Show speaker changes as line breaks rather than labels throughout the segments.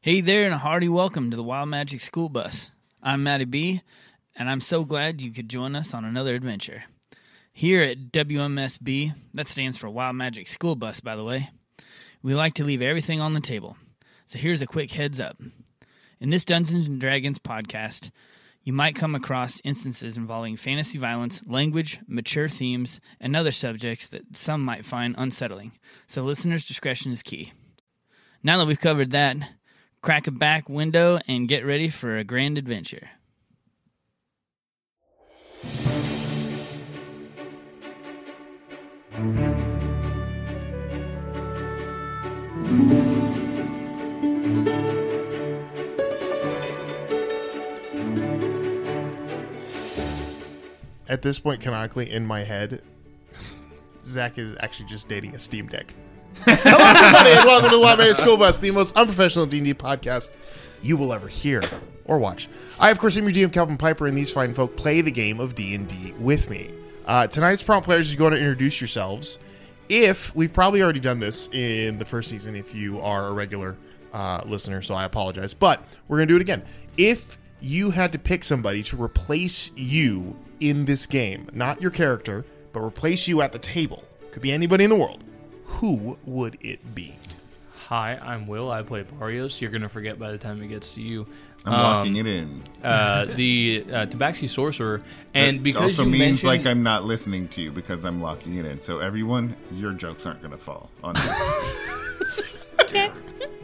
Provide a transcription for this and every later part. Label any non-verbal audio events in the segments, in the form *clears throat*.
Hey there, and a hearty welcome to the Wild Magic School Bus. I'm Matty B, and I'm so glad you could join us on another adventure. Here at WMSB, that stands for Wild Magic School Bus, by the way, we like to leave everything on the table. So here's a quick heads up. In this Dungeons and Dragons podcast, you might come across instances involving fantasy violence, language, mature themes, and other subjects that some might find unsettling. So listeners' discretion is key. Now that we've covered that, crack a back window and get ready for a grand adventure.
At this point, canonically in my head, Zach is actually just dating a Steam Deck. *laughs* Hello, everybody, and welcome to the Wild Magic School Bus, the most unprofessional D&D podcast you will ever hear or watch. I, of course, am your DM, Calvin Piper, and these fine folk play the game of D&D with me. Uh, tonight's prompt players is going to introduce yourselves. If we've probably already done this in the first season, if you are a regular uh, listener, so I apologize, but we're going to do it again. If you had to pick somebody to replace you in this game, not your character, but replace you at the table, could be anybody in the world who would it be?
Hi, I'm Will. I play Barrios. You're gonna forget by the time it gets to you.
I'm
Um,
locking it in.
uh, the uh, Tabaxi sorcerer, and
That
because
also
you
means like
mentioned-
I'm not listening to you because I'm locking it in. So everyone, your jokes aren't gonna fall on me.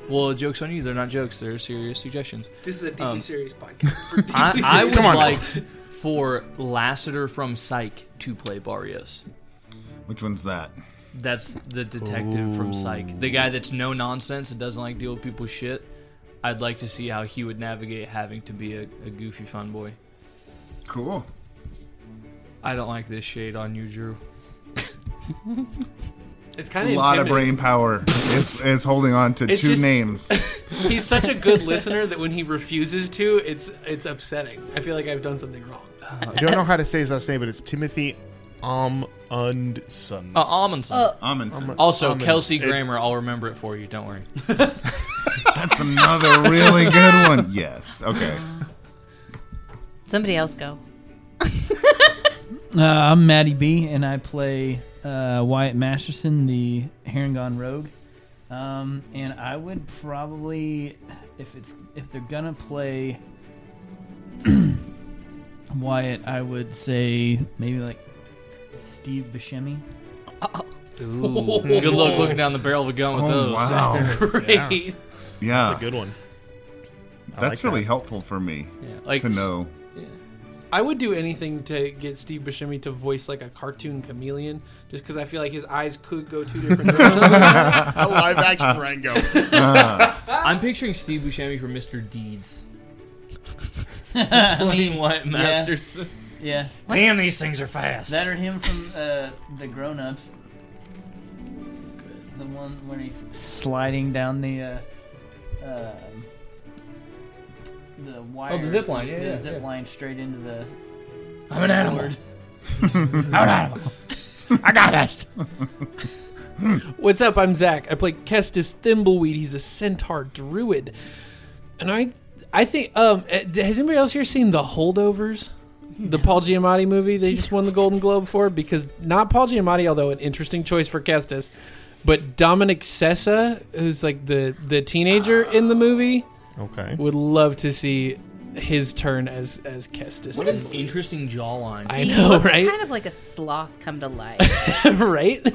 well, jokes on you. They're not jokes. They're serious suggestions. Um,
This is a deeply serious podcast. For
*laughs*
deeply
I, I
serious
would
Come on now.
like for Lassiter from Psych to play Barrios.
Which one's that?
That's the detective from Psych, the guy that's no nonsense and doesn't like deal with people's shit. I'd like to see how he would navigate having to be a, a goofy fun boy.
Cool.
I don't like this shade on you, Drew.
It's kind
A
of
lot of brain power is, is holding on to
It's
two
just- *laughs*
names.
He's such a good listener that when he refuses to, it's it's upsetting. I feel like I've done something wrong.
Uh-huh.
I don't know how to say his last name, but it's Timothy Amundsen.
Uh, Amundsen.
Oh.
Amundsen.
also,
Amundsen.
Kelsey
It-
Grammer. I'll remember it for you. Don't worry.
*laughs* That's
*laughs*
another really good one. Yes. Okay.
Somebody else go.
Uh, I'm Matty B, and I play uh, Wyatt Masterson, the Herringon Rogue. Um, and I would probably, if it's if they're gonna play *clears throat* Wyatt, I would say maybe like Steve Buscemi.
Good luck looking down the barrel of a gun with
Oh
those.
wow.
Great.
Yeah.
That's a good one. I
That's
like
really
that.
helpful for me
Yeah, like
to know.
I would do anything to get Steve Buscemi to voice like a cartoon chameleon, just because I feel like his eyes could go two
*laughs*
different directions.
*laughs* A live
Uh-huh.
action Rango.
*laughs*
I'm picturing Steve Buscemi from Mr.
*laughs*
Deeds. *laughs* Playing White Masters.
Yeah,
Damn, these things are fast.
that or him from uh, the Grown Ups. The one where he's sliding down the uh, uh, the wire.
Oh, zip line, yeah,
the
yeah,
zip
yeah.
line straight into the
I'm an animal.
*laughs*
What's up? I'm Zach. I play Kestis Thimbleweed. He's a centaur druid, and I I think um eh, has anybody else here seen the Holdovers? The Paul Giamatti movie they just won the Golden Globe for because not Paul Giamatti, although an interesting choice for Kestis, But Dominic Sessa, who's like the the teenager in the movie,
Okay.
would love to see his turn as as Kestis.
What an interesting jawline.
I know,
It's
right?
kind of like a sloth come to life.
*laughs* right?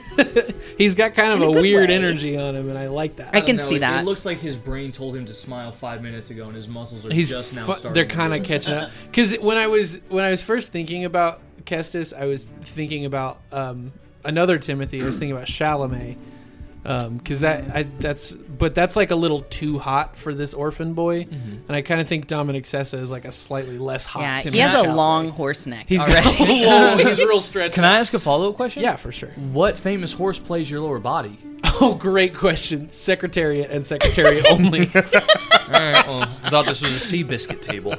*laughs* He's got kind of
In a
a,
good
weird
way.
energy on him, and I like that.
I can
No,
see
it,
that.
It looks like his brain told him to smile five minutes ago, and his muscles are
He's
just now
fu-
starting.
they're
to
kind of
work.
catching
*laughs*
up. Because when I was when I was first thinking about Kestis, I was thinking about um, another Timothy. I was thinking about Chalamet. Because that I, that's but that's like a little too hot for this orphan boy, and I kind of think Dominic Sessa is like a slightly less hot.
Mm-hmm. yeah,
Timothy
he has a
Chalamet.
long horse neck.
He's
already.
got *laughs* a
*laughs*
long. He's real stretched.
Can I ask a follow up question?
Yeah, for sure.
What famous horse plays your lower body?
*laughs* Oh, great question. Secretariat and
*laughs*
secretariat only.
I thought this was a sea
*laughs*
biscuit table.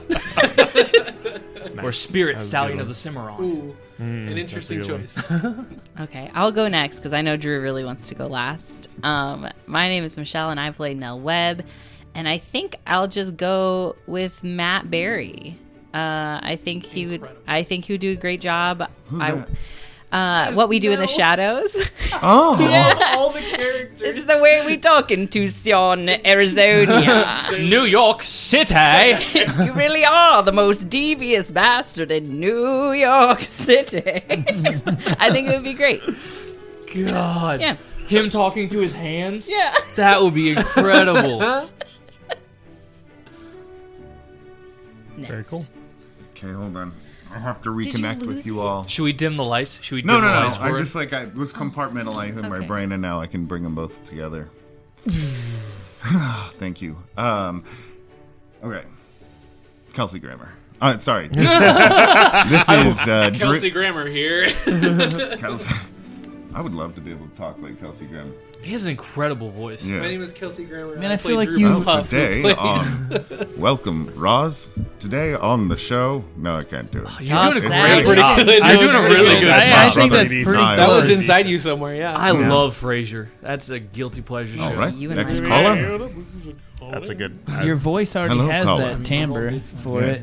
Or spirit stallion of the Cimarron.
Ooh,
Mm,
an interesting choice.
Okay, I'll go next because I know Drew really wants to go last. Um, my name is Michelle, and I play Nell Webb, and I think I'll just go with Matt Barry. Uh, I think he would. I think he would do a great job. I, Uh, what we do in
*laughs*
the shadows.
Oh,
All the characters.
it's the way we talk in
*laughs*
Tucson, Arizona.
New York *laughs* City.
*laughs* you really are the most devious bastard in New York *laughs* City. I think it would be great.
God.
Yeah.
Him talking to his hands.
Yeah.
That would be *laughs* incredible.
Next.
Very cool.
Okay, hold on. I have to reconnect with you all.
Should we dim the lights? Should we
No,
dim
no,
the
no.
lights for
I
it?
just like I was compartmentalizing my
Oh. okay.
brain, and now I can bring them
*sighs*
both together. Thank you. Um, okay, Kelsey Grammer. Uh,
*laughs*
sorry, this is uh, Drew-
Kelsey Grammer
*laughs*
*laughs*
here.
Kelsey. I would love to be able to talk like Kelsey Grammer.
He has an incredible voice.
Yeah.
My name is Kelsey Grammer.
Man,
I,
I
play
feel like
Drew
you-
Huff,
Oh, today
please.
on
*laughs*
welcome Roz. Today on the show. No, I can't do it.
Oh, You're doing a
Awesome.
great
Pretty
job.
good.
You're doing a really good
I- I
job.
think that's pretty.
Brother Edie's eyes.
That was
Decent.
inside you somewhere, yeah.
I love Frasier. That's a guilty pleasure show.
All right,
You and
next
my-
caller.
That's a good.
Your voice already
Hello,
has
caller.
that timbre for it.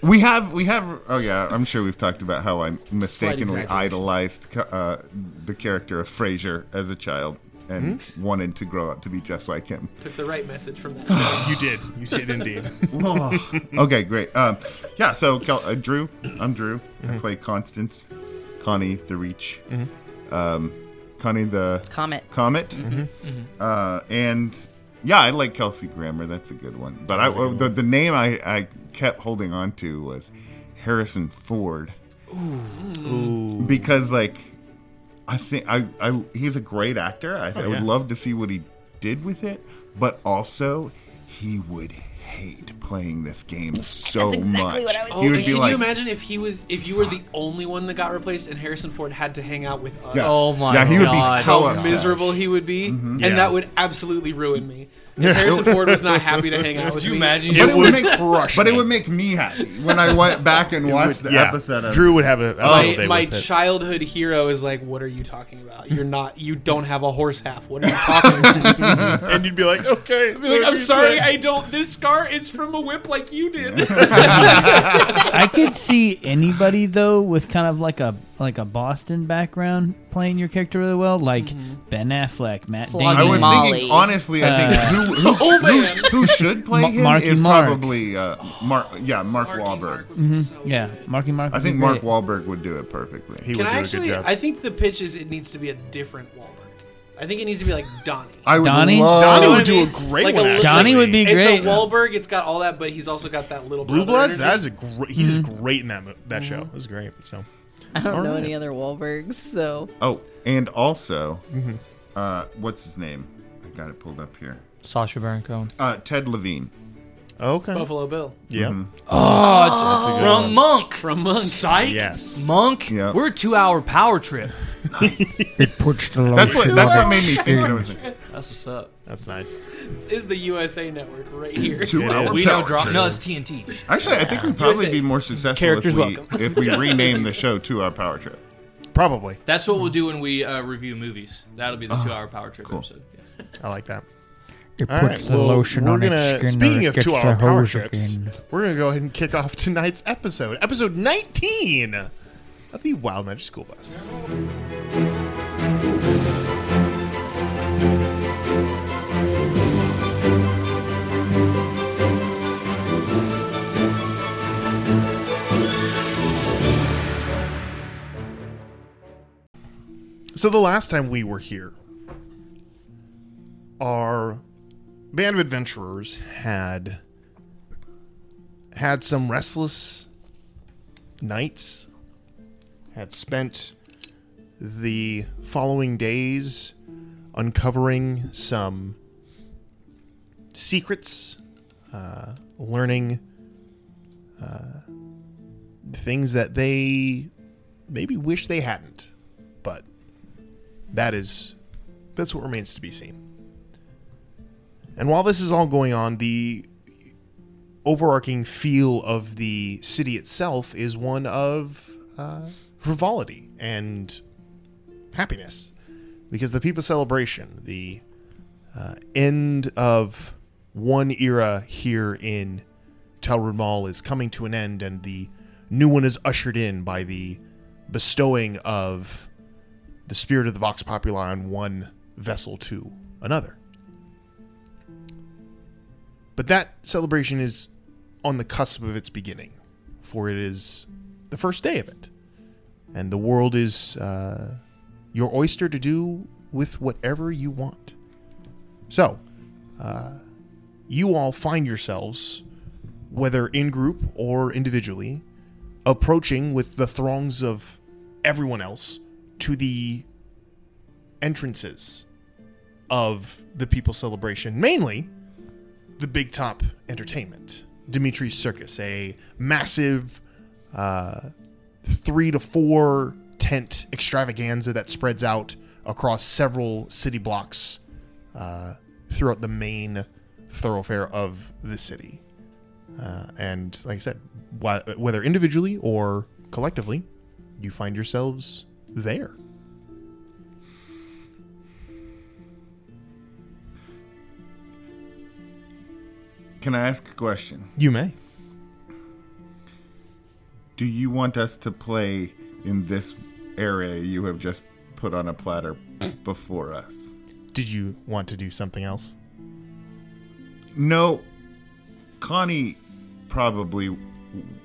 We have, we have. Oh yeah, I'm sure we've talked about how I mistakenly idolized uh, the character of Frasier as a child and
Hmm?
wanted to grow up to be just like him.
Took the right message from that.
*laughs* you did. You
*laughs*
did indeed.
Oh. okay, great. Um, yeah, so Kel- uh, Drew, I'm Drew. I play Constance, Connie the Reach, um, Connie the
Comet.
Comet, Uh, and yeah, I like Kelsey Grammer. That's a good one. But I, the, the name I, I kept holding on to was Harrison Ford. Ooh. Because like, I think I, I he's a great actor.
Oh,
I, I would love to see what he did with it, but also he would hate playing this game so much. he would be
Can
like,
you imagine if he was if you were the only one that got replaced and Harrison Ford had to hang out with us?
Yes.
Oh my
yeah, he would
God.
be so
How
upset. Mm-hmm.
miserable he would be, and
Yeah.
that would absolutely ruin me. If Harrison Ford was not happy to hang out with
Could you
me.
imagine?
But it would make,
crush
but it
me.
would make me happy when I
*laughs*
went back and watched the
yeah.
episode. Of Oh.
Drew would have a. a field
My,
day
my
with it.
childhood hero is like, what are you talking about? You're not. You don't have a horse half. What are you talking about?
*laughs* and you'd be like, okay.
I'd be like, I'm sorry, I don't. This scar is from a whip like you did.
*laughs*
*laughs*
I could see anybody though with kind of like a like a Boston background playing your character really well, like Ben Affleck, Matt
Flogging
I
Damon. Uh,
was
Mm-hmm. Molly.
thinking, honestly, I think who,
*laughs*
who,
*laughs* Oh,
who, who should play
Ma-
him
Marky
is
Mark. Mm-hmm.
probably uh, Mark. Yeah, Mark Wahlberg.
yeah, Marky Mark.
I
would
think
be
Mark
great.
Wahlberg would do it perfectly.
He
Can
would
I
do a
actually?
good job.
I think the pitch is it needs to be a different Wahlberg. I think it needs to be like Donnie.
I would
Donnie?
love.
Donnie
You know
would
what I
do a
mean?
great
Like a
one.
little-
actually.
Donnie would be
It's
great.
a Wahlberg. It's got all that, but he's also got that little
Blue
brother
Bloods.
energy.
That is a great. He is
Mm-hmm.
great in that mo- that show. It was great. So
Mm-hmm. I don't know any other Wahlbergs, so
Oh, and also,
Mm-hmm.
uh, what's his name? I got it pulled up here.
Sasha Baron Cohen.
Uh, Ted Levine.
Oh,
Mm-hmm.
okay.
Buffalo Bill
Yeah.
Oh,
That's a good
from
one.
Monk.
from Monk.
Psych.
Yes.
Monk.
Yeah.
We're a two-hour power *laughs* trip.
That's what. That's what made me think. It was
That's what's up.
That's nice.
This is the USA Network right here.
two hours.
We know drop. No, it's TNT.
Actually, I think we'd probably
USA.
be more successful
Characters
if we,
welcome.
if
*laughs*
we rename the show to our power trip.
Probably.
That's what we'll do when we uh, review movies. That'll be the two-hour power trip episode. Yeah.
I like that.
It
All
puts
right.
the
well,
lotion
we're
on
gonna,
its skin.
Speaking
or it
of
gets
two
the
hour power
hose
trips,
again.
we're going to go ahead and kick off tonight's episode, episode 19 of the Wild Magic School Bus. So the last time we were here, our band of adventurers had had some restless nights, had spent the following days uncovering some secrets, uh, learning uh, things that they maybe wish they hadn't, but that is that's what remains to be seen. And while this is all going on, the overarching feel of the city itself is one of uh, frivolity and happiness, because the people celebration, the uh, end of one era here in Talrud Mall is coming to an end, and the new one is ushered in by the bestowing of the spirit of the Vox Populi on one vessel to another. But that celebration is on the cusp of its beginning, for it is the first day of it. And the world is uh, your oyster to do with whatever you want. So, uh, you all find yourselves, whether in group or individually, approaching with the throngs of everyone else to the entrances of the People's Celebration, mainly the Big Top Entertainment, Dimitri's Circus, a massive uh, three to four tent extravaganza that spreads out across several city blocks uh, throughout the main thoroughfare of the city. Uh, and like I said, wh- whether individually or collectively, you find yourselves there.
Can I ask a question?
You may.
Do you want us to play in this area you have just put on a platter before us?
Did you want to do something else?
No, Connie probably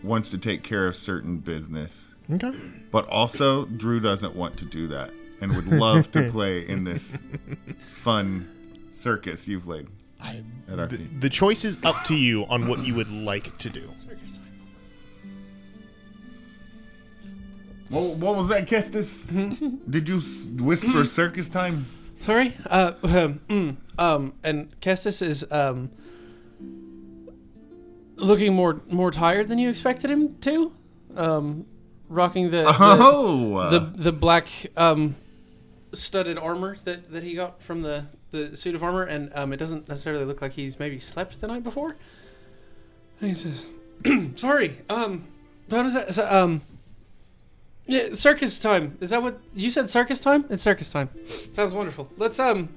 wants to take care of certain business,
Okay.
but also Drew doesn't want to do that and would love
*laughs*
to play in this fun circus you've laid at our feet.
The choice is up to you on what you would like to do.
What, what was that, Kestis? Did you s- whisper circus time?
Hmm. Sorry. Uh, *laughs* um, mm, um, and Kestis is um, looking more more tired than you expected him to. Um, rocking the the,
Oh, uh,
the, the black um, studded armor that, that he got from the, the suit of armor, and um, it doesn't necessarily look like he's maybe slept the night before. And he says, *clears throat* "Sorry. Um, that was so, um." Yeah, circus time. Is that what you said? Circus time? It's circus time. Sounds wonderful. Let's um.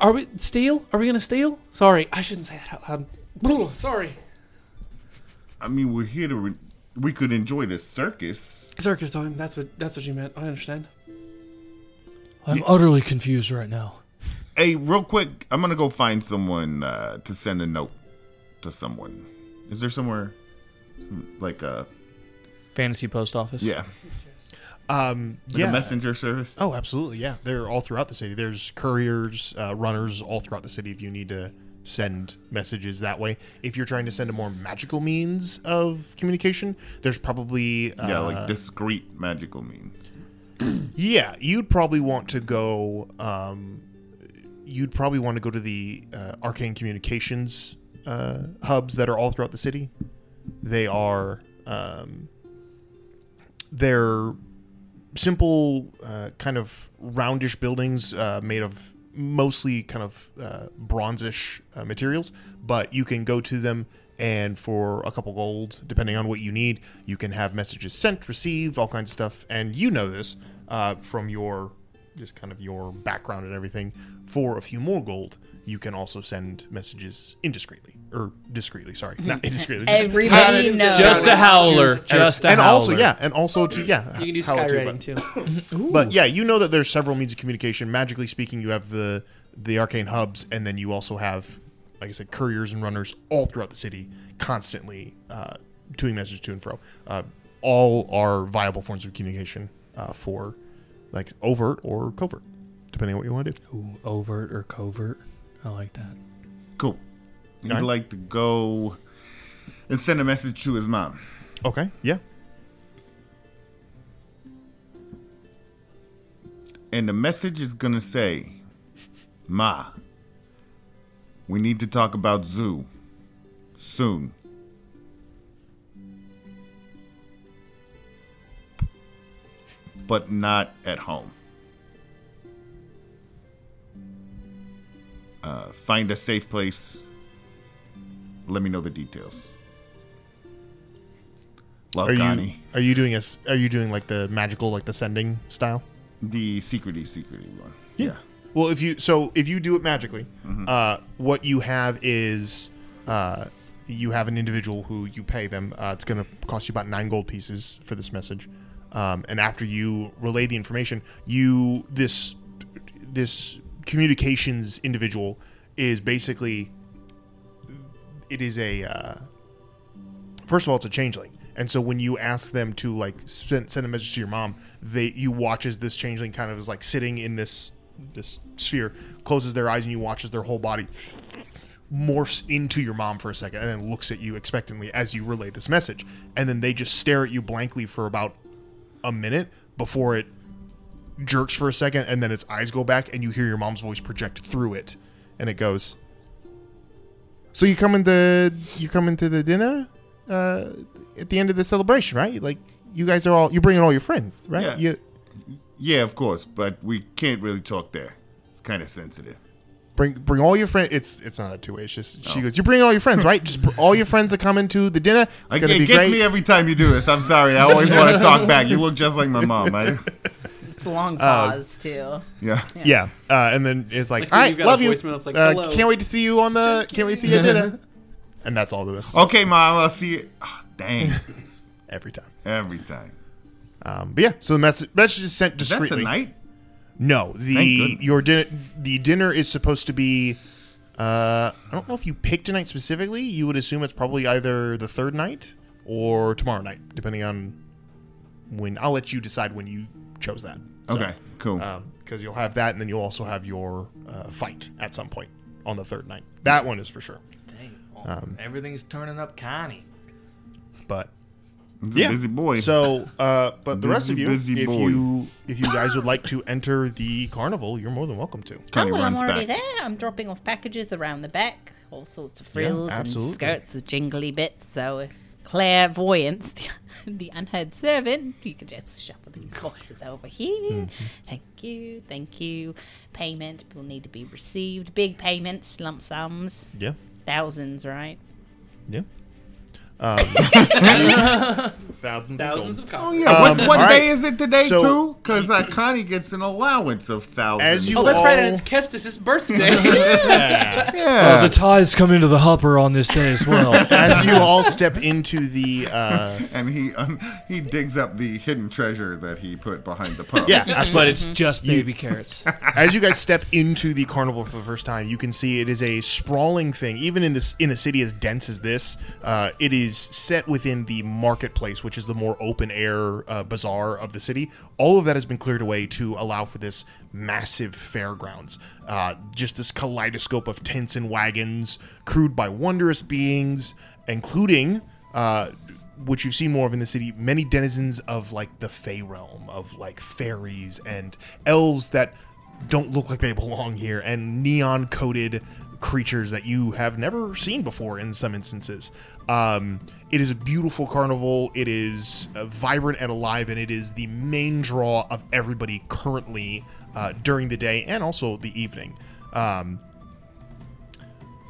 Are we steal? Are we gonna steal? Sorry, I shouldn't say that out loud. Blah, Sorry.
I mean, we're here to. Re- we could enjoy the circus.
Circus time. That's what that's what you meant. I understand.
I'm utterly confused right now.
Hey, real quick, I'm gonna go find someone uh, to send a note to someone. Is there somewhere like a
Fantasy post office.
yeah,
Um,
like a messenger service?
Oh, absolutely. Yeah, they're all throughout the city. There's couriers, uh, runners all throughout the city. If you need to send messages that way, if you're trying to send a more magical means of communication, there's probably uh,
yeah, like discreet magical means.
yeah, you'd probably want to go. Um, you'd probably want to go to the uh, arcane communications uh, hubs that are all throughout the city. They are um, they're simple, uh, kind of roundish buildings uh, made of mostly kind of uh, bronzish uh, materials, but you can go to them. And for a couple gold, depending on what you need, you can have messages sent, received, all kinds of stuff. And you know this uh, from your just kind of your background and everything. For a few more gold, you can also send messages indiscreetly or discreetly. Sorry, not indiscreetly. just-
Everybody knows.
Just a howler. Just a
and
howler.
also yeah and also to yeah
You can do
how to,
skywriting
but-
too.
*laughs*
but yeah you know that there's several means of communication magically speaking you have the the arcane hubs and then you also have like i said couriers and runners all throughout the city constantly uh doing messages to and fro uh, all are viable forms of communication uh, for like overt or covert, depending on what you want to do.
Ooh, overt or covert. I like that.
Cool. He'd
Alright.
like to go and send a message to his mom.
Okay. Yeah.
And the message is going to say, Ma, we need to talk about Zoo soon. But not at home. Uh, find a safe place. Let me know the details. Love,
Are
Connie.
you are you doing a s- are you doing like the magical like the sending style?
The secrety, secrety one.
Yeah. Well, if you so if you do it magically, uh, what you have is uh, you have an individual who you pay them. Uh, it's going to cost you about nine gold pieces for this message, um, and after you relay the information, you this this communications individual is basically it is a uh, first of all, it's a changeling, and so when you ask them to like send, send a message to your mom, they you watch as this changeling kind of is like sitting in this this sphere, closes their eyes, and you watch as their whole body morphs into your mom for a second, and then looks at you expectantly as you relay this message, and then they just stare at you blankly for about a minute before it jerks for a second, and then its eyes go back, and you hear your mom's voice project through it, and it goes. So you coming to you coming to the dinner uh, at the end of the celebration, right? Like you guys are all you're bringing all your friends, right?
Yeah.
You
Yeah, of course, but we can't really talk there. It's kind of sensitive.
bring bring all your friends. It's it's not a two way. It's just
Oh.
she goes. You're bringing all your friends, right? Just br- all your friends are coming to the dinner. It's
Like,
gonna
it
be
gets
great.
me every time you do this. I'm sorry. I always
*laughs*
want to talk back. You look just like my mom. I,
It's a long pause too.
yeah.
Uh, yeah, uh, and then it's like,
Like
all
when
right,
you've got a
love you.
voicemail that's like,
uh,
hello.
can't wait to see you on the. Can't wait to see
*laughs*
you at dinner. And that's all there is
Okay, mom. I'll see you. Ah, dang.
*laughs* every time.
Every time.
Um, but yeah, so the message, message is sent discreetly.
That's a night.
No,
Thank
the
goodness.
your dinner the dinner is supposed to be. Uh, I don't know if you picked a night specifically. You would assume it's probably either the third night or tomorrow night, depending on when. I'll let you decide when you chose that. So,
Okay, cool.
because you'll have that, and then you'll also have your uh, fight at some point on the third night. That one is for sure. Um,
Dang.
Um,
Everything's turning up, Connie.
But
It's
yeah.
a busy boy.
So, uh, but the rest
Busy,
of you,
busy
if
boy.
you if you guys would like to enter the carnival, you're more than welcome to.
Connie
oh, well, I'm
runs
already
back.
there. I'm dropping off packages around the back, all sorts of frills and
absolutely.
skirts with jingly bits. So if clairvoyance, *laughs* the, *laughs* the unheard servant, you can just shuffle these boxes over here.
Mm-hmm.
Thank you, thank you. Payment will need to be received. Big payments, lump sums,
Yeah,
thousands, right? *laughs*
yeah.
*laughs*
Um, *laughs* thousands,
Thousands of
Oh,
copies.
yeah. what what
um, all right.
day is it today,
So-
too? Because uh, Connie gets an allowance of thousands.
As you-
Oh, that's right,
Oh.
and it's Kestis' birthday. *laughs*
yeah.
Oh, the ties come into the hopper on this
*laughs*
day as well.
As
*laughs*
you all step into the uh,
and he um, he digs up the hidden treasure that he put behind the pub.
yeah, absolutely.
but
Mm-hmm.
it's just baby carrots.
*laughs* as you guys step into the carnival for the first time, you can see it is a sprawling thing. Even in this in a city as dense as this, uh, it is set within the marketplace, which is the more open air uh, bazaar of the city. All of that has been cleared away to allow for this massive fairgrounds. Uh, just this kaleidoscope of tents and wagons, crewed by wondrous beings, including. Uh, which you've seen more of in the city, many denizens of like the Fey realm, of like fairies and elves that don't look like they belong here, and neon coated creatures that you have never seen before in some instances. Um, it is a beautiful carnival. It is uh, vibrant and alive, and it is the main draw of everybody currently uh, during the day and also the evening. Um,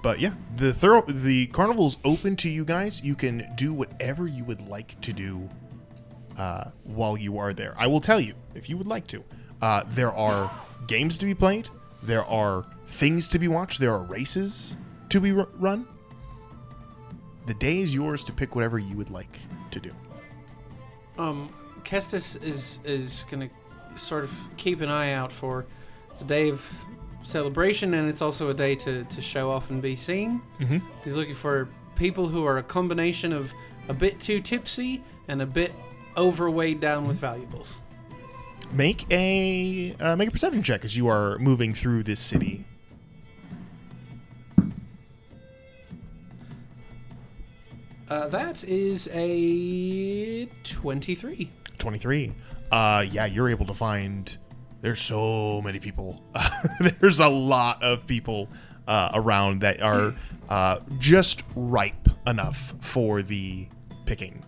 but yeah, the thorough the carnival is open to you guys. You can do whatever you would like to do uh, while you are there. I will tell you if you would like to. Uh, there are games to be played. There are things to be watched. There are races to be ru- run. The day is yours to pick whatever you would like to do.
um, Kestis is is gonna sort of keep an eye out for. It's a day of celebration, and it's also a day to to show off and be seen. Mm-hmm. He's looking for people who are a combination of a bit too tipsy and a bit overweighed down with valuables.
Make a uh, make a perception check as you are moving through this city.
Uh, that is a 23.
23. Uh, yeah, you're able to find. There's so many people. *laughs* there's a lot of people uh, around that are
Hmm.
uh, just ripe enough for the picking.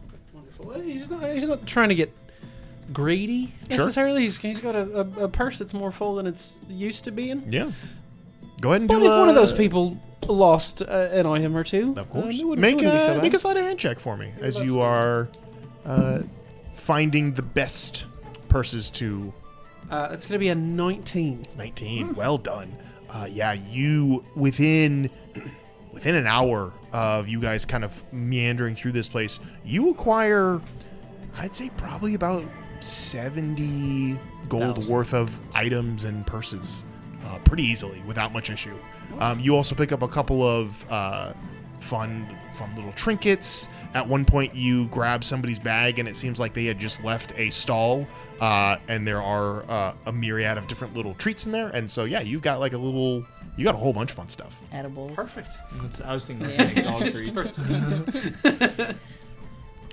Well, he's, not, he's not trying to get greedy
Sure.
necessarily. He's, he's got a, a, a purse that's more full than it's used to being.
Yeah. Go ahead and
But
do
if one of
a-
those people lost uh, an item or two,
Of
uh,
course.
it wouldn't-
make
it wouldn't be so
a
bad.
make a sleight of hand check for me as you are uh, finding the best purses to
Uh, it's going to be a 19.
19 well done uh, yeah you within within an hour of you guys kind of meandering through this place you acquire i'd say probably about 70 gold worth of items and purses uh, pretty easily without much issue um, you also pick up a couple of uh, fun fun little trinkets at one point you grab somebody's bag and it seems like they had just left a stall uh, and there are uh, a myriad of different little treats in there and so yeah you've got like a little you got a whole bunch of
*laughs*
fun stuff
Edibles. Perfect.
That's- I was thinking
Yeah.
like
*laughs*
dog treats. *laughs*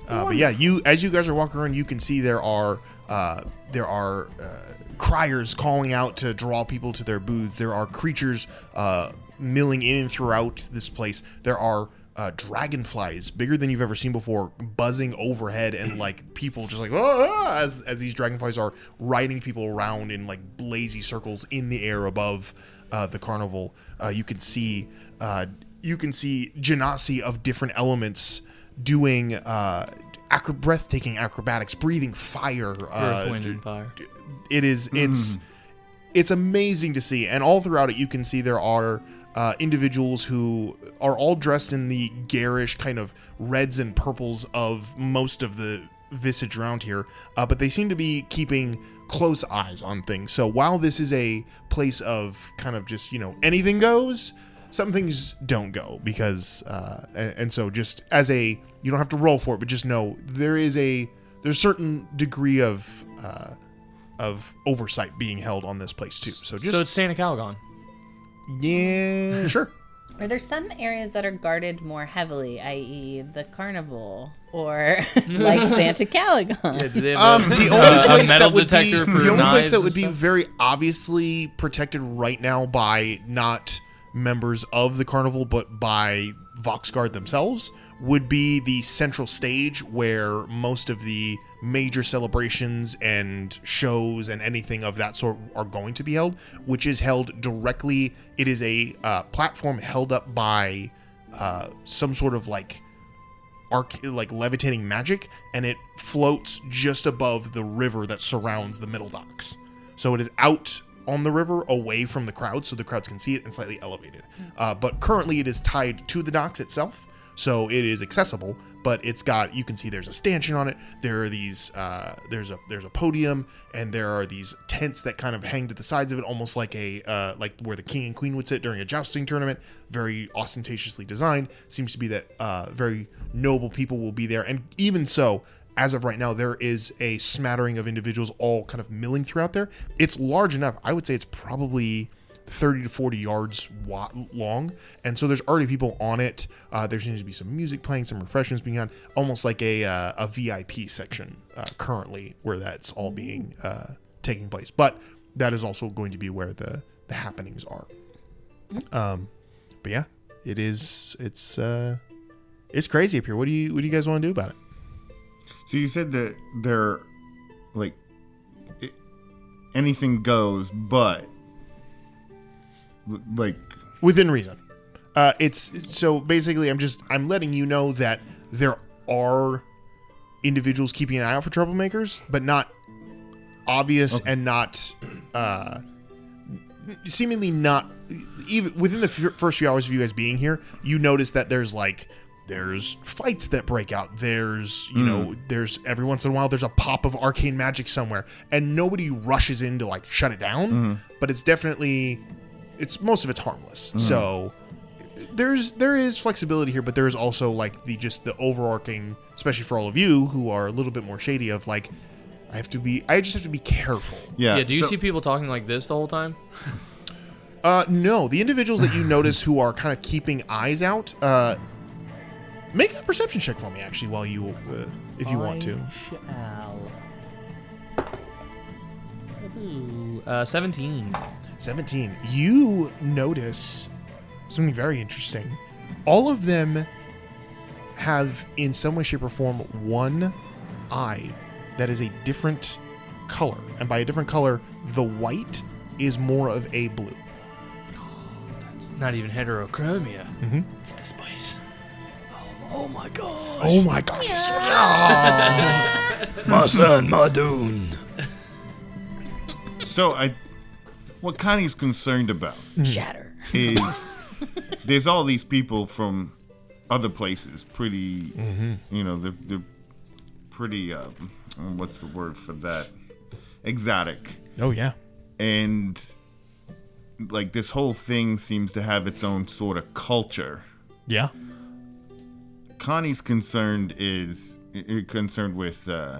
Uh, but yeah, you as you guys are walking around, you can see there are uh, there are uh, criers calling out to draw people to their booths. There are creatures uh, milling in and throughout this place. There are uh, dragonflies bigger than you've ever seen before buzzing overhead, and like people just like "Oh, ah," as as these dragonflies are riding people around in like lazy circles in the air above uh, the carnival. Uh, you can see uh, you can see genasi of different elements doing uh, acro- breathtaking acrobatics, breathing fire. Uh,
Earth, wind, and fire.
it is it's it's amazing to see, and all throughout it, you can see there are. Uh, individuals who are all dressed in the garish kind of reds and purples of most of the visage around here, uh, but they seem to be keeping close eyes on things. So while this is a place of kind of just, you know, anything goes, some things don't go because uh a- and, so just as a you don't have to roll for it but just know there is a there's certain degree of uh of oversight being held on this place too so just
so it's Santa Calgon.
yeah sure
Are there some areas that are guarded more heavily, i.e., the carnival or like Santa Caligon?
Yeah, do they have
um,
*laughs* a,
the only
uh,
place
metal
that would
detector
be, *laughs*
for
the only place
knives
that
and
would be
stuff?
very obviously protected right now by not members of the carnival but by Voxguard themselves would be the central stage where most of the major celebrations and shows and anything of that sort are going to be held which is held directly it is a uh, platform held up by uh, some sort of like arc like levitating magic and it floats just above the river that surrounds the middle docks so it is out on the river away from the crowd so the crowds can see it and slightly elevated uh, but currently it is tied to the docks itself so it is accessible but it's got you can see there's a stanchion on it there are these uh, there's a there's a podium and there are these tents that kind of hang to the sides of it almost like a uh, like where the king and queen would sit during a jousting tournament very ostentatiously designed seems to be that uh, very noble people will be there and even so as of right now there is a smattering of individuals all kind of milling throughout there it's large enough i would say it's probably 30 to 40 yards wa- long and so there's already people on it uh, there seems to be some music playing some refreshments being had almost like a, uh, a vip section uh, currently where that's all being uh, taking place but that is also going to be where the, the happenings are um, but yeah it is it's uh, it's crazy up here what do you what do you guys want to do about it
*laughs* So you said that they're like it, anything goes, but l- like
within reason. Uh, it's so basically, I'm just I'm letting you know that there are individuals keeping an eye out for troublemakers, but not obvious and not uh, seemingly not even within the f- first few hours of you guys being here. You notice that there's like there's fights that break out. There's you know there's every once in a while there's a pop of arcane magic somewhere, and nobody rushes in to like shut it down.
Mm-hmm.
But it's definitely it's most of it's harmless.
Mm-hmm.
So there's there is flexibility here, but there is also like the just the overarching, especially for all of you who are a little bit more shady of like I have to be. I just have to be careful.
Yeah.
yeah. Do you
so-
see people talking like this the whole time?
Uh, no, the individuals that
*laughs*
you notice who are kind of keeping eyes out, uh, make a perception check for me actually while you, uh, if you want to.
Ooh, uh, seventeen.
17. You notice something very interesting. All of them have, in some way, shape, or form, one eye that is a different color. And by a different color, the white is more of a blue.
*laughs* Not even heterochromia.
Mm-hmm.
It's the spice.
Oh my god.
Oh my gosh. this was- *laughs*
*laughs* My son, my dune.
So I, what Connie's concerned about
Mm.
is there's all these people from other places, pretty,
Mm-hmm.
you know, they're, they're pretty. Um, what's the word for that? Exotic,
Oh, yeah.
and like this whole thing seems to have its own sort of culture.
Yeah.
Connie's concerned is i- i- concerned with uh,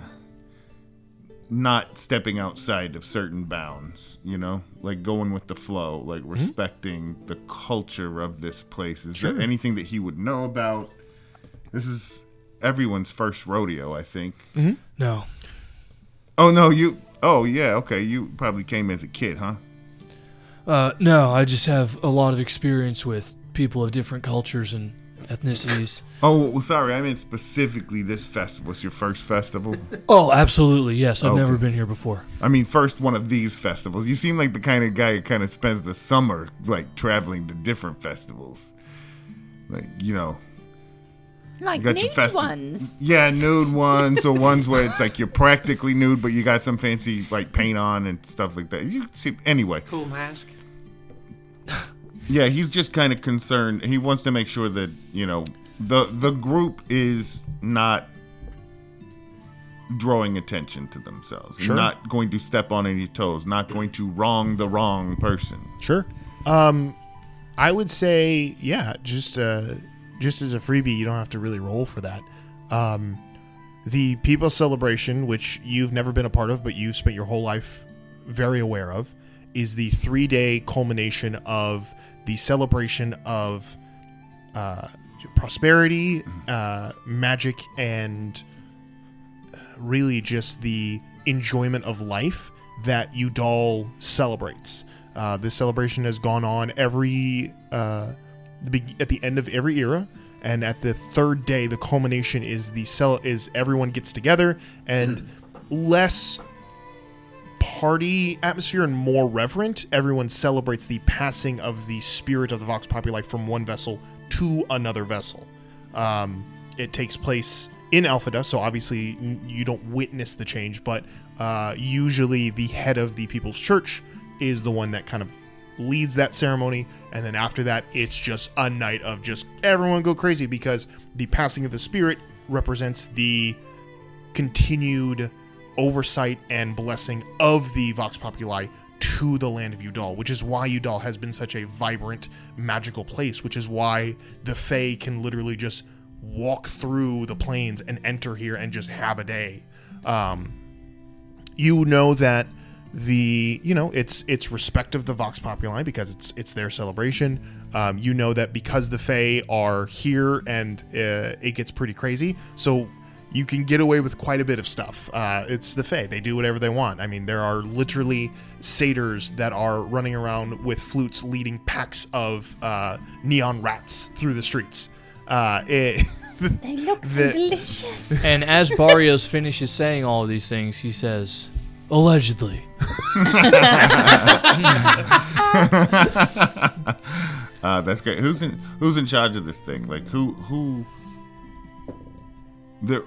not stepping outside of certain bounds. You know, like going with the flow, like
Mm-hmm.
respecting the culture of this place. Is there anything that he would know about? This is everyone's first rodeo, I think.
Mm-hmm. No.
Oh no, you. Oh yeah, okay. You probably came as a kid, huh?
Uh, no, I just have a lot of experience with people of different cultures and ethnicities.
Oh, well, sorry. I meant specifically this festival. It's your first festival.
oh, absolutely. Yes, I've never
Okay.
been here before.
I mean, first one of these festivals. You seem like the kind of guy who kind of spends the summer like traveling to different festivals. Like, you know,
Like
you got
new
your festi-
ones.
Yeah,
*laughs*
nude ones or ones where it's like you're practically nude, but you got some fancy like paint on and stuff like that. You see, anyway.
Cool mask.
Yeah, he's just kind of concerned. He wants to make sure that you know the the group is not drawing attention to themselves,
Sure.
not going to step on any toes, not going to wrong the wrong person.
Sure. Um, I would say, yeah, just uh, just as a freebie, you don't have to really roll for that. Um, the People's Celebration, which you've never been a part of, but you've spent your whole life very aware of, is the three day culmination of the celebration of uh, prosperity, uh, magic, and uh, really just the enjoyment of life that Udall celebrates. Uh, this celebration has gone on every uh, the be- at the end of every era, and at the third day, the culmination is the cel- is everyone gets together and less party atmosphere and more reverent. Everyone celebrates the passing of the spirit of the Vox Populi from one vessel to another vessel. Um, it takes place in Alphada, so obviously n- you don't witness the change, but uh, usually the head of the People's Church is the one that kind of leads that ceremony. And then after that, it's just a night of just everyone go crazy because the passing of the spirit represents the continued oversight and blessing of the Vox Populi to the land of Udal, which is why Udal has been such a vibrant, magical place, which is why the Fae can literally just walk through the plains and enter here and just have a day. Um, you know that the you know it's it's respect of the vox populi because it's it's their celebration um, you know that because the fae are here and uh, it gets pretty crazy so you can get away with quite a bit of stuff uh, it's the fae they do whatever they want i mean there are literally satyrs that are running around with flutes leading packs of uh, neon rats through the streets uh, it,
They look so
*laughs* The-
delicious.
*laughs* And as Barrios finishes saying all of these things, he says,
Allegedly. *laughs*
*laughs* Uh, that's great. Who's in Who's in charge of this thing? Like who who? The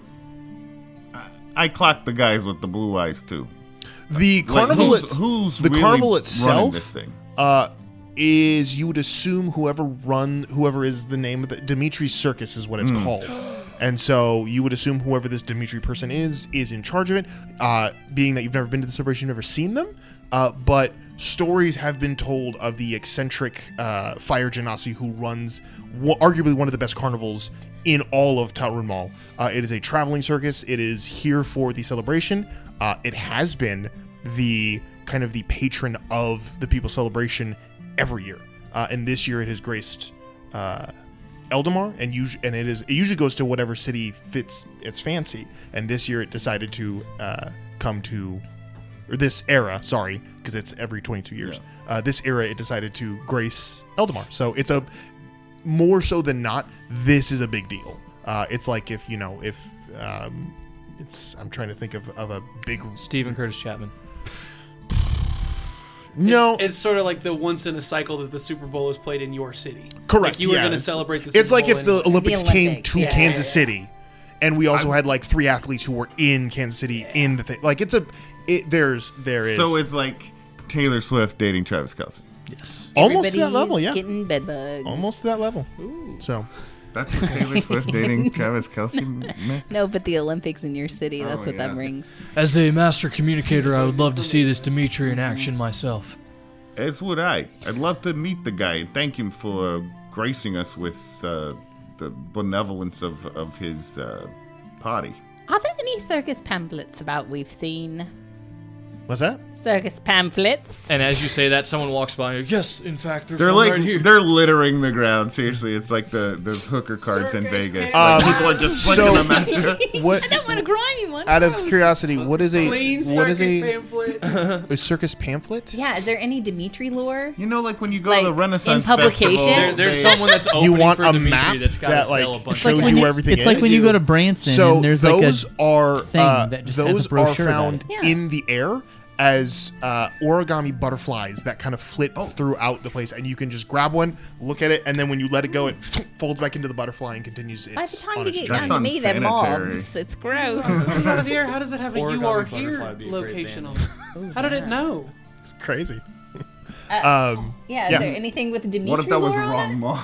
I, I clocked the guys with the blue eyes too.
the
Like,
carnival
who's,
it's-
who's
the
really
carnival
running
itself
this thing?
uh, is you would assume whoever run whoever is the name of the Dimitri Circus is what it's
Hmm.
called, and so you would assume whoever this Dimitri person is is in charge of it. Uh, being that you've never been to the celebration, you've never seen them, uh, but stories have been told of the eccentric uh, Fire Genasi who runs wa- arguably one of the best carnivals in all of Tarun Mall. Uh, it is a traveling circus. It is here for the celebration. Uh, it has been the kind of the patron of the People's Celebration every year, uh, and this year it has graced uh, Eldamar, and us- and it is it usually goes to whatever city fits its fancy. And this year it decided to uh, come to, or this era, sorry, because it's every 22 years. Uh, this era it decided to grace Eldamar, so it's a more so than not, this is a big deal. Uh, it's like if you know if um, it's I'm trying to think of, of a big
Stephen Curtis Chapman.
no
it's, it's sort of like the once in a cycle that the Super Bowl is played in your city.
Correct.
Like you were
yeah.
going to
It's-
celebrate the.
It's
Super
like
Bowl
if the
anyway.
Olympics,
The
came
Olympics,
to
yeah.
Kansas City, and we also had like three athletes who were in Kansas City in the thing. Like it's a, it, there's there is
So it's like Taylor Swift dating Travis Kelsey.
almost to that level,
Everybody's
yeah,
Getting bed bugs.
almost to that level. So
That's what Taylor Swift
*laughs*
dating
*laughs*
Travis Kelsey. meant?
No, but the Olympics in your city, that's
Oh,
what
yeah.
that brings.
As a master communicator, I would love to see this Dimitri in action myself.
As would I. I'd love to meet the guy and thank him for gracing us with uh, the benevolence of, of his uh, party.
Are there any circus pamphlets about we've seen?
what's that?
Circus pamphlets?
And as you say that, someone walks by. and goes, Yes,
In fact, there's
They're
one
like
right here.
they're littering the ground. Seriously, it's like the those hooker cards in Vegas. Like, people are just flicking
Uh, Um, so-
them at you.
*laughs* What?
I want to grind you one.
Out of curiosity, what is a
Clean
what is
circus
a,
pamphlet.
*laughs* a circus pamphlet?
Yeah, is there any Dimitri lore?
You know, like when you go
Like,
to the
in
Renaissance
publication?
Festival,
There-
there's
they-
someone that's
*laughs*
opening
You want
for
a
Dimitri
map
that's got
that
to
like
sell a bunch
shows
of
when
you
you-
everything.
it's like
is.
when you go to Branson
So
and there's like a
those are
thing
uh,
that just has a
those are
brochure about
found
it. Yeah.
in the air as uh, origami butterflies that kind of flit
Oh.
throughout the place, and you can just grab one, look at it, and then when you let it go, it *sniffs* folds back into the butterfly and continues. Its
By the time
on
you
its
get
journey.
down
That's
to me, they're
unsanitary.
mobs. It's gross.
It's out of here. *laughs* How does it have a
Oregon
you are
butterfly
here
would be a great
location on
*laughs* band.
it? How did it know?
*laughs* it's crazy. um,
Uh, yeah, is
Yeah.
there anything with Dimitri
what if that was
lore on
the wrong Oh,
it?
mall?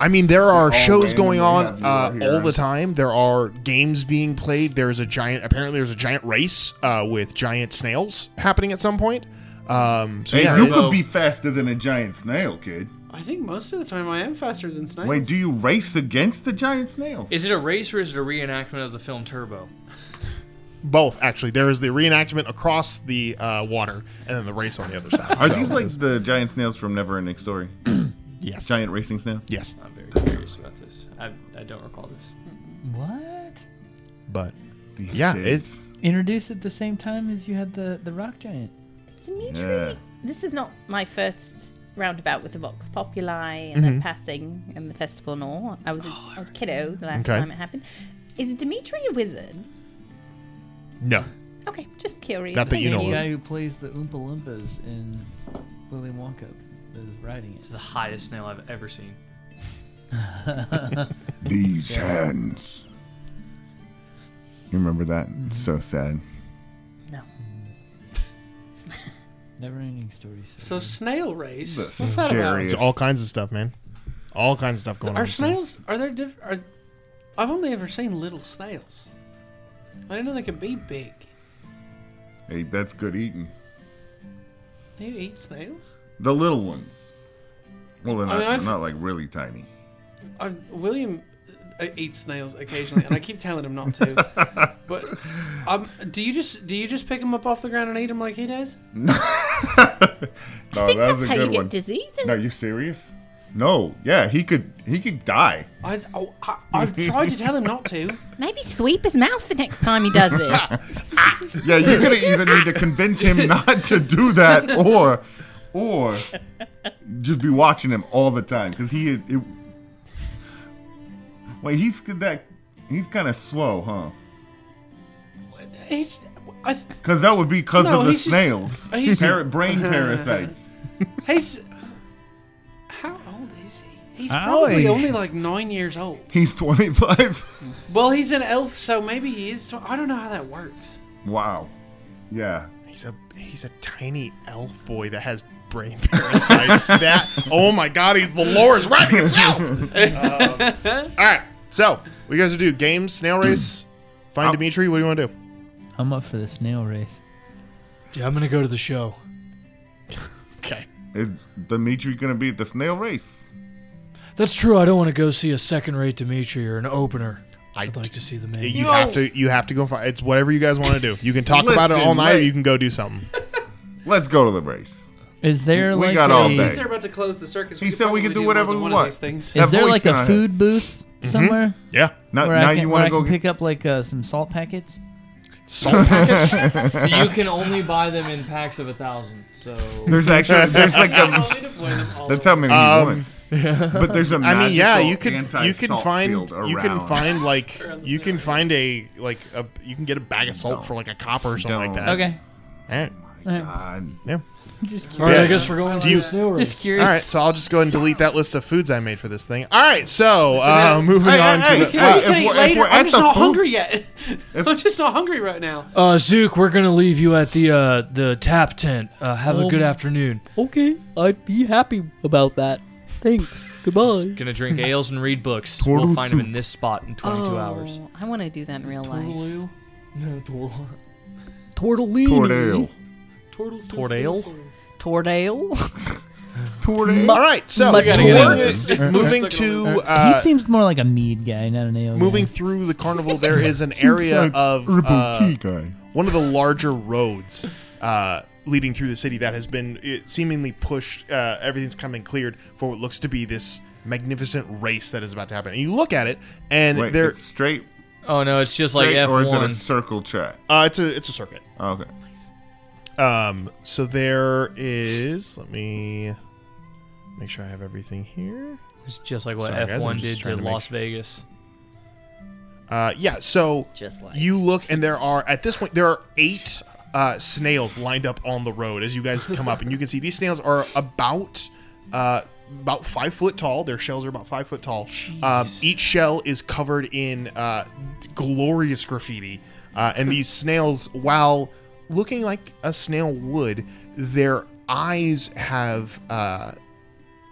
I mean, there are
All
shows going
random,
on
yeah,
uh,
you are
all the
here.
time. There are games being played. There's a giant. Apparently, there's a giant race uh, with giant snails happening at some point. Um, so
Hey,
yeah,
you
it's-
could be faster than a giant snail, kid.
I think most of the time I am faster than Snipe.
Wait, do you race against the giant snails?
Is it a race or is it a reenactment of the film Turbo?
both actually. There is the reenactment across the uh, water, and then the race on the other side.
*laughs* Are
So
these
it
like
is-
the giant snails from Never Ending *clears throat* Story?
yes,
giant racing snails?
Yes,
I'm very curious about this. I, I don't recall this.
What?
but
These
yeah,
kids. *laughs*
it's
Introduced at the same time as you had the, the rock giant.
Dimitri,
Yeah.
this is not my first roundabout with the Vox Populi and the passing and the festival and all. I was a, I was a kiddo the last
Okay.
time it happened. Is Dimitri a wizard?
no.
Okay, just curious.
Not that you
Thank
know
The
of.
guy who plays the Oompa Loompas in Willy Wonka is riding
It's the highest snail I've
*laughs*
ever seen.
These hands. You remember that? It's so sad.
No.
it. Never ending stories.
So snail race.
The
What's that about?
scariest-
It's all kinds of stuff, man. All kinds of stuff going on.
Are snails? Are there diff? Are, I've only ever seen little snails. I didn't know they could be big.
Hey, that's good eating.
They eat snails.
The little ones. Well, they're
I
not,
mean, I've-
they're not like
*laughs*
really tiny.
I, William uh, eats snails occasionally, and I keep telling him not to.
*laughs*
But um, do you just do you just pick them up off the ground and eat them like he does?
No,
I think
that
that's
was a
how
good
you
one.
get diseases.
No, you serious? No, yeah, he could he could die.
I, oh, I I've tried to tell him not to.
*laughs* Maybe sweep his mouth the next time he does
*laughs*
it.
*laughs* Yeah, you're gonna either need to convince him not to do that, or or just be watching him all the time because he. It, wait, he's good that he's kind of slow, huh?
He's. I, th-
Because that would be because
No,
of the
he's just-
snails, *laughs*
he's-
Parrot-
*laughs*
brain parasites.
he's. How old is he? He's
How
probably
old?
only like nine years old.
He's 25.
Well, he's an elf, so maybe he is. tw- I don't know how that works.
Wow. Yeah.
He's a he's a tiny elf boy that has brain *laughs* parasites. that oh my god, he's the lore is writing
*laughs*
itself. Um, all right, so what you guys are do
*clears throat*
games, snail race, find Dimitri. What do you want to do?
I'm up for the snail race.
Yeah, I'm gonna go to the show.
Okay.
Is Dimitri going to be at the snail race?
That's true. I don't want to go see a second-rate Dimitri or an opener.
I
I'd like to see the
You,
main.
have to. You have to go. Find, it's whatever you guys want to do. You can talk about it all
Listen,
night, or
wait.
you can go do something.
Let's go to the race.
Is there
We
like
got
a,
all
If
day.
they're about to close the circus,
He
we could
said we
probably
could do
more
whatever
than
we
one
want.
Of these things.
That
is there
voice
like
in
a
our
food booth somewhere
Yeah,
Now,
where
now
I can,
you
where
want
I
to go
can
get
pick up like uh, some salt packets?
salt packets.
*laughs*
you *laughs* can only buy them in packs of a thousand. So
There's actually there's
*laughs*
like a that's how many
Um,
he
*laughs*
wants. But there's a
I mean, yeah, you
can
can you can find you can
*laughs*
find like you can find a like a you can get a bag of salt
Don't.
for like a copper or something like
Don't.
that.
Okay.
All right.
God.
All right,
Yeah.
I guess we're going
Do
to
you-
the snail
Just
race.
curious.
All right. So I'll just go ahead and delete that list of foods I made for this thing. All right. So uh, moving
Hey,
on
hey, hey,
to the. uh,
hey,
Wow,
if
Can I eat
we're- if
later?
we're
I'm
at
just
the
not
food-
hungry yet. *laughs* I'm just not hungry right now.
Uh, Zook, we're gonna leave you at the uh, the tap tent. Uh, have a good afternoon.
Um, Okay, I'd be happy about that.
*laughs*
Thanks. Goodbye.
gonna drink ales and read books.
Turtle
we'll find them
soup.
in this spot in 22 hours.
Oh, I want to do that in real life.
Tortellini.
No,
Tortellini.
Tordale.
Torlor.
Turtle soup
Tordale?
for the soul.
Tordale.
all right. So
gotta get
toward-
in this.
moving to
he
uh,
seems more like a mead guy, not an ale.
moving
guy.
through the
*laughs*
carnival, there is an area of uh,
guy.
one of the larger roads uh, leading through the city that has been it seemingly pushed. Uh, everything's come and cleared for what looks to be this magnificent race that is about to happen. And you look at it, and
Wait,
there
it's straight,
Oh no, it's just like
straight, or is it a
F1.
circle track?
uh, it's a it's a circuit.
Okay.
Um, so there is. Let me make sure I have everything here.
It's just like what
Sorry, guys, I'm
F1
just
did
trying
to
to make
Las
sure.
Vegas.
Uh, yeah. So
Just like-
you look, and there are at this point there are eight uh, snails lined up on the road as you guys come up, and you can see these snails are about uh, about five foot tall. Their shells are about five foot tall. Um, each shell is covered in uh, glorious graffiti, uh, and these snails, while looking like a snail would, their eyes have. Uh,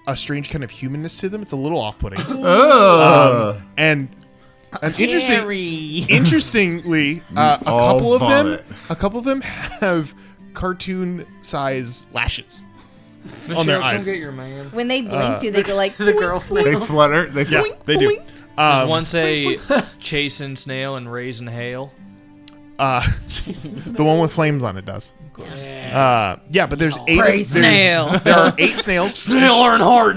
a strange kind of humanness to them. It's a little off-putting, Um,
Uh,
and an interesting, interestingly uh, a
all
couple of
vomit.
them a couple of them have cartoon size lashes on their eyes
When they
Uh,
blink, do they go like
*laughs* The girl
they
snails.
flutter. They
yeah
flutter.
they do
There's
um,
one say chasing snail and raising hail.
uh, *laughs* the one with flames on it does uh, yeah but there's eight
Pray
there's-
snail.
there are eight snails
Snail Earnhardt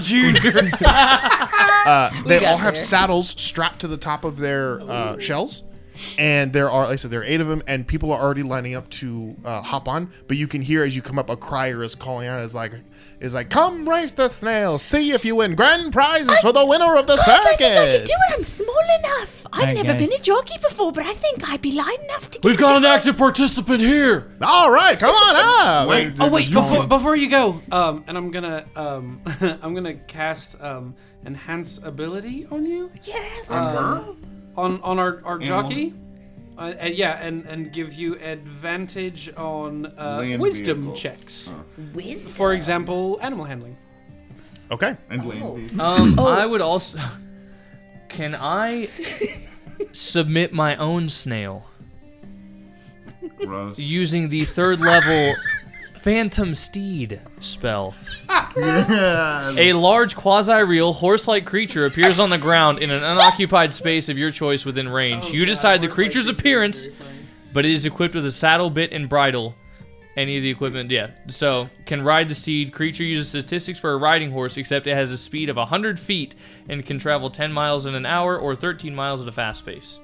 *laughs*
Jr.
Uh, they
got
all
there.
have saddles strapped to the top of their uh, shells and there are like i said there are eight of them and people are already lining up to uh, hop on but you can hear as you come up a crier is calling out is like is like come race the snail see if you win grand prizes for the winner of the
I think I can
circuit
do it. I'm small enough. I've
Alright,
never
guys.
been a jockey before, but I think I'd be light enough to.
We've got an active participant here.
all right come on up
Wait.
Oh wait,
Just calling.
before before you go, um, and I'm gonna um, *laughs* I'm gonna cast um, enhance ability on you Um,
Yeah,
on on our, our jockey. Uh, and yeah, and and give you advantage on uh,
Land
wisdom
vehicles.
checks.
wisdom.
For example, animal handling.
okay
And
*clears throat*
land
Um, I would also. Can I submit my own snail
gross.
using the third level Phantom Steed spell? A large quasi-real horse-like creature appears on the ground in an unoccupied space of your choice within range. you decide the creature's appearance, but it is equipped with a saddle, bit, and bridle. Any of the equipment, yeah. So can ride the steed. Creature uses statistics for a riding horse, except it has a speed of 100 feet and can travel 10 miles in an hour or 13 miles at a
*laughs*
fast pace.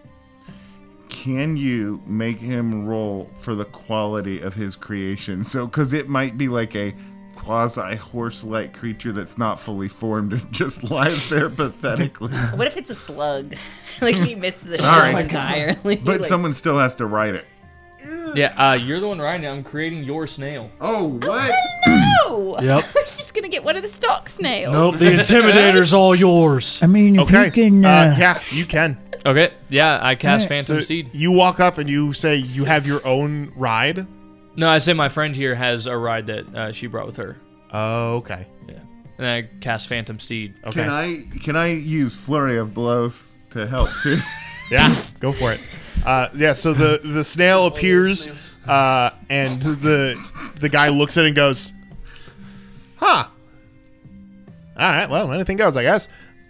Can you make him roll for the quality of his creation? So, because it might be like a quasi horse like creature that's not fully formed and *laughs* just lies
*laughs*
there pathetically.
What if it's a slug? *laughs* like he misses the
All
shot
right.
entirely.
But
like,
someone still has to write it.
Yeah, uh, you're the one riding. it. I'm creating your snail.
Oh, what?
No. *laughs*
Yep.
I'm just gonna get one of the stock snails.
Nope,
*laughs*
the intimidator's all yours.
I mean, if
okay
you can, uh,
Uh, yeah you can
Okay. Yeah, I cast Phantom
so
Steed.
you walk up and you say you have your own ride
No, I say my friend here has a ride that uh, she brought with her,
Oh,
okay
and I cast Phantom Steed.
okay
Can I can I use flurry of blows to help too?
*laughs* Yeah, go for it. Uh, yeah, so the, the snail appears, uh, and the the guy looks at it and goes, Huh. All right. Well, anything goes, I guess.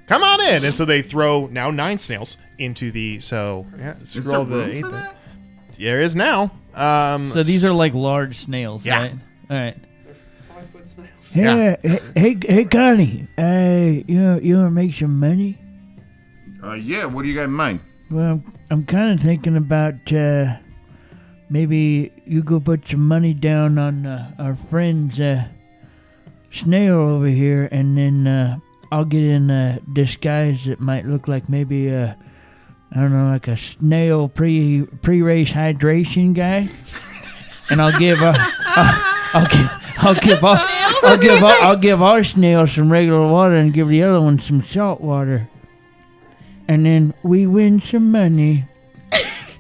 Come on in. And so they throw now nine snails into the. So yeah, scroll
there
the.
room
eight
for
there. There is now. Um,
So these are like large snails,
Yeah.
right? All right.
Hey, uh, hey, hey, hey, Connie. Uh, you know, you want to make some money?
Uh, yeah, what do you got in mind?
Well, I'm kind of thinking about uh, maybe you go put some money down on uh, our friend's uh, snail over here, and then uh, I'll get in a disguise that might look like maybe a, I don't know, like a snail pre pre race hydration guy, and I'll give uh, I'll, I'll give I'll give all, I'll give all, I'll give our snail some regular water and give the other one some salt water, and then we win some money.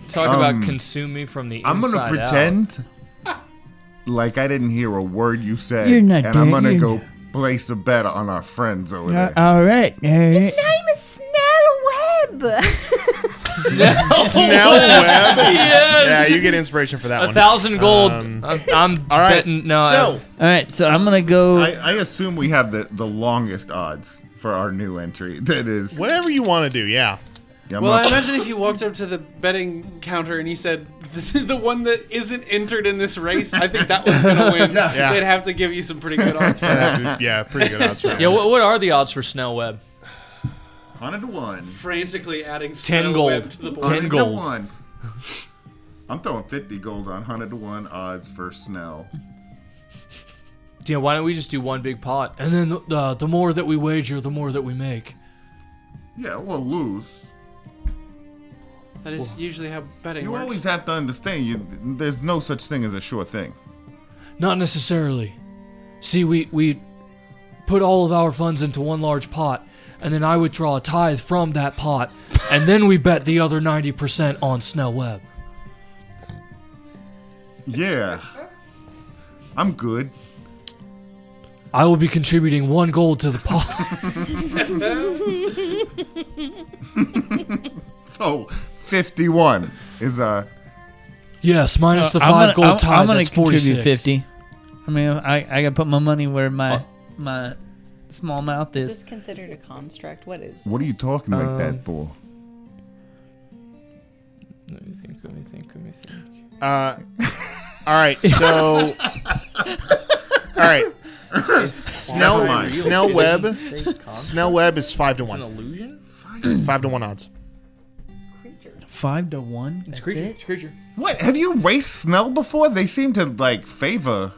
Talk about
Um,
consume me from the
I'm
inside
gonna pretend *laughs* like I didn't hear a word you said,
You're not
and I'm
dead,
gonna
you're
go place a bet on our friends over
Uh,
there.
all right, all right.
Name is Snell Webb.
Snell Webb.
Yes.
Yeah, you get inspiration for that
A
one.
thousand gold.
Um,
I'm, I'm
*laughs* all right.
betting. No, uh, I-
so
All right, so I'm gonna go.
I, I assume we have the, the longest odds for our new entry. *laughs* That is,
whatever you want to do, yeah.
I'm
Well, I
not- *laughs*
imagine if you walked up to the betting counter and you said, "This is the one that isn't entered in this race, I think that one's going to
*laughs*
win."
Yeah.
They'd have to give you some pretty good odds for that.
yeah, *laughs* yeah, pretty good odds for
*laughs*
that.
yeah, what, what are the odds for Snell Webb?
100 to 1.
Frantically adding
Ten
Snow
gold.
Webb to the board.
100
Ten gold.
To 1. I'm throwing 50 gold on 100 to 1 odds for Snell.
Yeah, why don't we just do one big pot?
And then the, the, the more that we wager, the more that we make.
Yeah, we'll lose.
That is usually how
*laughs*
betting
You
works.
always have to understand, you, there's no such thing as a sure thing.
Not necessarily. See, we we put all of our funds into one large pot, and then I withdraw a tithe from that pot, and then we bet the other ninety percent on Snell Webb.
Yeah. I'm good. *laughs*
I will be contributing one gold to the pot. *laughs*
So, 51 is Uh,
yes, minus the
Uh, I'm
5
gonna-
gold
I'm-
tithe.
I'm gonna
that's
contribute
46.
fifty. I mean, I I gotta put my money where my my small mouth
Is
is.
this considered a construct? What is?
what are you talking like that for?
Let me think. Let me think. Let me think.
Uh, all right, so all right, Snell
Never mind.
Snell Webb
Say construct?
Snell Webb is five to
It's an
one,
illusion.
five to one odds.
Five to one. That's
creature.
it.
It's creature.
What? Have you raced Snell before? They seem to, like, favor.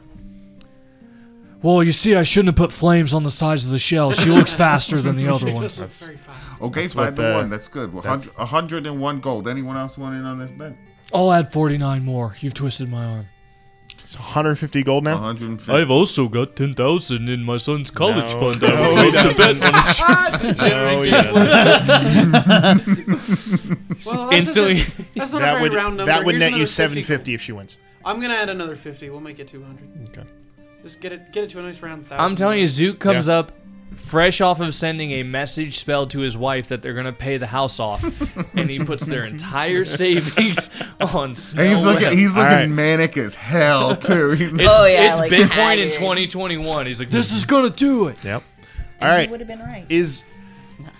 Well, you see, I shouldn't have put flames on the sides of the shell. She looks faster than
*laughs*
the other one. uh,
Okay,
what
five to
the-
one. That's good. Well,
that's-
100 101 gold. Anyone else want in on this bet?
I'll add 49 more. You've twisted my arm.
It's 150 gold now.
150.
also got ten thousand in my son's college
No. *laughs*
fund.
No, he doesn't. *laughs* Ah, No, he doesn't.
Well, *laughs* that
Instantly-
doesn't- That's not a
that *laughs*
very
would
round number.
that would
Here's
net
another
you
50.
750 if she wins.
I'm gonna add another 50. We'll make it 200.
Okay.
Just get it, get it to a nice round thousand.
I'm telling you, Zook comes
Yeah.
up fresh off of sending a message spell to his wife that they're gonna pay the house off, and he puts their entire *laughs* savings on. Snow
And he's looking,
Webb.
he's looking
right.
manic as
*laughs*
hell *laughs* too. He's
It's,
Oh, yeah,
it's
like,
*laughs* Bitcoin in
adding.
2021. He's like,
This is gonna do it.
Yep. All right.
Would have been right.
Is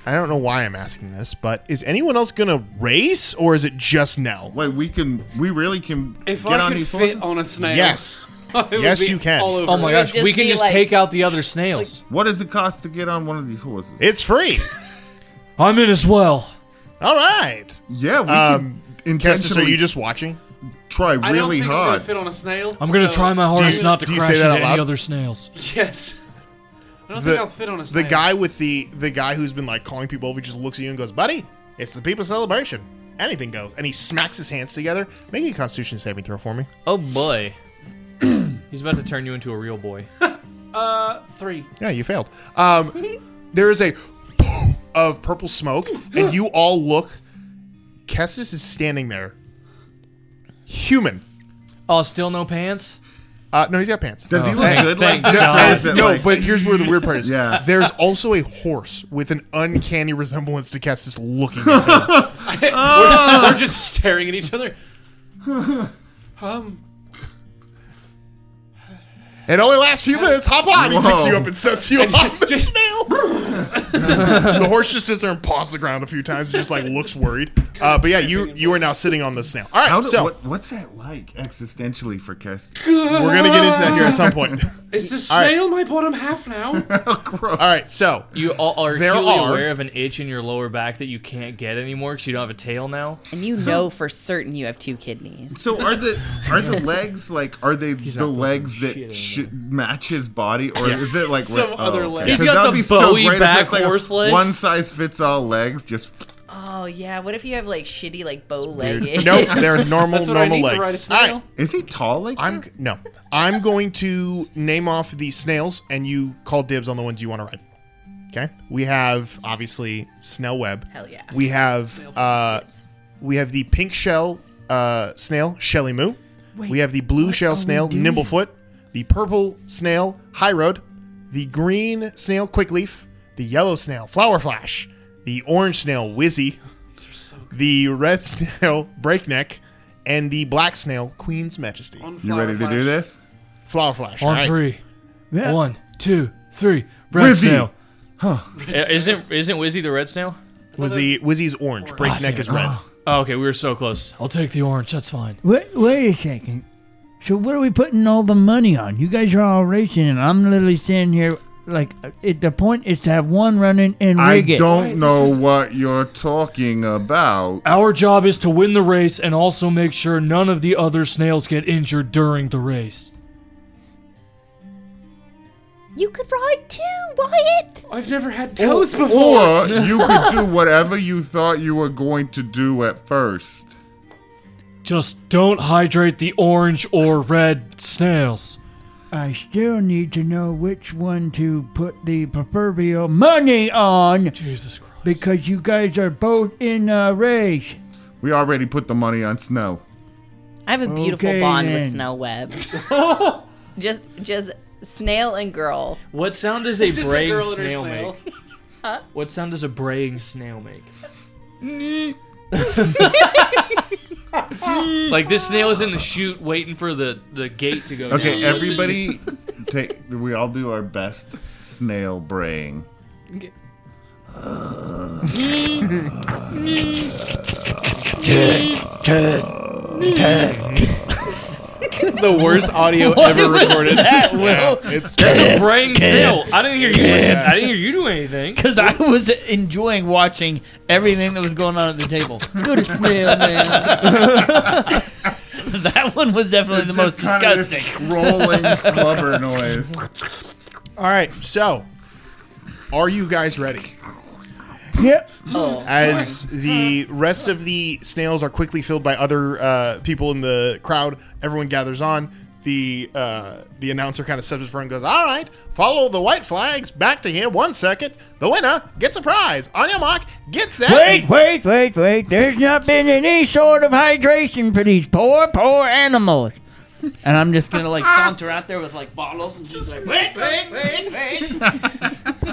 I don't know why I'm asking this, but is anyone else gonna race or is it just Nell?
wait, we can, we really can
if
get
I
on
could
these
fit
horses.
on a snail,
Yes.
*laughs* I would
Yes,
be
you can.
all over
Oh
it.
my
would
gosh,
just
we can
be
just
like-
take out the other snails.
What does it cost to get on one of these horses?
It's free.
I'm in as well.
All right.
yeah, we
Um,
can
Kestis, are
intentionally
you just watching?
try
I don't
really
think I'm
hard.
gonna fit on a snail.
I'm gonna
so-
try my hardest
you-
not to
do you
crash
say that
into
out loud?
any other snails.
Yes. I don't think I'll fit on a snail.
the guy with the the guy who's been like calling people over just looks at you and goes, "Buddy, it's the people celebration. Anything goes." And he smacks his hands together. Make a Constitution saving throw for me.
Oh boy. He's about to turn you into a real boy.
Uh, *laughs* three.
Yeah, you failed. Um, there is a *gasps* of purple smoke, and you all look. Kestis is standing there, human.
Oh, still no pants? Oh,
Uh, no, he's got pants.
does he look good like
thank
this?
God.
Or is it
no,
like-
but here's where the weird part is.
Yeah.
There's also a horse with an uncanny resemblance to Kestis looking at him.
*laughs*
Ah!
we're, we're just staring
*laughs*
at each other. um.
It only lasts a few minutes. Hop on. He picks
Whoa.
you up and sets you on the snail. *laughs* the horse just sits there and paws the ground a few times and just like looks worried. Uh, but yeah, you you are now sitting on the snail. All right,
How do-
so
what- what's that like existentially for Kestis?
we're gonna get into that here at some point.
*laughs* Is the
*laughs* All right. Oh,
snail my bottom half
*laughs*
now?
All right, so
You all are
There
acutely
are-
aware of an itch in your lower back that you can't get anymore because you don't have a tail now.
And you know for certain you have two kidneys.
So are the
*laughs*
are the
*laughs*
legs like are they the legs that should match his body or
Yes.
is it like
Some other leg.
He's
'Cause
got
that'd
the
be so
Bowie
great if
back
it's like a
horse legs.
One size fits all legs. Just
Oh yeah. What if you have like shitty like bow legged?
*laughs*
Dude, nope, they're normal
That's what I
normal
need to
legs.
ride a
All
snail?
right,
is he tall like? that?
I'm no, I'm going to name off the snails and you call dibs on the ones you want to ride. Okay, we have obviously snail web.
Hell yeah.
We have uh,
dibs.
we have the pink shell uh, snail Shelly Moo. we have the blue shell snail Nimblefoot. The purple snail High Road. The green snail Quickleaf. The yellow snail Flower Flash. The orange snail Wizzy. The red snail Breakneck. And the black snail Queen's Majesty.
You ready to do this?
Flower Flash.
On
*laughs* all right.
three.
Yeah.
One, two, three. Red
Wizzy.
snail.
Uh, Isn't isn't Wizzy the red snail?
Wizzy, Wizzy's orange. Breakneck is red.
Oh, okay, we were so close.
I'll take the orange. That's fine.
Wait, wait a second. So what are we putting all the money on? You guys are all racing, and I'm literally sitting here like uh, it, the point is to have one running and
I
rig it.
don't know what you're talking about.
Our job is to win the race and also make sure none of the other snails get injured during the race.
*laughs*
*laughs*
You could ride too, Wyatt.
I've never had toes before. *laughs*
Or you could do whatever you thought you were going to do at first.
Just don't hydrate the orange or red snails.
I still need to know which one to put the proverbial money on
Jesus Christ.
because you guys are both in a race.
We already put the money on snow.
I have a beautiful
Okay,
bond with
then.
Snow Web.
*laughs*
just just snail and girl.
What sound does a
Just a
braying
girl and her
snail,
snail.
make? What sound does a braying snail make? like this snail is in the chute waiting for the, the gate to go
*laughs* Okay, *laughs*
down.
everybody, take. We all do our best snail braying.
*laughs*
*laughs*
That's the worst audio *laughs* ever recorded. That Will. That's a braying snail. I didn't hear you. I didn't hear you do anything.
Because I was enjoying watching everything that was going on at the table. Good snail, man. *laughs* that one was definitely the most
Just kinda this
disgusting.
rolling flubber noise.
All right, so are you guys ready?
Yep.
As the rest of the snails are quickly filled by other uh, people in the crowd, everyone gathers on. The uh, the announcer kind of steps in front and goes, "All right, follow the white flags back to here. One second. The winner gets a prize. On your mark, get set."
Wait, wait, wait, wait. There's not been any sort of hydration for these poor, poor animals.
And I'm just gonna *laughs* like saunter out there with like bottles and just like wait, wait, wait, wait.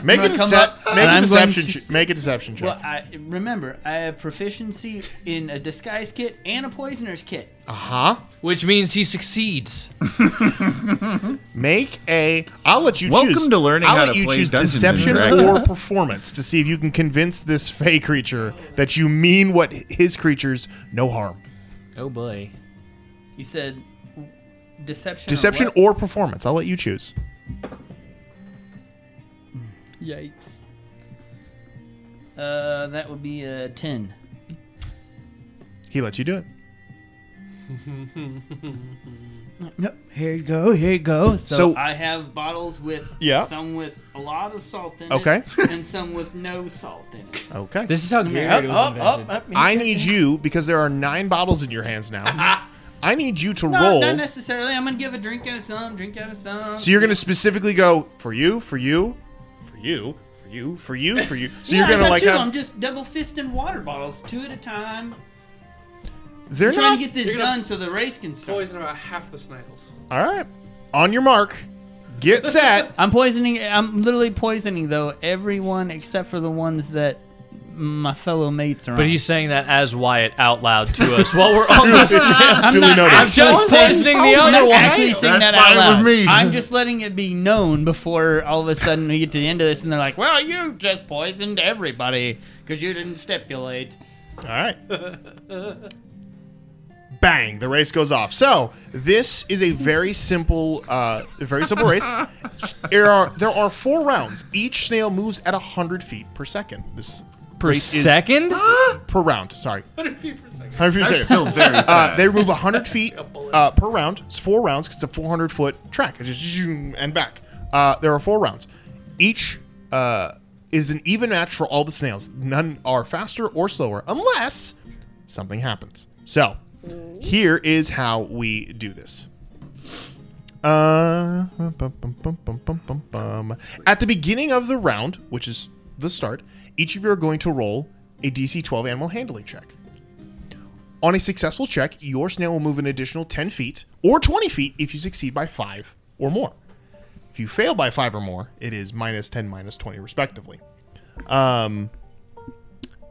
Make a,
gonna come
decep-
up,
make
and
a
I'm going
deception.
to-
che- make a deception check.
Well, I remember I have proficiency in a disguise kit and a poisoner's kit.
uh-huh.
Huh?
Which means he succeeds.
Make a. I'll let you
Welcome
choose.
to learning
I'll
how
let
to
you
play
choose
Dungeons and
deception or
Dragons.
*laughs* performance to see if you can convince this fey creature that you mean what his creatures no harm.
Oh boy.
You said deception.
Deception
Or what?
or performance. I'll let you choose.
Yikes.
uh, that would be a ten.
He lets you do it.
Nope. Here you go. Here you go. So,
*laughs* So,
I have bottles with
Yeah.
some with a lot of salt in
Okay.
it, and some with no salt in it.
okay.
This is how Gary was invented.
I need you because there are nine bottles in your
*laughs*
hands now. I need you to
No,
*laughs* roll.
not necessarily. I'm gonna give a drink out of some, drink out of some.
So you're gonna specifically go for you, for you, for you, for you, for you, for you. So you're gonna like
two.
have-
I'm just double fisting water bottles, two at a time.
they're
I'm trying
not.
to get this
you're gonna-
done so the race can start.
Poison about half the snails.
All right. On your mark.
*laughs*
Get set.
I'm poisoning. I'm literally poisoning though everyone except for the ones that my fellow mates around.
But he's saying that as Wyatt out loud *laughs* to us while we're on this.
I'm
I'm,
not
just
actually
poisoning
saying-
the other
I'm
one.
not actually saying that out loud. I'm just letting it be known before all of a sudden we get to the end of this and they're like, well, you just poisoned
*laughs*
everybody because you didn't stipulate.
All right. bang, the race goes off. So this is a very simple, uh, very
*laughs*
simple race. There are there are four rounds. Each snail moves at hundred feet per second. This
Per
race
*gasps*
is-
second?
per round. Sorry,
100 feet per second.
100 feet per
That's
second.
still very
Uh,
fast.
they move 100 feet uh, per round. It's four rounds 'cause it's a 400 foot track. It's just zoom and back. Uh, there are four rounds. Each uh, is an even match for all the snails. None are faster or slower unless something happens. So here is how we do this. Uh, bum, bum, bum, bum, bum, bum, bum. At the beginning of the round, which is the start, each of you are going to roll a DC 12 animal handling check. On a successful check, your snail will move an additional 10 feet or 20 feet if you succeed by 5 or more. If you fail by 5 or more, it is minus 10, minus 20, respectively. Um,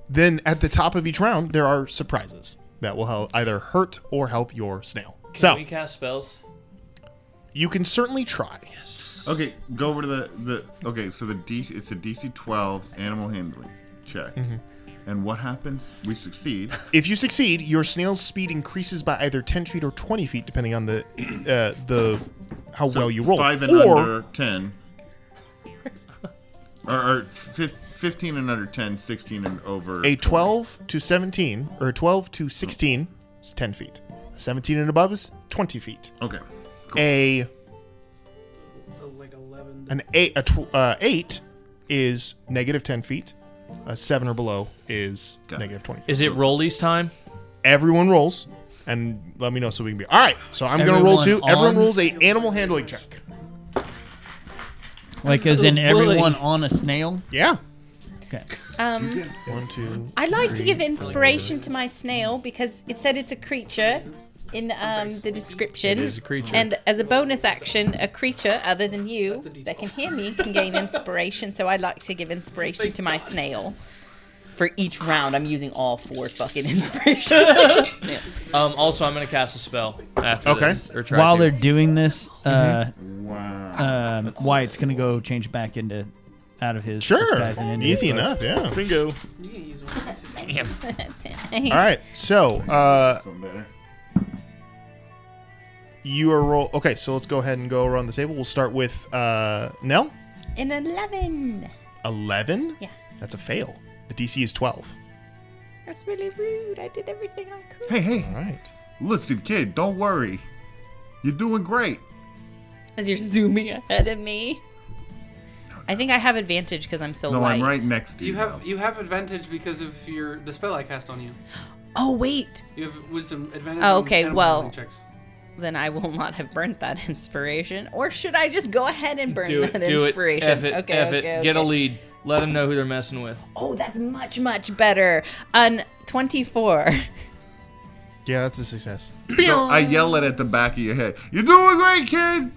then at the top of each round, there are surprises that will hel- either hurt or help your snail. so
we cast spells?
you can certainly try.
Okay, go over to the, the okay. So the DC, it's a DC twelve animal handling check,
Mhm.
and what happens? We succeed.
If you succeed, your snail's speed increases by either 10 feet or 20 feet, depending on the *clears throat* uh, the how
So
well *laughs* you roll.
Five and
or,
under
*laughs*
ten, or, or fif- fifteen and under 10, 16 and over.
A 12 to 17, or a 12 to 16 is 10 feet. A 17 and above is 20 feet.
Okay.
A. An eight, a tw- uh, eight is negative 10 feet. A seven or below is negative 20 feet.
Is it rollies time?
Everyone rolls, and let me know so we can be. All right, so I'm going to roll
Everyone
two. Everyone
on?
rolls a animal handling check.
Like, as in
*laughs*
Really?
everyone on a snail?
Yeah.
Okay.
Um,
One, two.
I like to
three,
give
four.
inspiration to my snail because it said it's a creature in um, the description.
It is a creature.
And as a bonus action, a creature other than you that can hear me can gain inspiration. So I like to give inspiration to my snail. For each round, I'm using all four fucking *laughs*
*laughs*
inspirations.
Um, also, I'm gonna cast a spell after
Okay.
this, or try
While
to.
they're doing this, uh,
Mm-hmm.
wow.
um, Wyatt's gonna go change back into out of his
Sure.
disguise and into
Easy
his clothes.
enough,
*laughs*
yeah.
Bingo.
*laughs* Damn.
All right, so uh, you are roll. Okay, so let's go ahead and go around the table. We'll start with uh, Nell.
An 11.
Eleven.
Yeah.
that's a fail. The DC is twelve.
That's really rude. I did everything I could.
Hey, hey. All
right.
Listen, kid, don't worry. You're doing great.
As you're zooming ahead of me. I think I have advantage because I'm so
no,
light.
I'm right next to you.
You have you have advantage because of your the spell I cast *gasps* on you.
Oh wait.
You have wisdom advantage.
Oh,
on
okay.
animal
Well,
handling checks.
then I will *laughs* not have burnt that inspiration. Or should I just go ahead and burn
do it,
that
do it,
inspiration?
F it,
okay,
F
okay,
it.
okay.
Get a lead. Let them know who they're messing with.
Oh, that's much much better. An
*laughs*
24.
Yeah, that's a success.
So I yell it at the back of your head. You're doing great, kid.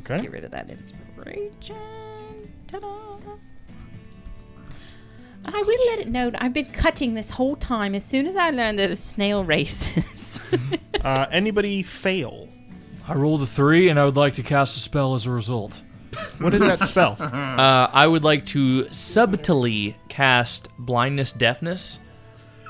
Okay.
Get rid of that inspiration. Ta-da. I will let it know that I've been cutting this whole time. As soon as I learned that it was snail *laughs* races.
Uh, anybody fail?
I rolled a three, and I would like to cast a spell as a result.
What is that
*laughs*
spell?
Uh, I would like to subtly cast blindness, deafness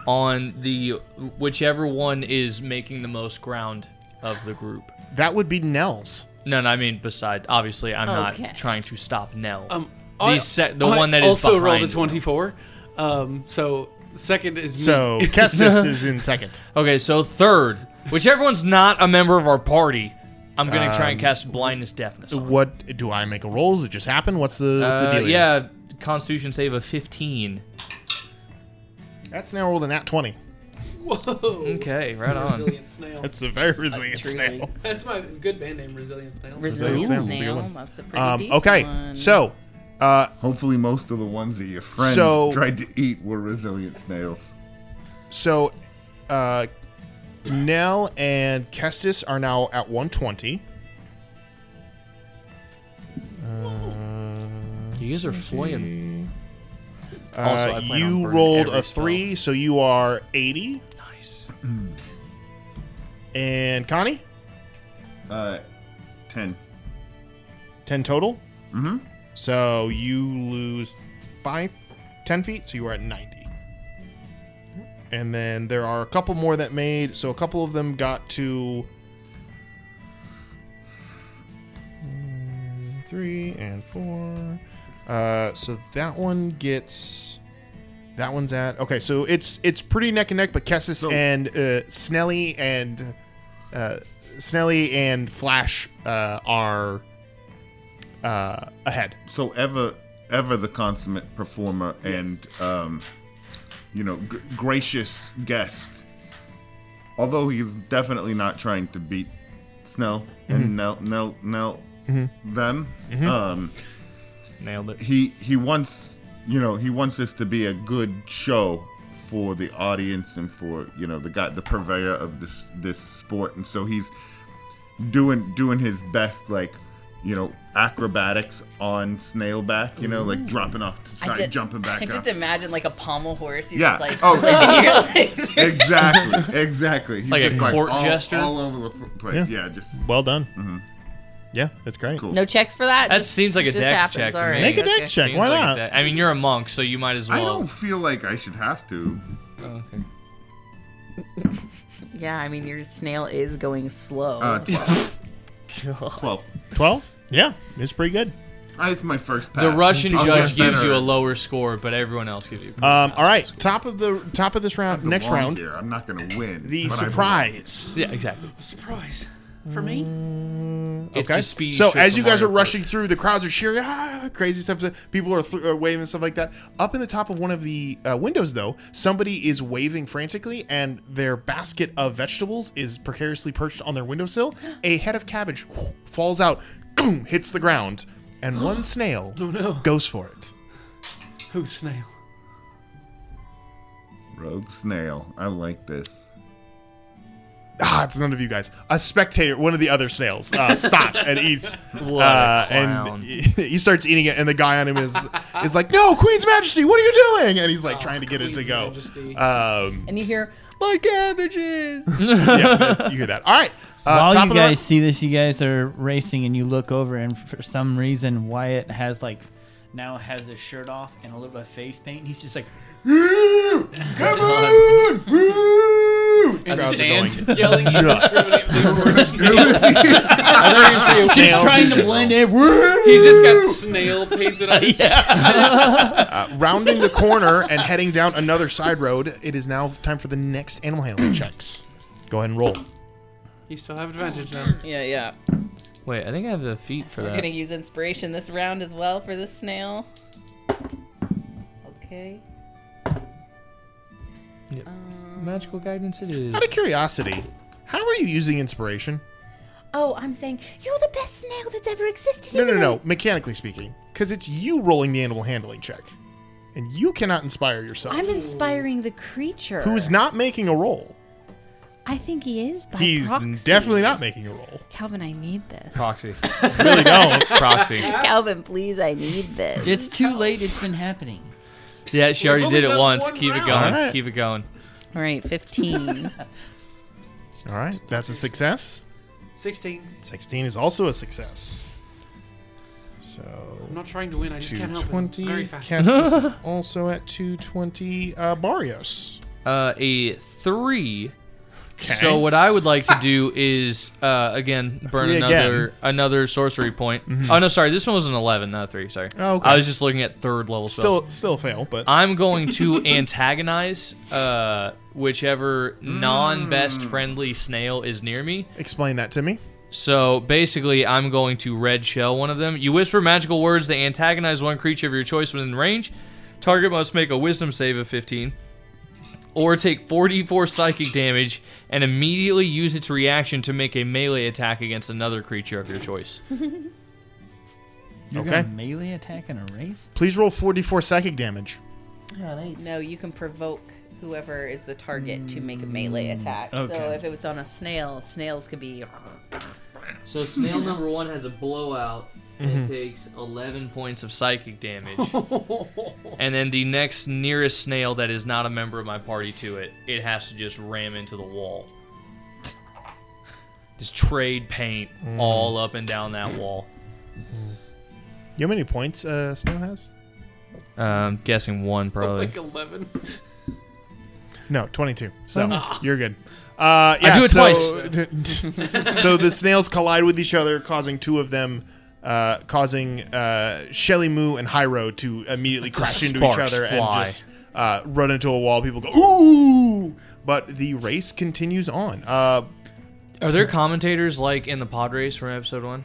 on the whichever one is making the most ground of the group.
That would be Nell's.
No, no, I mean beside. Obviously, I'm
Okay.
not trying to stop Nell.
Um,
the
I-
se- the
I
one that is
also rolled
behind
a
Nell.
twenty-four. Um, so second is me. *laughs*
So Kestis is in second.
Okay, so third, whichever one's not a member of our party, I'm gonna try and
Um,
cast blindness, deafness. on.
What do I make a roll? Does it just happen? What's the what's the
Uh,
deal? here?
yeah, Constitution save of 15.
that's now rolled a nat twenty.
Whoa.
Okay, right
That's a
on.
Resilient snail.
That's a very resilient snail.
That's my good band name, resilient snail.
Resilient
Snail, that's a good
snail,
one.
that's a pretty
Um,
decent
okay,
one.
so uh,
hopefully most of the ones that your friend
So-
tried to eat were resilient snails.
So, uh, Nell and Kestis are now at 120. Uh,
You guys are flying. Also, I
Uh,
plan on
you
burning
rolled
every
a
spell.
three, so you are 80.
Nice.
Hmm.
And Connie?
Uh, 10.
10 total?
Mm hmm.
So you lose by 10 feet, so you are at 90. And then there are a couple more that made, so a couple of them got to. Mm, Three and four. Uh, so that one gets. That one's at okay. So it's it's pretty neck and neck, but Kessis and uh, Snelly and uh, Snelly and Flash uh, are uh, ahead.
So ever, ever the consummate performer and, um, you know, g- gracious guest. Although he's definitely not trying to beat Snell
Mhm.
and Nell, Nell, Nell,
Mhm.
them.
Mhm.
Um,
Mm-hmm. Nailed it.
He he wants you know he wants this to be a good show for the audience and for you know the guy the purveyor of this this sport, and so he's doing doing his best like you know acrobatics on snailback, you know like dropping off to the
I
side,
just,
jumping
*laughs*
back
I
up. *laughs*
just imagine like a pommel horse. You're
yeah.
just *laughs* like,
oh,
flipping your legs.
*laughs*
*laughs*
exactly, exactly. He's
Like a
just,
court
all-
jester?
all over the place. Yeah,
*laughs*
just Mm-hmm.
well done. Yeah, that's great.
Cool.
No checks for that.
That
Just-
seems like a
just
dex
happens.
check to
All
me.
right.
Make a dex
That
check,
seems
why
like a
not?
de- I mean, you're a monk, so you might as well.
I don't feel like I should have to.
okay.
Yeah, I mean your snail is going slow.
Uh, 12. 12.
12? Yeah, it's pretty good.
Ah, it's my first pass.
The Russian
I'll
judge
get
gives
better
you a
at-
lower score, but everyone else gives you.
Um, all right, top of the top of this round,
the
next
long
round,
Here. I'm not going to win.
the
but I
surprise.
Yeah, exactly.
Surprise for me.
It's
okay.
the speedy
so
strip
as you
from
guys are
Mario Kart.
rushing through, the crowds are cheering, ah, crazy stuff. People are, th- are waving and stuff like that. Up in the top of one of the uh, windows, though, somebody is waving frantically, and their basket of vegetables is precariously perched on their windowsill. A head of cabbage *laughs* falls out, hits the ground, and
*gasps*
one snail
Oh,
goes for it.
Who's snail?
will. Rogue snail. I like this.
ah, it's none of you guys. A spectator, one of the other snails,
*laughs*
uh, stops and eats,
What a
uh,
clown.
and *laughs* he starts eating it. And the guy on him is is like, "No, Queen's Majesty, what are you doing?" And he's
Oh,
like trying to get it to go. Um,
*laughs* and you hear my cabbages.
*laughs*
yeah, that's- you hear that? All right, uh,
While
top
you
of the
guys
round.
see this, you guys are racing, and you look over, and for some reason, Wyatt has
*gasps*
like now has his shirt off and a little bit of face paint. He's
*laughs*
just like, *laughs*
Crowds are
Stands
going
yelling at
nuts. *laughs*
I don't even see
just
Snail.
trying to blend in.
He's just got snail painted on
*laughs*
his.
Uh, rounding the corner and heading down another side road, it is now time for the next animal handling checks. Go ahead and roll.
You still have advantage then.
yeah, yeah.
Wait, I think I have the feet for
We're
that.
gonna use inspiration this round as well for this snail. Okay.
Magical guidance it is.
Out of curiosity, how are you using inspiration?
Oh, I'm saying you're the best snail that's ever existed.
No,
in
no,
the
no.
world.
Mechanically speaking, because it's you rolling the animal handling check, and you cannot inspire yourself.
I'm inspiring the creature.
Who's not making a roll?
I think he is by
He's
proxy.
definitely not making a roll.
Calvin, I need this. *laughs*
Proxy.
Really don't.
Proxy.
Calvin, please, I need this.
It's too late. It's been happening.
Yeah, she already did it once. Keep it going.
Alright.
Keep it going.
All right,
*laughs*
15.
All right, that's a success.
Sixteen.
Sixteen is also a success.
I'm
So
not trying to win. I just
two
can't help
twenty.
it. Very fast.
Castus
*laughs*
is also at two twenty. Uh, Barrios.
Uh, a three.
Okay.
So what I would
*laughs*
like to do is uh, again burn
Three Mm-hmm.
another another sorcery point. Oh no, sorry, this one was an eleven, not a three. Sorry.
Oh, okay.
I was just looking at third level spells.
Still, still fail, but
I'm going to *laughs* antagonize uh, whichever non-best friendly snail is near me.
Mm. explain that to me.
So basically, I'm going to red shell one of them. You whisper magical words that antagonize one creature of your choice within range. Target must make a wisdom save of 15 or take 4d4 psychic damage and immediately use its reaction to make a melee attack against another creature of your choice.
You're
Okay.
gonna melee attack in a race.
Please roll forty-four psychic damage.
Oh,
no, you can provoke whoever is the target to make a melee attack. So
okay.
if it's on a snail, snails could be.
*laughs* So snail number one has a blowout and takes 11 points of psychic *laughs* damage. and then the next nearest snail that is not a member of my party to it, it has to just ram into the wall. Just trade paint
Mm.
all up and down that wall.
You know how many points uh, Snow has?
Um, guessing *laughs* one probably.
Like 11.
No, 22. So
Oh.
you're good. Uh,
I do
*laughs*
it
twice. so the snails collide with each other, causing two of them, uh, causing uh, Shelly Moo and Hyro to immediately
Just
crash into each
sparks
other
fly.
and just uh, run into a wall. People go, ooh! But the race continues on. Uh,
Are there commentators like in the pod race from episode one?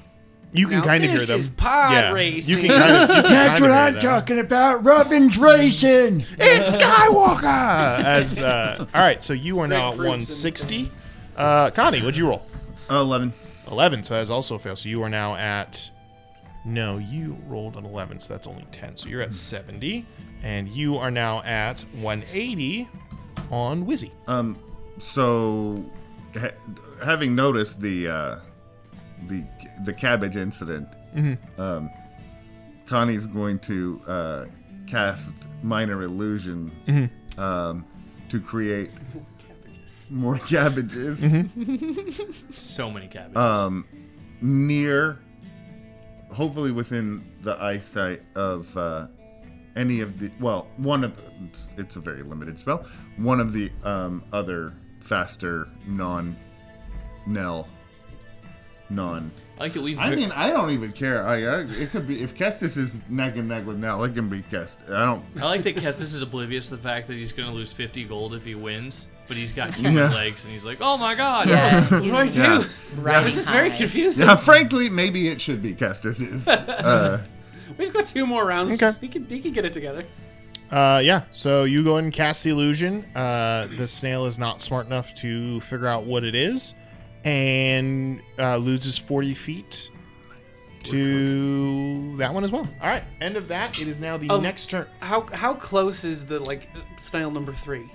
you can
Now
kind of hear
this
them.
is pod
You
racing.
can kind of, you
*laughs*
can
That's
kinda
what
hear
I'm
them.
talking about. Robin's racing.
It's Skywalker. *laughs* As uh, all right, so you are now at
Great groups in the
160. Uh, Connie, what'd you roll?
Eleven.
Eleven. So that is also a fail. So you are now at. No, you rolled an eleven, so that's only ten. So you're at 70, and you are now at 180 on Wizzy.
Um, so ha- having noticed the uh, the the cabbage incident,
Mhm.
um, Connie's going to uh, cast minor illusion
Mm-hmm.
um, to create more cabbages.
Mm-hmm.
So many cabbages.
um, near, hopefully within the eyesight of uh, any of the. Well, one of it's, it's a very limited spell. One of the um, other faster non, Nell, non.
I like at least.
I mean, I don't even care. I, I it could be if Kestis is neck and neck with Nell, it can be Kestis. I don't.
I like that Kestis is oblivious to the fact that he's going to lose 50 gold if he wins, but
*laughs*
he's got human
Yeah.
legs and he's like, oh my god.
Yeah. Yeah. Yeah, frankly, maybe it should be Kestis
*laughs*
is. Uh,
*laughs* We've got two more rounds.
Okay.
He can, he can get it together.
Uh, yeah. So you go ahead and cast the illusion. Uh, the snail is not smart enough to figure out what it is, and uh, loses forty feet to that one as well. All right. End of that. It is now the
Oh.
next turn.
How how close is the like snail number three?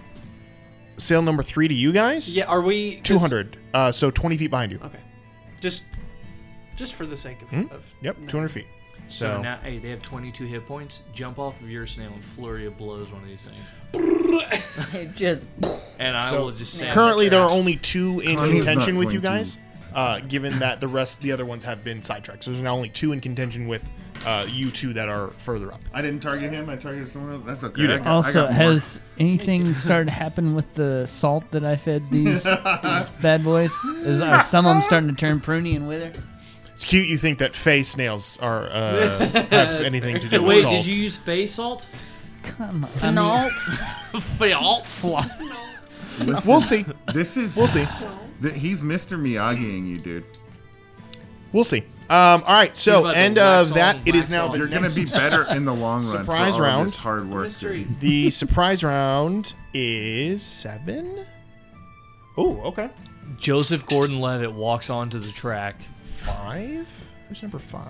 Sale number three to you guys.
Yeah, are we 'cause-
Two hundred. Uh, so twenty feet behind you.
Okay. Just just for the sake of,
Hmm?
of
Yep. Two hundred feet.
So,
So.
now, hey, they have 22 hit points. Jump off of your snail and flurry of blows one of these things.
just
And I
So
will just say.
currently there are only two in
Connie's
contention
not
with you
going
guys, uh, given that the rest the other ones have been sidetracked. So there's now only two in contention with uh, you two that are further up.
I didn't target him. I targeted someone else. That's okay.
You
I
did.
got- I
Also,
got more.
has
*laughs*
anything started to happen with the salt that I fed these, these bad boys? Is, are some of them starting to turn pruny and wither?
It's cute you think that fey snails are
*laughs*
*laughs*
*laughs*
uh, have anything to do with
Wait,
salt.
did you use Fey salt?
Come on.
*laughs*
Fnault.
Listen,
We'll see.
This is
We'll see.
th- he's Mr. Miyagiing you, dude.
We'll see. Um, all right,
He's
so
about to
end
wax
of that.
on,
It is
wax
now
on.
the
You're gonna
next-
be better in the long run for
Surprise
all of
round.
this hard work. Mystery.
the surprise round is seven. Oh, okay.
Joseph Gordon Levitt walks onto the track.
Five? Who's number five?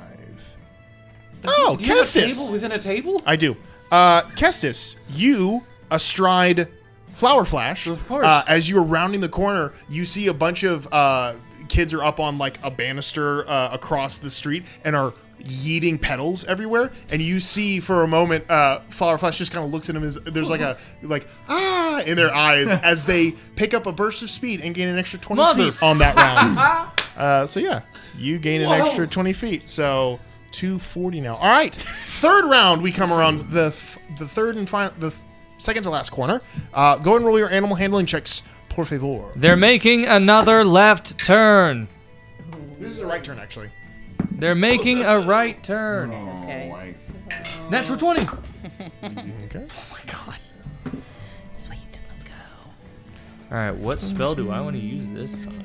Oh,
Do you have a
Kestis!
table within a table?
I do. Uh, Kestis, you astride Flower Flash. Of
course.
Uh, as you are rounding the corner, you see a bunch of uh, kids are up on like a banister uh, across the street and are yeeting petals everywhere. And you see for a moment, uh, Flower Flash just kind of looks at them as there's like a like ah in their eyes as they pick up a burst of speed and gain an extra twenty
Mother-
feet on that
*laughs*
round. Uh, so yeah, you gain an
Whoa.
extra 20 feet, so 240 now. All right, third round. We come around the f- the third and final, the th- second to last corner. Uh, go and roll your animal handling checks, por favor.
They're making another left turn.
This is the right turn, actually.
They're making a right
*laughs*
turn.
Okay.
Natural 20.
Okay.
Sweet. Let's go.
All right, what spell do I want to use this time?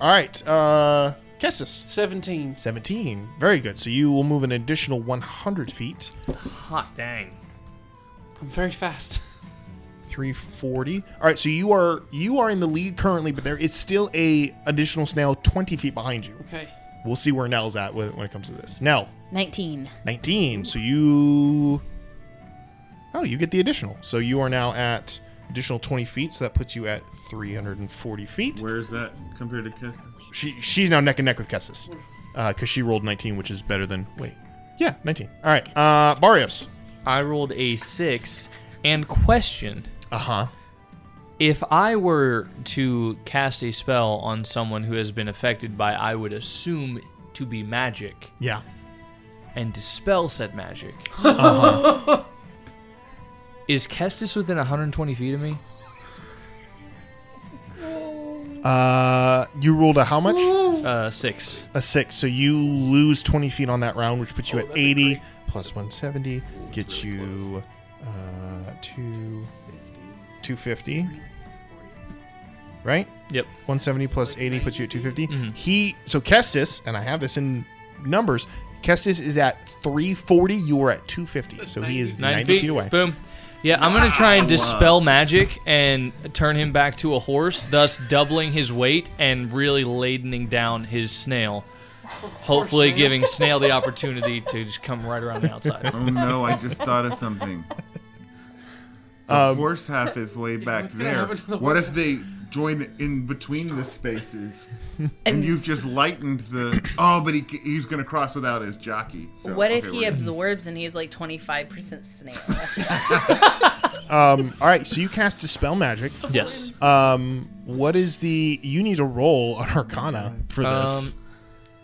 All right, uh, Kestis.
17.
17. Very good. So you will move an additional 100 feet,
Hot dang.
I'm very fast.
340. All right, so you are you are in the lead currently, but there is still a additional snail 20 feet behind you.
Okay.
We'll see where Nell's at when when it comes to this. Nell.
19.
19. So you. Oh, you get the additional. So you are now at additional 20 feet. So that puts you at 340 feet.
Where's that compared to Kestis?
She, she's now neck and neck with Kessis. because she rolled 19, which is better than wait, yeah, 19. All right, uh, Barrios.
I rolled a six and questioned.
Uh huh.
If I were to cast a spell on someone who has been affected by, I would assume to be magic,
Yeah.
and dispel said magic, *laughs*
Uh-huh.
is Kestis within 120 feet of me?
Uh, you rolled a how much?
Uh, six.
A six. So you lose 20 feet on that round, which puts you at 80 plus 170, gets you uh, two, 250. Right?
Yep. Mm-hmm.
170 plus 80 puts you at 250. He so Kestis, and I have this in numbers. Kestis is at 340. You are at 250. So he is 90, feet. away.
Boom. Yeah, I'm gonna try and dispel magic and turn him back to a horse, thus doubling his weight and really ladening down his snail. Hopefully, giving snail the opportunity to just come right around the outside.
*laughs* Oh no, I just thought of something. The
Um,
horse half is way back
what's gonna
there.
happen to the
What
horse
if they join in between the
*laughs*
spaces, and you've just lightened the? Oh, but he, he's gonna cross without his jockey. So,
what if
okay,
he
we're-
absorbs and he's like 25%
*laughs*
snail?
Um, all right, so you cast dispel magic.
Yes.
Um, what is the? You need a roll on Arcana for *laughs* this.
Um,
*laughs*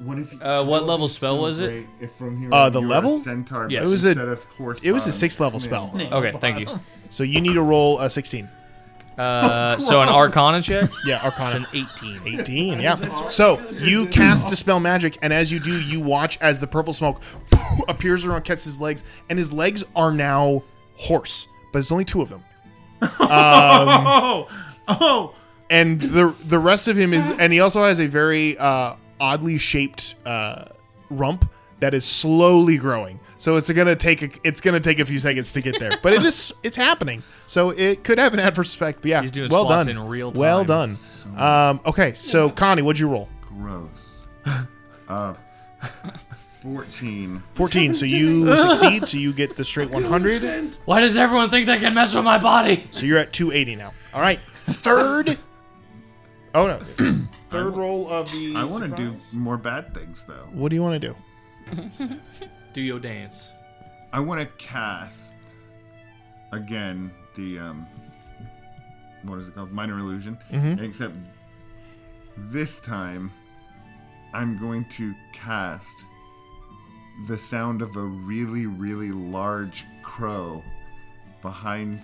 What if?
Uh, what level
so
spell was it?
great If from here
uh,
on
the
you're a
level.
centaur,
It
but
was a.
instead of horse
it was a
bottom,
sixth level
snail
spell.
bottom.
Okay, thank you.
So you need to roll a sixteen.
Uh, so an Arcana check.
Yeah, Arcana.
It's an 18.
18, yeah. So you cast Dispel Magic, and as you do, you watch as the purple smoke *laughs* appears around Kess's legs, and his legs are now horse, but it's only two of
*laughs*
them. Um,
Oh, oh.
and the the rest of him is, and he also has a very uh, oddly shaped uh, rump that is slowly growing. So it's gonna take a, it's gonna take a few seconds to get there, but it
*laughs*
is it's happening. So it could have an adverse effect. But yeah,
He's doing
well
squats
done,
in real
well
time.
done. Um, okay, so Connie, what'd you roll? *laughs*
Gross. Uh, fourteen.
14 so you
*laughs*
succeed so you get the straight 100
Why does everyone think they can mess with my body?
so you're at 280 now all right third oh no *clears throat* third roll of the
I want to do more bad things though.
what do you want to do
Do your dance.
I want to cast again the um, what is it called? Minor illusion.
Mhm.
Except this time, I'm going to cast the sound of a really, really large crow behind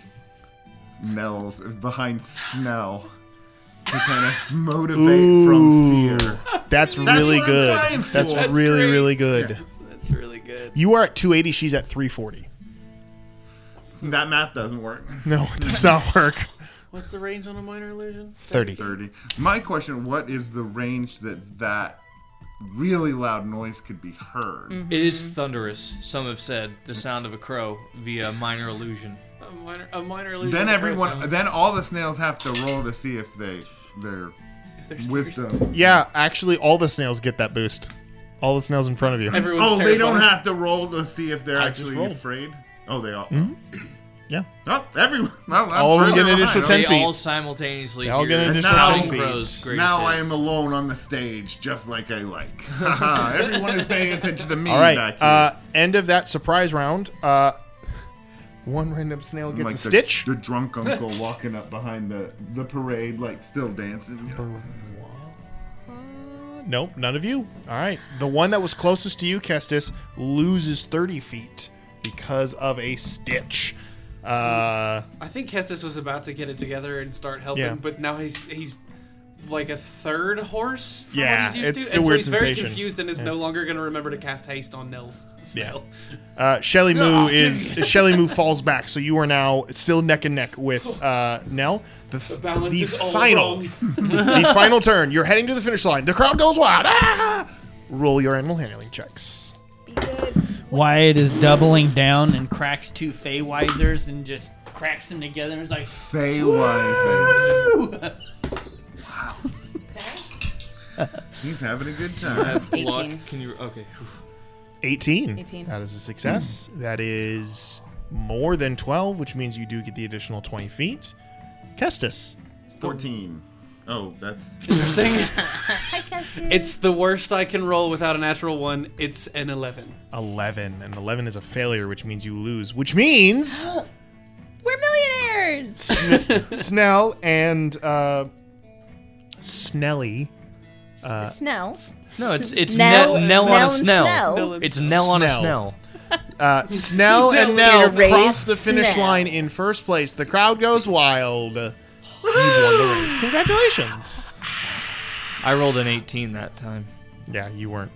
Nell's behind Snell to kind of motivate from fear.
that's really good that's really really good
That's really good.
you are at 280 she's at 340
That math doesn't work.
no it does not work
What's the range on a minor illusion?
30
30. My question what is the range that that really loud noise could be heard?
It is thunderous. Some have said the sound of a crow via minor
*laughs*
illusion.
A minor, a minor illusion.
Then
is a
everyone,
person.
then all the snails have to roll to see if they their
they're
wisdom.
yeah actually all the snails get that boost all the snails in front of you *laughs*
Everyone's
Oh, they don't
terrified.
have to roll to see if they're
I just
actually
rolled. Mm-hmm.
afraid. Oh, they all.
Yeah.
Oh, everyone. *laughs* Well, I'm
All of them
further
get an
behind.
initial 10
They
feet.
all simultaneously
They all
hear
get an
And
initial
now,
10 feet.
crow's graces.
now I am alone on the stage, just like I like. *laughs* Haha, *laughs* everyone is paying attention to me
all right
back here.
uh end of that surprise round uh one random snail gets
like
a
the,
stitch
The
*laughs*
drunk uncle walking up behind the, the parade, like still dancing. you know.
Nope, none of you. All right. The one that was closest to you, Kestis, loses 30 feet because of a stitch. Uh,
I think Kestis was about to get it together and start helping,
Yeah.
but now he's he's like a third horse. From
Yeah,
what he's used
it's
to.
a
and so
weird
he's very
sensation.
confused and is no longer going to remember to cast haste on Nell's
yeah.
snail.
Uh, Shelly
Ah,
Moo is *laughs* Shelly Moo falls back, so you are now still neck and neck with uh, Nell. The, th-
The balance
the
is all
final,
wrong.
*laughs* the final turn. You're heading to the finish line. The crowd goes wild. Ah! Roll your animal handling checks.
Wyatt is doubling down and cracks two Feywisers and just cracks them together and is like,
Fey Wise. *laughs* He's having a good time.
have luck.
18.
Can you? Okay. Oof.
18.
18.
That is a success. That is more than 12, which means you do get the additional 20 feet. Kestis.
Fourteen. Oh, that's
*laughs*
interesting.
Hi, Kestis.
it's the worst I can roll without a natural one. It's an 11.
11, and 11 is a failure, which means you lose, which
*laughs*
means
We're millionaires.
Snell and uh, Snelly. Uh,
Snell.
No, it's it's Nell, Nell, on a Snell. It's Nell on a Snell.
Uh,
*laughs*
Snell and
Nell
Nell
and raise
cross the finish
Snell.
line in first place. The crowd goes wild. You've won the race. Congratulations.
I rolled an 18 that time.
Yeah, you weren't.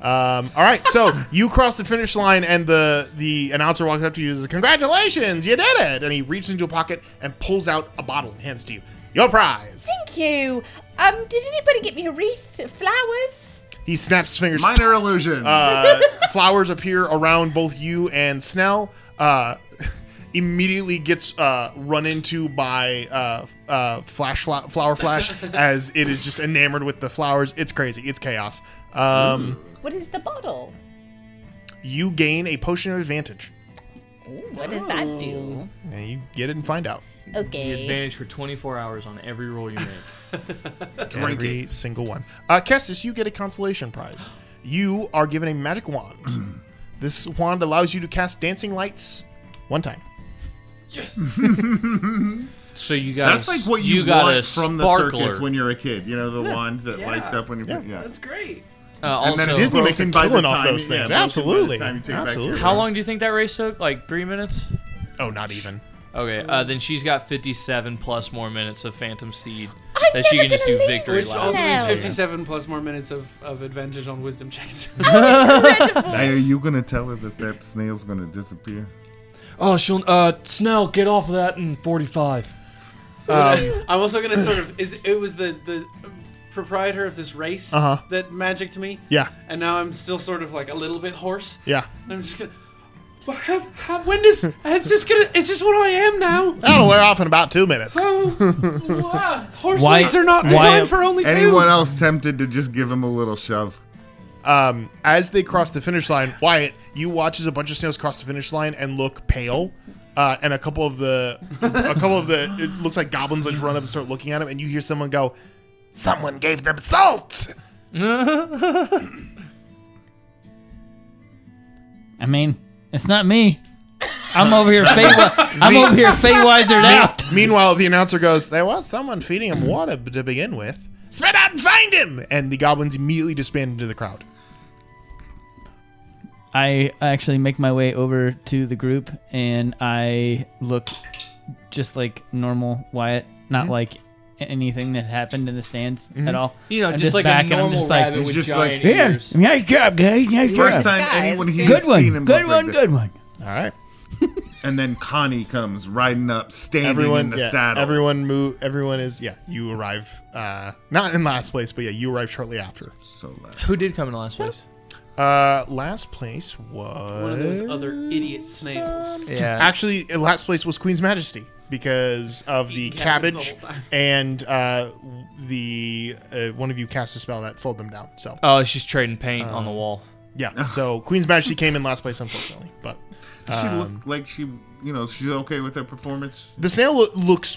Um, all right, so you cross the finish line, and the the announcer walks up to you and says, "Congratulations, you did it!" And he reaches into a pocket and pulls out a bottle and hands it to you. Your prize.
Thank you. Um, did anybody get me a wreath of flowers?
He snaps his fingers.
Minor illusion.
Uh, flowers appear around both you and Snell. Uh, *laughs* immediately gets uh, run into by uh, uh, Flash Fla-
*laughs*
Flower Flash as it is just enamored with the flowers. It's crazy. It's chaos. Um,
Mm-hmm.
What is the bottle?
you gain a potion of advantage.
Ooh, what does that do?
And you get it and find out.
You
Okay.
advantage for 24 hours on every roll you make.
*laughs* Drink
Every single one. Uh, Kestis, you get a consolation prize. You are given a magic wand.
Mm.
this wand allows you to cast dancing lights one time.
so you got
that's like what you,
got a
want from the
sparkler.
circus when you're a kid. You know, the wand that
Yeah.
lights up when you're. Yeah,
That's great.
Uh,
And then
also-
it's
Disney makes
broken
a
by the
killing off
time- yeah,
those things.
broken by the
Absolutely.
time you take it back to your
Absolutely.
How long do you think that race took? Like three minutes?
Oh, not even.
Okay, uh, then she's got 57 plus more minutes of Phantom Steed
I'm
that she
never
can just do
gonna leave
victory
this
Which also
laps.
means
Wow.
57 plus more minutes of, of advantage on wisdom
*laughs*
*laughs* checks.
Are you gonna tell her that that snail's gonna disappear?
Oh, she'll uh Snell, get off of that in 45.
Um,
*laughs*
Um, I'm also gonna sort of is it was the the proprietor of this race
Uh-huh.
that magic to me.
Yeah.
And now I'm still sort of like a little bit hoarse.
Yeah.
And I'm just gonna. But how, how, when does
*laughs*
is this gonna? Is this what I am now?
That'll wear off in about two minutes.
Oh, wow. horse
Why-
legs are not
why-
designed for only two.
Anyone else tempted to just give him a little shove?
Um, as they cross the finish line, Wyatt, you watch as a bunch of snails cross the finish line and look pale. Uh, and a couple of the, a couple of the, it looks like goblins just run up and start looking at him, and you hear someone go, "Someone gave
*laughs*
them salt."
I mean, it's not me. I'm over
*laughs*
here. Fate,
*laughs*
I'm over here. Fate wisered out.
Meanwhile, the announcer goes, "There was someone feeding him water b- to begin with. Spit out and find him!" And the goblins immediately disband into the crowd.
I actually make my way over to the group and I look just like normal Wyatt, not like anything that happened in the stands at all.
You know,
I'm
just, like
back
a
and I'm
normal
just like,
rabbit with
just
giant
like-
ears.
Yeah, nice job, guys. Nice
First
job.
time
Guys,
anyone
dude.
he's
good one.
seen him.
Good
look
one.
like
Good one.
All right,
that. *laughs* And then Connie comes riding up, standing in
everyone,
the
yeah,
saddle.
everyone move. Everyone is yeah. You arrive, uh, not in last place, but yeah, you arrive shortly after.
So loud.
Who did come in last place?
Uh, last place was
One of those other idiot snails.
Yeah.
actually uh, last place was Queen's Majesty because of the
eating cabbage the
cabbage
whole time.
and uh, w- the uh, one of you cast a spell that slowed them down. So Um,
Oh, she's trading paint on the wall.
*laughs*
yeah, so Queen's Majesty came in last place unfortunately, but um,
she looked like she, you know, she's okay with her performance.
the snail lo- looks.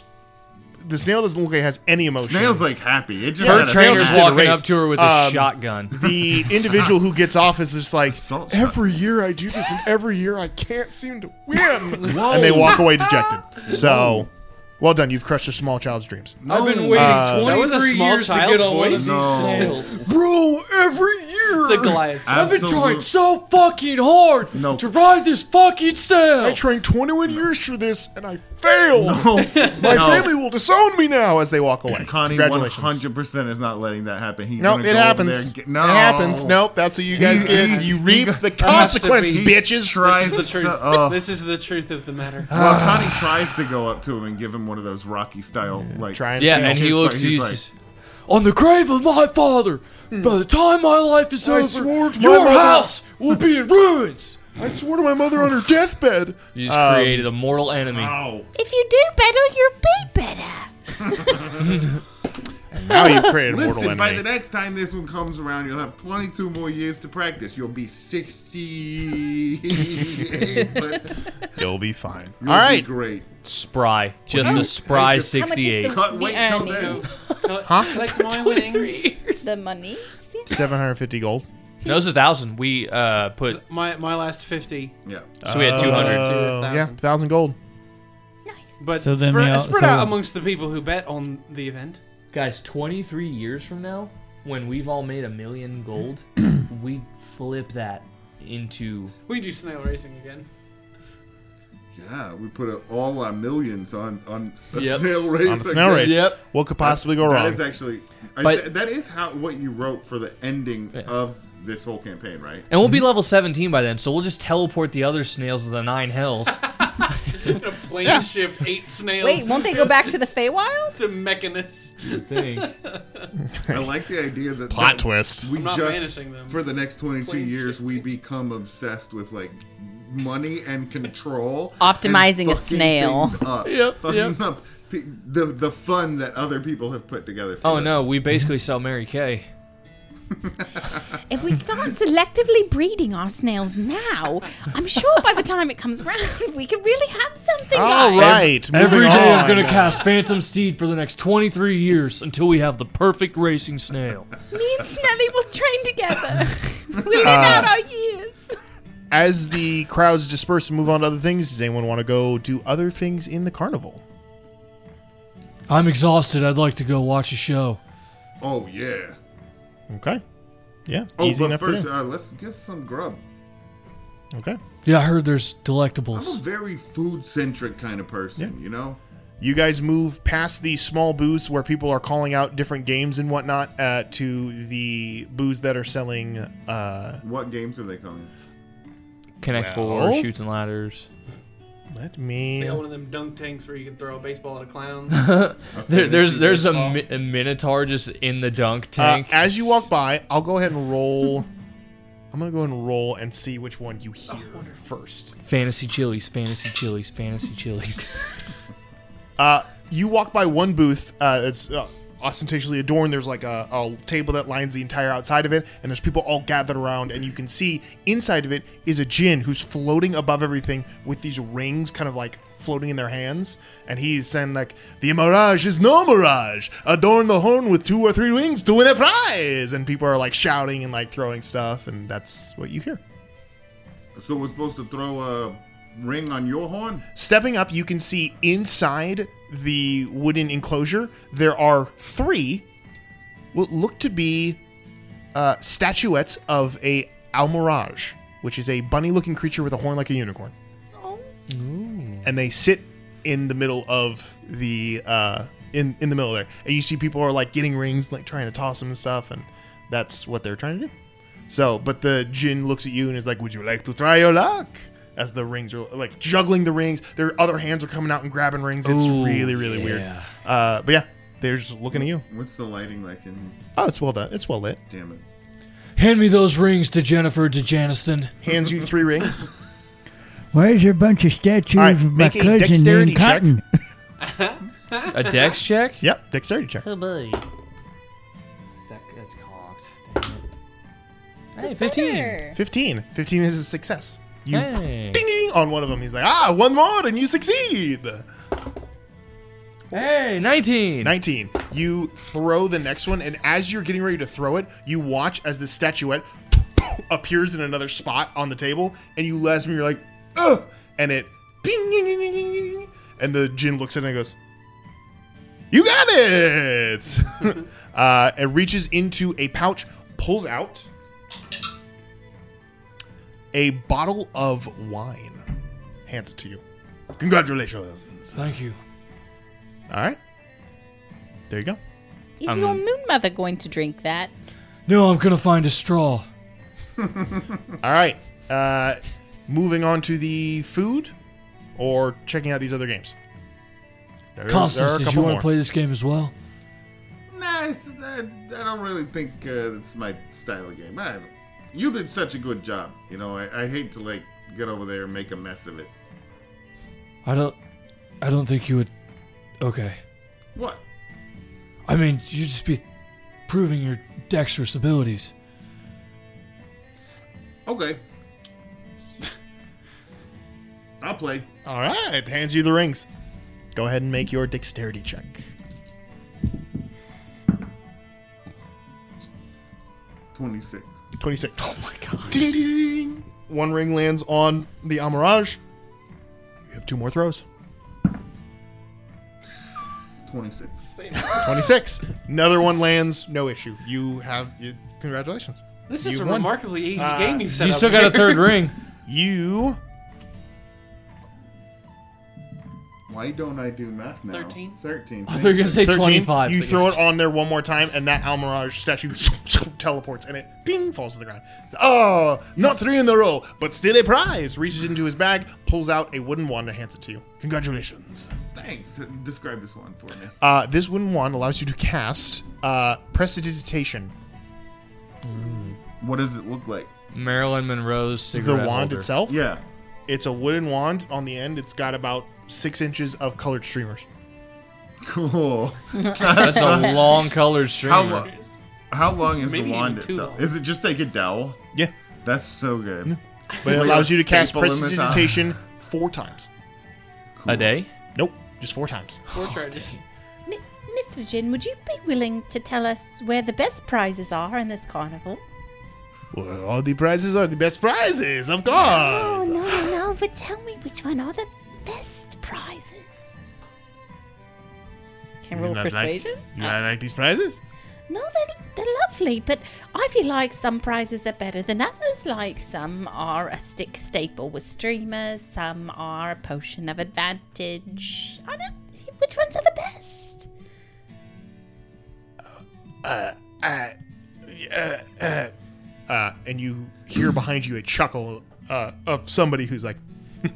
The snail doesn't look like it has any emotion.
Snail's like happy. It just
Her
had a
trainer
Trainer's
just
snap.
did a
walking
race.
up to her with a
*laughs*
Um,
shotgun.
the individual who gets off is just like
Assault shot.
every year I do this and every year I can't seem to win, and they walk *laughs* away dejected. So, well done, you've crushed a small child's dreams. Uh,
I've been waiting
that was a small child's voice.
*laughs*
No,
Bro, every year.
It's a Goliath.
I've been trying
Absolute-
so fucking hard
No.
to ride this fucking
I
snail.
trained 21 years for this and I
*laughs*
failed. My
No.
family will disown me now as they walk away.
Connie
Congratulations.
100% is not letting that happen. He's
Nope,
gonna
it
go over there
happens.
and get- no,
It happens. Nope, that's what you guys
He-
get.
he- *laughs*
you
he
reep
got-
the
That
must have
consequence,
been-
bitches.
Tries
This is the
to-
truth.
uh,
oh.
This is the truth of the matter.
*sighs* Well, Connie tries to go up to him and give him one of those Rocky style like.
Trying to
Yeah,
Yeah,
and he
speeches,
looks.
but he's
He's,
like,
On the grave of my father, by the time my life is over,
swore Hmm. to my
your
mother-
house will be in ruins.
I swore to my mother on her deathbed.
you just
Um,
created a mortal enemy.
"Ow."
If you do better, you'll be
*laughs*
better.
Now you've created a mortal
Listen,
enemy.
by the next time this one comes around, you'll have 22 more years to practice. You'll be 60. *laughs* but
You'll be fine.
you'll
All right.
be great.
Spry, just a spry
How
How
much is
much is
sixty-eight.
the,
Cut-
the
wait till then.
earnings?
Huh?
Collect my winnings.
The money.
750 gold.
No, it was a thousand. We uh, put
My my last fifty.
Yeah.
So we had 200.
Uh, yeah, 1,000 gold.
But
So then
spread,
we all-
spread
so-
out amongst the people who bet on the event.
guys 23 years from now, when we've all made a million
*clears throat*
gold, we flip that into
We can do snail racing again. *laughs*
Yeah, we put a- all our millions on on a
Yep.
snail race.
On
I
a snail
guess.
race. Yep. What could possibly go wrong?
That is actually, I-
But-
th- that is how what you wrote for the ending of this whole campaign, right?
and we'll be level 17 by then so we'll just teleport the other snails to the nine hells
Plane shift eight snails.
Wait, won't they go back to the Feywild?
*laughs* to Mechanus? *laughs*
think.
I like the idea that
Plot
that
twist.
We
I'm not
just
banishing them.
for the next twenty two
Plain
years we become obsessed with like money and control,
Optimizing a
and fucking
snail.
things Up.
*laughs* Yep,
Fucking
yep.
up p- the the fun that other people have put together. For
oh
us.
no we basically sell mary kay
If we start selectively breeding our snails now, I'm sure by the time it comes around, we can really have something.
All
guys.
*laughs* right.
Every
moving
day
on.
I'm gonna cast Phantom Steed for the next 23 years until we have the perfect racing snail.
Me and Snelly will train together. *laughs* we'll live out our years.
As the crowds disperse and move on to other things, does anyone want to go do other things in the carnival?
I'm exhausted. I'd like to go watch a show.
Oh yeah.
Okay. Yeah.
Oh,
easy
but
enough
first,
to
uh, let's get some grub.
do. Okay.
Yeah, I heard there's
I'm a
delectables.
very food centric kind of person, you know?
You guys move past the small booths where people are calling out different games and whatnot uh, to the booths that are selling. Uh,
What games are they calling?
connect
Well?
Oh?
four shoots and ladders
let me.
They got one of them dunk tanks where you can throw a baseball at a
*laughs*
clown.
there, there's there's a, mi- a minotaur just in the dunk
Uh,
tank
as you walk by, I'll go ahead and roll. I'm gonna go ahead and roll and see which one you hear first.
fantasy chilies fantasy chilies fantasy chilies
*laughs*
Uh, you walk by one booth uh, that's uh, ostentatiously adorned. There's like a, a table that lines the entire outside of it, and there's people all gathered around. And you can see inside of it is a djinn who's floating above everything with these rings, kind of like floating in their hands. And he's saying like, "The mirage is no mirage. Adorn the horn with two or three rings to win a prize." And people are like shouting and like throwing stuff, and that's what you hear.
So we're supposed to throw a ring on your horn?
Stepping up, you can see inside the wooden enclosure, there are three what look to be uh, statuettes of a almirage, which is a bunny-looking creature with a horn like a unicorn. And they sit in the middle of the uh, in in the middle there, and you see people are like getting rings, like trying to toss them and stuff, and that's what they're trying to do. So, but the Jin looks at you and is like, "Would you like to try your luck?" As the rings are like juggling the rings, their other hands are coming out and grabbing rings. It's
Ooh,
really, really weird.
yeah.
Uh, but yeah, they're just looking at you.
What's the lighting like in.
Oh, it's well done. It's well lit.
Damn it.
Hand me those rings to Jennifer DeJaniston.
Hands you three rings.
Why is there a bunch of statues
All right,
of my
make a
cousin
dexterity
named
check.
Cotton? *laughs*
*laughs* a dex check
yep, dexterity check.
Oh boy. Is that, that's cocked. Damn it. Hey, 15.
Better.
15. 15 is a success. You
Hey.
ding, ding, ding on one of them. He's like, ah, one more and you succeed.
Hey, 19.
19. You throw the next one, and as you're getting ready to throw it, you watch as this statuette *coughs* appears in another spot on the table, and you last me, you're like, ugh, and it bing, ding, ding, ding, ding, ding, and the djinn looks at it and goes, You got it! *laughs* uh, and reaches into a pouch, pulls out a bottle of wine, hands it to you. Congratulations.
Thank you.
All right. *laughs* There you go.
Is
Um,
your moon mother going to drink that?
No, I'm gonna find a straw.
All right. Uh, moving on to the food or checking out these other games. There, there
Constance,
are a
did you
couple
want
more.
to play this game as well?
Nah, it's- I, I don't really think uh, that's my style of game. I, you did such a good job. You know, I, I hate to, like, get over there and make a mess of it.
I don't. I don't think you would. Okay.
What?
I mean, you'd just be proving your dexterous abilities.
Okay. *laughs* I'll play.
All right. Hands you the rings. Go ahead and make your dexterity check.
26.
26. Oh my god. Ding, ding, ding. One ring lands on the Amirage. You have two
*laughs*
more throws.
26.
26. Another one lands, no issue. You have, you, congratulations.
This is
You
a
won. Uh,
remarkably easy game you've set
You up still got a here.
*laughs*
third ring.
You.
Why don't I do math now?
13?
13.
I thought you were gonna say
13,
25.
You
so
throw
yes.
it on there one more time, and that Almirage statue *laughs* teleports, and it ping falls to the ground. It's, oh, not three in a row, but still a prize. Reaches into his bag, pulls out a wooden wand, and hands it to you. Congratulations.
Thanks. Describe this one for me.
Uh, this wooden wand allows you to cast uh, Prestidigitation.
What does it look like?
Marilyn Monroe's
the
cigarette
wand
holder.
itself.
Yeah.
It's a wooden wand. On the end, it's got about six inches of colored streamers. *laughs*
Cool.
*laughs* That's a long colored streamer.
How, lo- how long is
Maybe
the wand
even too
itself?
long.
Is it just like a dowel?
Yeah.
That's so *laughs* good.
But it
Like a
allows you to cast
staple in the top.
Prestidigitation four times.
A day?
Nope, just four times.
Four charges.
M- Mr. Jin, would you be willing to tell us where the best prizes are in this carnival?
Well, all the prizes are the best prizes, of course.
Oh, no, no, no, but tell me which one are the best prizes.
Can roll
not like-
persuasion?
you not like these prizes?
No, they're, they're lovely, but I feel like some prizes are better than others.
Like some are a stick staple with streamers, some are a potion of advantage.
I don't. Which ones are the best?
Uh, uh, uh, uh, uh, and you hear behind you a chuckle uh, of somebody who's like, *laughs*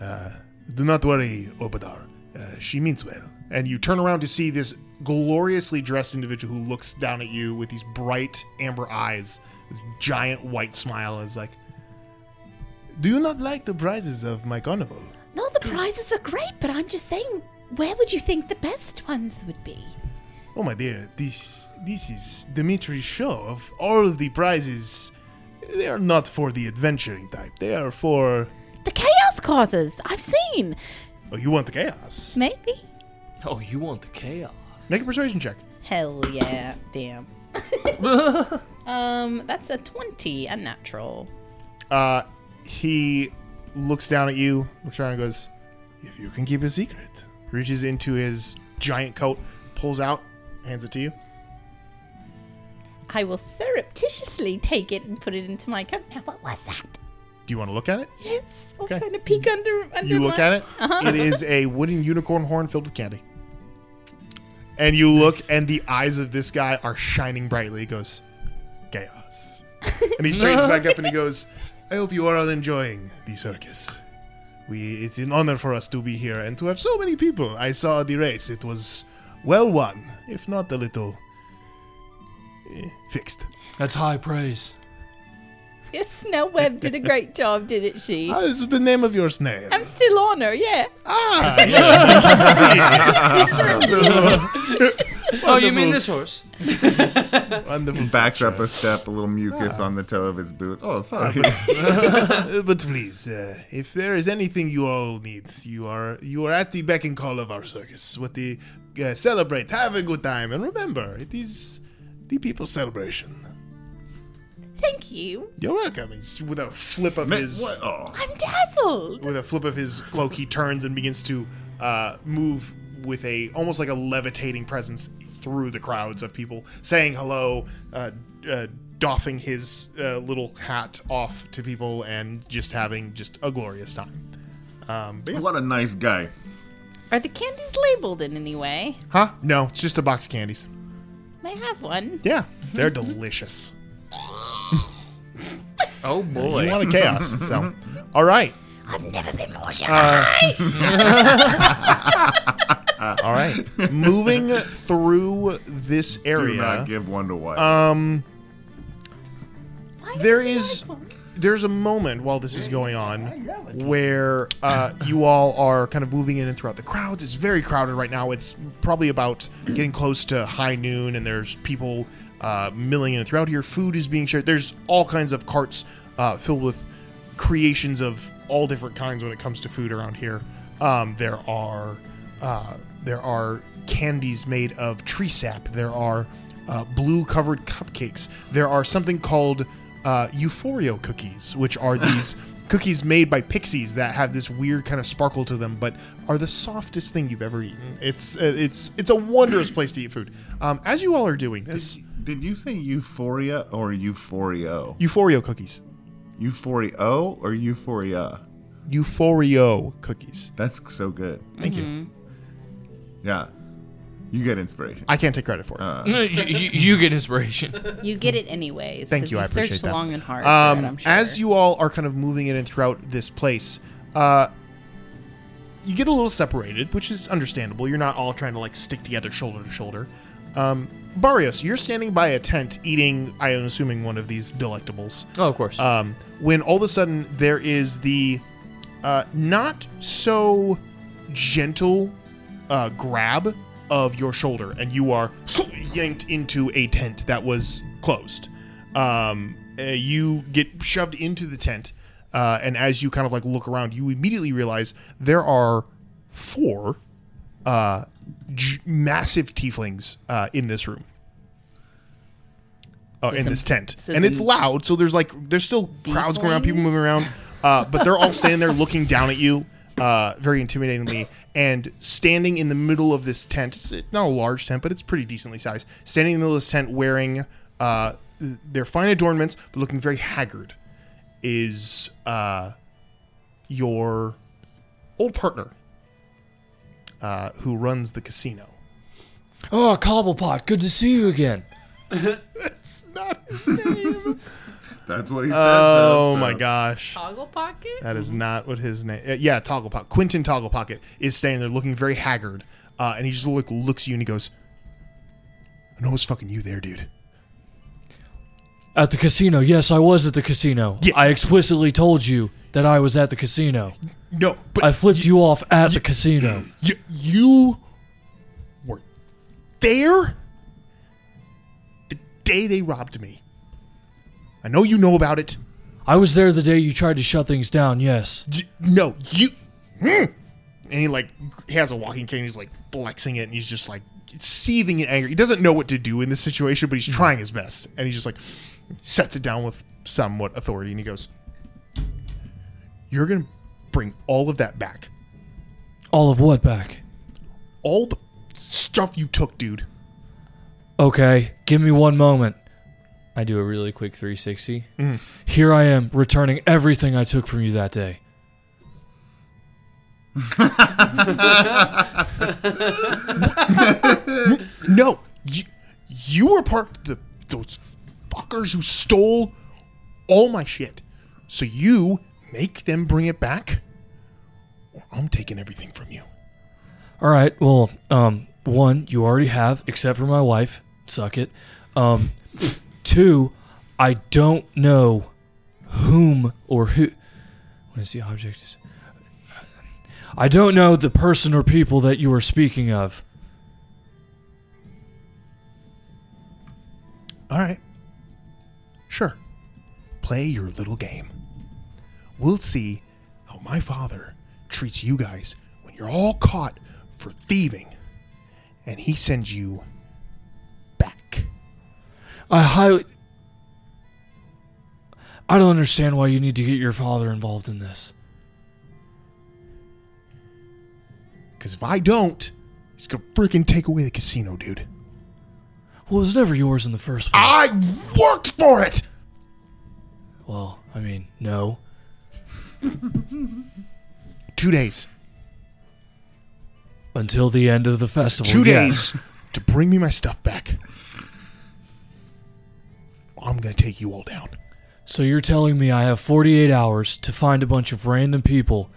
uh, Do not worry, Obadar. Uh, she means well. And you turn around to see this gloriously dressed individual who looks down at you with these bright amber eyes, this giant white smile is like, Do you not like the prizes of my carnival?
No,
Hmm.
the prizes are great, but I'm just saying, where would you think the best ones would be?
Oh my dear, this this is Dimitri's show. Of all of the prizes, they are not for the adventuring type. They are for
The chaos causes I've seen.
oh, you want the chaos.
Maybe.
Oh, you want the chaos.
Make a persuasion check.
Hell
*laughs*
yeah, damn. um, that's a 20, unnatural.
Uh, he looks down at you, looks around, and goes, "If you can keep a secret," reaches into his giant coat, pulls out, hands it to you.
I will surreptitiously take it and put it into my coat. Now, what was that?
Do you want to look at it?
Yes. I'm going to peek under. under
You look
my-
at it.
*laughs* Uh-huh.
It is a wooden unicorn horn filled with candy. And you look, and the eyes of this guy are shining brightly. He goes, chaos.
*laughs*
And he straightens back up and he goes, I hope you are all enjoying the circus. We, it's an honor for us to be here and to have so many people. I saw the race. It was well won, if not a little eh, fixed.
That's high praise.
Yes, Snow Webb did a great job, didn't she?
How is the name of your snail?
I'm still on her, yeah. *laughs*
Ah, yeah, you can see.
*laughs* Oh, you mean
*laughs*
this horse?
Wonderful.
Backs up a step, a little mucus on the toe of his boot. Oh, sorry. *laughs*
*laughs* Uh, but please, uh, if there is anything you all need, you are you are at the beck and call of our circus. What the uh, celebrate, have a good time, and remember, it is the people's celebration.
Thank you.
You're welcome. He's- with a flip of
Man,
his
what? Oh.
I'm dazzled.
with a flip of his cloak, he turns and begins to uh, move with a almost like a levitating presence through the crowds of people, saying hello, uh, uh, doffing his uh, little hat off to people, and just having just a glorious time. Um, but yeah.
What a nice guy.
Are the candies labeled in any way?
Huh? No, it's just a box of candies.
May I have one?
Yeah,
Mm-hmm.
they're delicious.
Oh boy.
You wanted chaos, so all right.
Mm-hmm. I've never been more shy.
Uh,
*laughs*
*laughs* All right.
*laughs*
Moving through this
Do not
area.
give one to wife.
Um
Why
there
did you
is
like one?
there's a moment while this is going on where uh, you all are kind of moving in and throughout the crowds. It's very crowded right now. It's probably about getting close to high noon, and there's people uh, milling in and throughout here. Food is being shared. There's all kinds of carts uh, filled with creations of all different kinds when it comes to food around here. Um, there are uh, there are candies made of tree sap. There are uh, blue covered cupcakes. There are something called uh, Euphorio cookies, which are these cookies made by pixies that have this weird kind of sparkle to them, but are the softest thing you've ever eaten. It's uh, it's it's a wondrous place to eat food. Um, as you all are doing this,
did, you say euphoria or euphorio?
Euphorio cookies.
Euphorio or euphoria?
Euphorio cookies.
That's so good.
Thank
Mm-hmm.
you.
Yeah, you get inspiration. Uh,
I can't take credit for it.
No, you, you-
*laughs*
you get inspiration.
You get it anyways.
Thank
'cause
you. I appreciate
searched
that.
long and hard.
Um,
for it, I'm sure.
As you all are kind of moving in and throughout this place, uh, you get a little separated, which is understandable. You're not all trying to like stick together shoulder to shoulder. Um, Barrios, you're standing by a tent eating, I am assuming, one of these delectables.
Oh, of course.
Um, when all of a sudden there is the uh, not so gentle uh, grab of your shoulder, and you are yanked into a tent that was closed. Um, uh, you get shoved into the tent, uh, and as you kind of like look around, you immediately realize there are four uh, j- massive tieflings uh, in this room. Oh,
So
in
some-
this tent,
so
and it's
some-
loud. So there's like there's still crowds going around, people moving around, uh, but they're all standing there looking down at you, uh, very intimidatingly, and standing in the middle of this tent. It's not a large tent, but it's pretty decently sized. Standing in the middle of this tent, wearing uh, their fine adornments, but looking very haggard, is uh, your old partner, uh, who runs the casino.
Oh, Cobblepot, good to see you again.
That's not his name. *laughs*
That's what he says. though,
Oh
so-
my gosh.
Toggle Pocket?
That is not what his name. Uh, yeah, Toggle Pocket. Quentin Toggle Pocket is standing there looking very haggard, uh, and he just look looks at you and he goes, *laughs* "I know it's fucking you there, dude."
At the casino. Yes, I was at the casino. I explicitly told you that I was at the casino.
No, but
I flipped you, off at the casino.
You, you were there the day they robbed me. I know you know about it.
I was there the day you tried to shut things down. Yes.
no, you. Hmm. And he like he has a walking cane. He's like flexing it, and he's just like seething in anger. He doesn't know what to do in this situation, but he's trying his best. And he just like sets it down with somewhat authority, and he goes, "You're gonna bring all of that back,
All of what back?
all the stuff you took, dude."
Okay, give me one moment. I do a really quick 360.
Mm.
Mm-hmm.
Here I am, returning everything I took from you that day.
N- no, you, you were part of the, those fuckers who stole all my shit. So you make them bring it back, or I'm taking everything from you.
All right. Well, um, one, you already have, except for my wife. Suck it. Um, two, I don't know whom or who. What is the object? Is I don't know the person or people that you are speaking of.
All right. Sure. Play your little game. We'll see how my father treats you guys when you're all caught for thieving and he sends you
I highly. I don't understand why you need to get your father involved in this.
Because if I don't, he's going to freaking take away the casino, dude.
Well, it was never yours in the first place.
I worked for it!
Well, I mean, no.
Two days.
Until the end of the festival.
Two
yes.
days
*laughs*
to bring me my stuff back. I'm going to take you all down.
So you're telling me I have 48 hours to find a bunch of random people,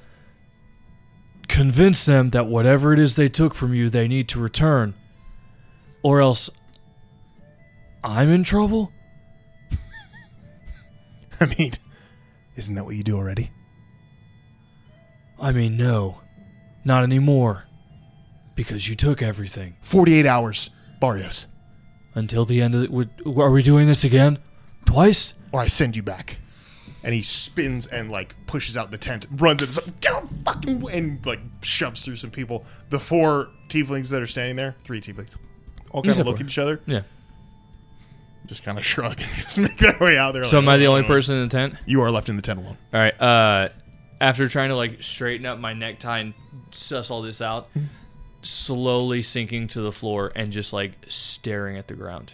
convince them that whatever it is they took from you, they need to return, or else I'm in trouble?
*laughs* I mean, isn't that what you do already?
I mean, no. Not anymore. Because you took everything.
48 hours, Barrios.
Until the end of the. would- Are we doing this again? Twice?
Or I send you back. And he spins and like pushes out the tent, runs into some get out of the fucking way," and like shoves through some people. The four tieflings that are standing there, three tieflings, all kind
Except
of look
for-
at each other.
Yeah.
just kind of *laughs* shrug and just make our way out there. "Oh,
So am I the only person in the tent?
You are left in the tent alone.
All right. Uh, after trying to like straighten up my necktie and suss all this out, slowly sinking to the floor and just like staring at the ground.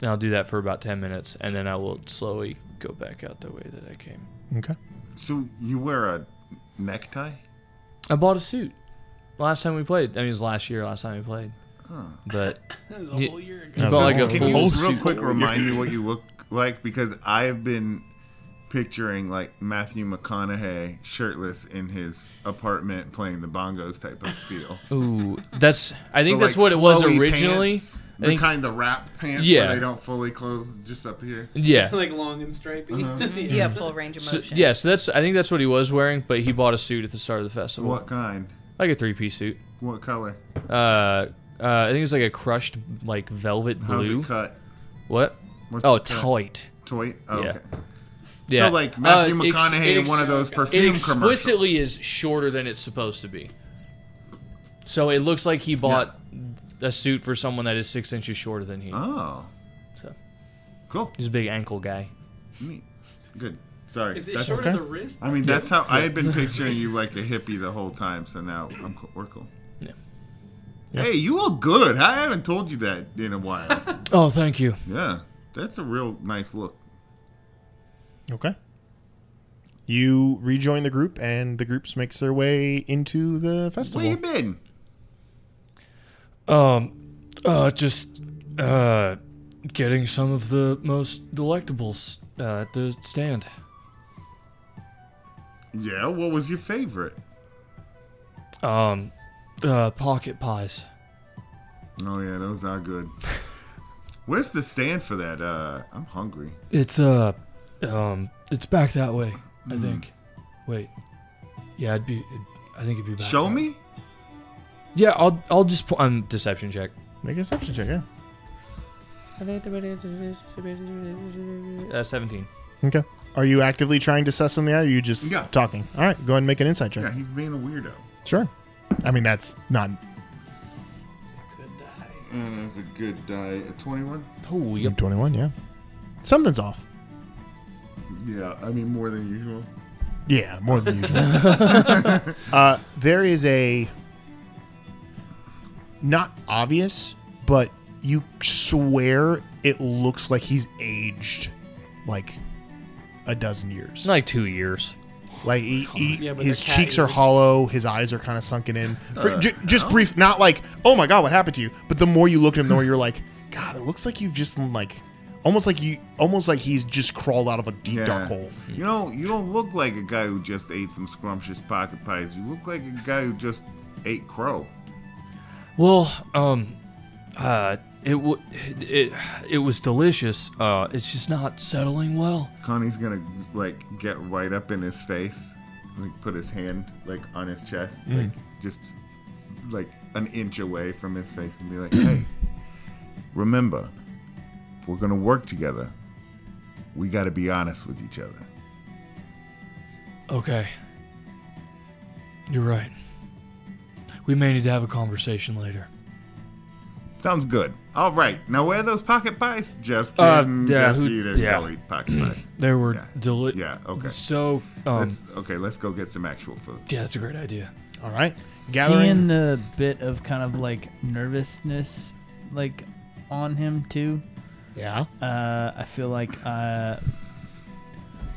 And I'll do that for about ten minutes, and then I will slowly go back out the way that I came.
Okay.
So you wear a necktie?
I bought a suit last time we played. I mean, it was last year. Last time we played. *laughs* But
that was a
you-
whole year ago.
You bought like a
Can
full
you real quick remind me what you look like because I've been picturing like Matthew McConaughey shirtless in his apartment playing the bongos type of feel.
*laughs* Ooh, that's. I think
So,
that's
like,
what it was
flowy
originally.
pants,
I
the
think-
kind of wrap pants
Yeah.
where they don't fully close, just up here.
Yeah.
*laughs* like long and stripy.
Uh-huh.
*laughs*
You have full range of
So,
motion.
yeah, so that's. I think that's what he was wearing, but he bought a suit at the start of the festival.
What kind?
Like a three-piece suit.
What color?
Uh, uh, I think it's like a crushed like velvet blue.
How's it cut?
What?
What's
oh,
it cut?
tight.
Toy? Oh,
yeah.
okay.
Yeah.
So like Matthew
Uh, ex-
McConaughey
it
in one of
ex-
those
It
perfume commercials.
explicitly is shorter than it's supposed to be. So it looks like he bought a suit for someone that is six inches shorter than he.
Oh.
So.
Cool.
He's a big ankle guy.
Neat. Good. Sorry.
Is it short at the wrists?
I mean,
Yeah.
that's how I had been
Yeah.
picturing you like a hippie the whole time. So now I'm cool. we're cool.
Yeah.
Hey, you look good. I haven't told you that in a while. *laughs*
Oh, thank you.
yeah, that's a real nice look.
Okay. You rejoin the group, and the group makes their way into the festival.
Where you been?
Um, uh, just uh, getting some of the most delectables uh, at the stand.
Yeah. What was your favorite?
Um, uh, pocket pies.
Oh yeah, those are
*laughs*
good. Where's the stand for that? Uh, I'm hungry.
It's uh, um, it's back that way. I
Mm-hmm.
Mm.
think. Wait. Yeah, it'd be. It'd, I think it'd be back.
Show
that-
me.
Yeah, I'll I'll just put um, deception check.
Make a deception check, yeah.
Uh, Seventeen.
Okay. Are you actively trying to suss something out, or are you just
Yeah.
talking? All right, go ahead and make an insight check.
Yeah, he's being a weirdo.
Sure. I mean, that's not.
And it's a good die. A 21.
Oh, yep.
21, yeah. Something's off.
Yeah, I mean more than usual.
Yeah, more than
*laughs*
*laughs*
usual. uh, there is a not obvious, but you swear it looks like he's aged like a dozen years.
Like two years.
Like he, he-
Yeah, but
his
they're cat
cheeks are
ears.
hollow, his eyes are kind of sunken in. For,
Uh,
ju- just brief, not like oh my god, what happened to you? But the more you look at him, the more you're like, God, it looks like you've just like almost like you almost like he's just crawled out of a deep dark hole.
You know, you don't look like a guy who just ate some scrumptious pocket pies. You look like a guy who just ate crow.
Well, um, uh, it w- it it was delicious. Uh, it's just not settling well.
Connie's gonna like get right up in his face, like put his hand like on his chest,
Mm.
like just like an inch away from his face, and be like, "Hey, remember, we're gonna work together. We gotta be honest with each other."
Okay. You're right. We may need to have a conversation later.
Sounds good. All right, now where are those pocket pies? Just
Uh,
kidding.
yeah,
just
who-
eat it.
yeah.
Go eat pocket pies.
They were
Yeah.
deli-
Yeah. Okay.
So, um,
let's, okay, let's go get some actual food.
yeah, that's a great idea.
All right,
Seeing
gathering.
the bit of kind of like nervousness, like on him too.
Yeah.
Uh, I feel like uh,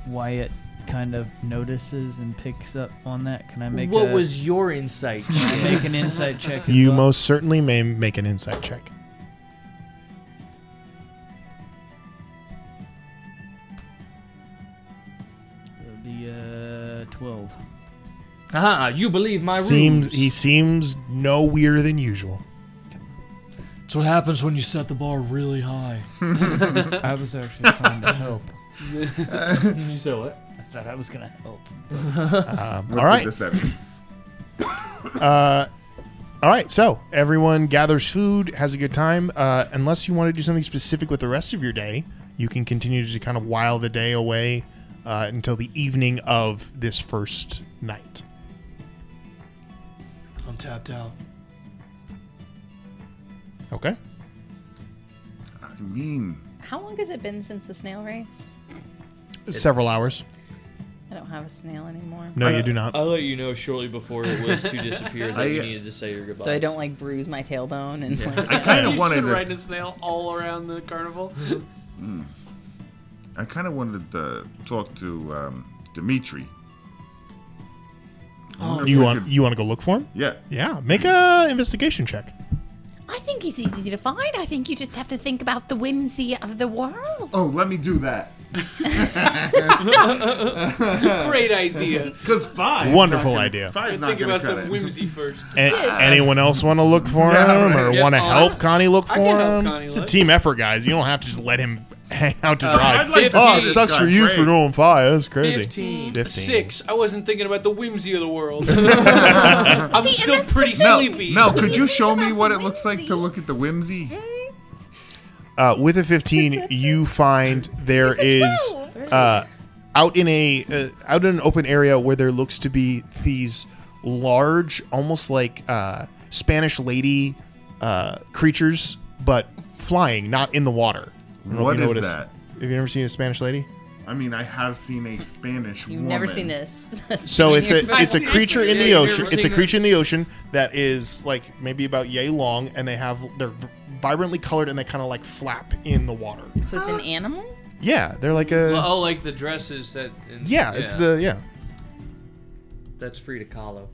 Wyatt kind of notices and picks up on that. Can I make
what
a,
was your insight?
can I make an insight check? as
You
well?
most certainly may make an insight check.
It'll be uh, twelve.
Ah, you believe my
seems
ruse.
he seems no weirder than usual.
It's what happens when you set the bar really high.
*laughs* I was actually trying to
*laughs*
help.
*laughs* you said what?
I thought I was gonna help.
*laughs*
Um,
What's
all right,
the deception?
uh, all right. So everyone gathers food, has a good time. Uh, unless you want to do something specific with the rest of your day, you can continue to kind of while the day away uh, until the evening of this first night.
I'm tapped out.
Okay.
I mean,
How long has it been since the snail race?
Several hours.
I don't have a snail anymore.
No, you do not.
I'll let you know shortly before it was to disappear that you
I-
needed to say your goodbyes.
So I don't like bruise my tailbone and. Like,
*laughs*
I kind of wanted to.
riding a snail all around the
*laughs*
carnival.
Mm. I kind of wanted to talk to um, Dimitri. I wonder if
Oh. you
we
want
could-
you want to go look for him?
Yeah.
Yeah. Make a investigation check.
I think he's easy to find. I think you just have to think about the whimsy of the world.
Oh, let me do
*laughs*
that.
Great
*laughs*
idea.
Because five.
Wonderful idea.
Five's
Think
not gonna
about
cut
some
it.
whimsy first.
A- anyone else want to look for
Yeah,
him
right.
or
Yeah,
want to
uh,
help Connie look
I
for
can help
him?
Connie
it's a
look.
team effort, guys. You don't have to just let him *laughs* hang out to
Uh,
dry.
I'd like to
oh,
see
it
this
sucks
guy
for you for
break.
going five. That's crazy.
15.
15.
Six. I wasn't thinking about the whimsy of the world. *laughs*
*laughs*
*laughs*
I'm still pretty sleepy.
Mel, could you show me what it looks like to look at the whimsy?
Uh, with a 15, you find there is uh, out in a uh, out in an open area where there looks to be these large, almost like uh, Spanish lady uh, creatures, but flying, not in the water. I don't know if
What
you
is
noticed.
that?
Have you ever seen a Spanish lady?
I mean, I have seen a Spanish
You've
woman.
never seen this.
So it's a it's a creature in the
Yeah, you've
ocean.
never
It's a
seen
creature in the ocean that is like maybe about yay long, and they have they're vibrantly colored and they kind of like flap in the water.
So it's an animal.
Yeah, they're like a
Well, oh, like the dresses that. and-
Uh, yeah, It's the yeah.
That's
*laughs*
Frida Kahlo.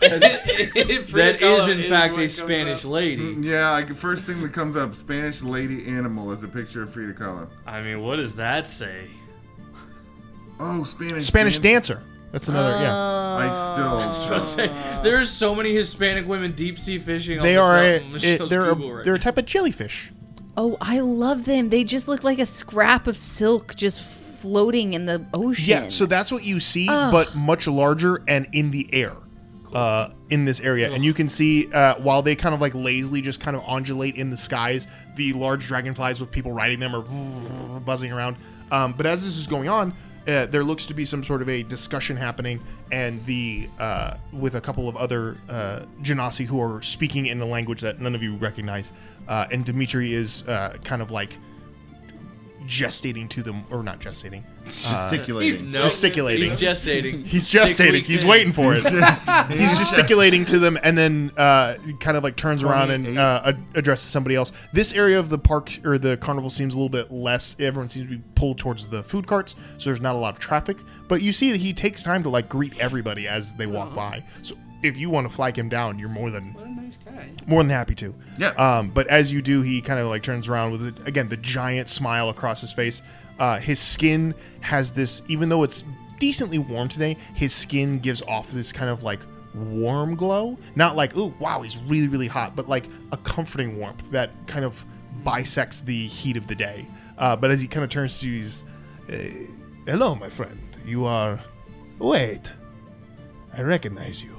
Frida
that is
Kahlo
in
is
fact
what
a
comes
Spanish lady.
Mm, Yeah, I, first thing that comes up, Spanish lady animal is a picture of Frida Kahlo.
I mean, what does that say?
Oh, Spanish.
Spanish
dan-
dancer. That's another yeah.
I
Oh. *laughs*
still.
There's so many Hispanic women deep sea fishing.
They
all
are
of
a,
sudden. Let's
it-
*laughs* just
they're
Google
a,
right
they're a type of jellyfish.
Oh, I love them. They just look like a scrap of silk just floating in the ocean.
Yeah, so that's what you see,
Ugh.
but much larger and in the air. Uh, in this area, and you can see uh, while they kind of like lazily just kind of undulate in the skies, the large dragonflies with people riding them are *laughs* buzzing around. Um, but as this is going on, uh, there looks to be some sort of a discussion happening, and the uh, with a couple of other uh, genasi who are speaking in a language that none of you recognize, uh, and Dimitri is uh, kind of like gestating to them, or not gestating, uh,
Gesticulating. He's no-
gesticulating.
he's gestating.
*laughs* He's
Six
gestating.
weeks
He's
in.
waiting for
*laughs*
it.
He's-
He's gesticulating to them, and then uh, kind of like turns around and
28.
uh, ad- addresses somebody else. This area of the park or the carnival seems a little bit less. Everyone seems to be pulled towards the food carts, so there's not a lot of traffic. But you see that he takes time to like greet everybody as they
Uh-huh.
walk by. So if you want to flag him down, you're more than more than happy to.
Yeah.
Um, but as you do, he kind of like turns around with again the giant smile across his face. Uh, his skin has this, even though it's decently warm today, his skin gives off this kind of like warm glow. Not like ooh wow he's really really hot, but like a comforting warmth that kind of bisects the heat of the day. Uh, but as he kind of turns to you, he's, uh, hello my friend, you are. Wait, I recognize you.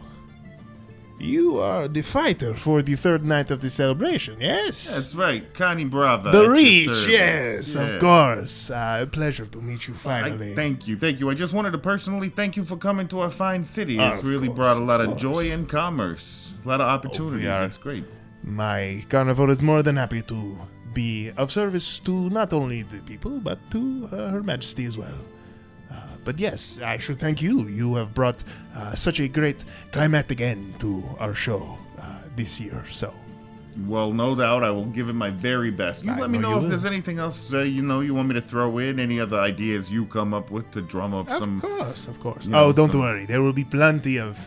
You are the fighter for the third night of the celebration, yes?
That's right, Connie Bravo. at
the
your
Reach,
service.
yes,
Yeah.
of course. Uh, a pleasure to meet you
I,
finally.
thank you, thank you. I just wanted to personally thank you for coming to our fine city.
Of
It's really
course,
brought a lot
of
of
course. Oh,
joy and commerce, a lot of opportunities.
are-
It's great.
My carnival is more than happy to be of service to not only the people, but to uh, Her Majesty as well. Uh, but yes, I should thank you. You have brought uh, such a great climatic end to our show uh, this year, so.
Well, no doubt, I will give it my very best. You
I
let me
know
know,
you
if
will.
there's anything else uh, you know you want me to throw in, any other ideas you come up with to drum up some.
Of course, of course.
you know,
Oh, don't
some-
worry. There will be plenty of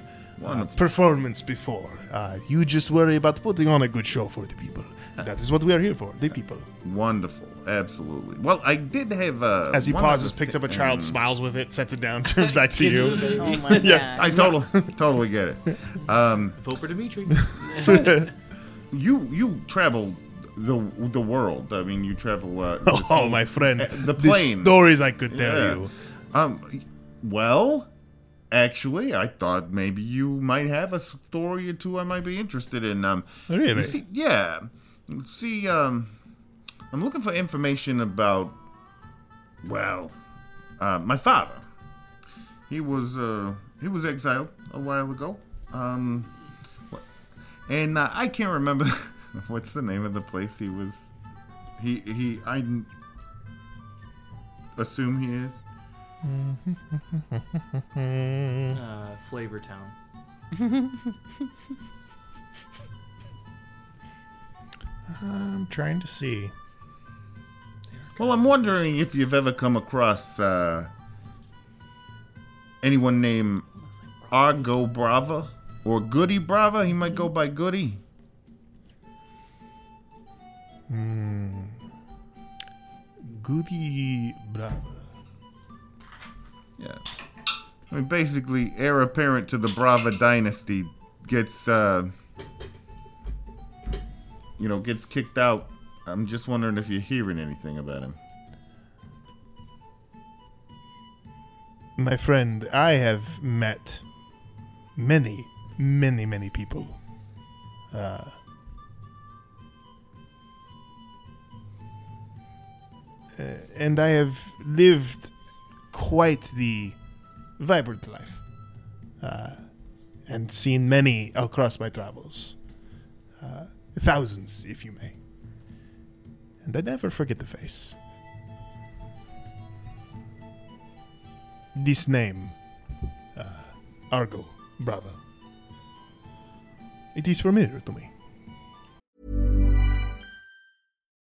uh, performance before. Uh, you just worry about putting on a good show for the people. That is what we are here for, the people.
Wonderful, absolutely. Well, I did have uh,
As he
one
pauses,
other
picks
thi-
up a child,
um,
smiles with it, sets it
*laughs*
down, *laughs* turns back to
Kisses
you.
the baby. Oh
my
*laughs* yeah,
I totally, *laughs* totally get it. Um,
Vote for Dimitri.
*laughs* you you travel the the world. I mean, you travel. Uh,
*laughs* Oh,
so-
my friend,
uh, the
the
plane
stories I could tell you.
Um, well, actually, I thought maybe you might have a story or two I might be interested in. Um,
Really?
you see- yeah. See, um, I'm looking for information about. Well, uh, my father. He was uh, he was exiled a while ago. Um, *laughs* and uh, I can't remember what's the name of the place he was He he. I n- assume he is. Mm-hmm.
Uh, Flavor Town.
I'm trying to see.
*laughs* Well, I'm wondering if you've ever come across uh, anyone named Argo Brava or Goody Brava. He might go by Goody.
Hmm. Goody
Uh,
Brava.
Yeah. I mean, basically, heir apparent to the Brava dynasty gets, uh, you know, gets kicked out. I'm just wondering if you're hearing anything about him.
My friend, I have met many, many, many people. Uh, uh, and I have lived quite the vibrant life uh, and seen many across my travels. Uh, thousands, if you may. And I never forget the face. This name, uh, Argo, brother. It is familiar to me.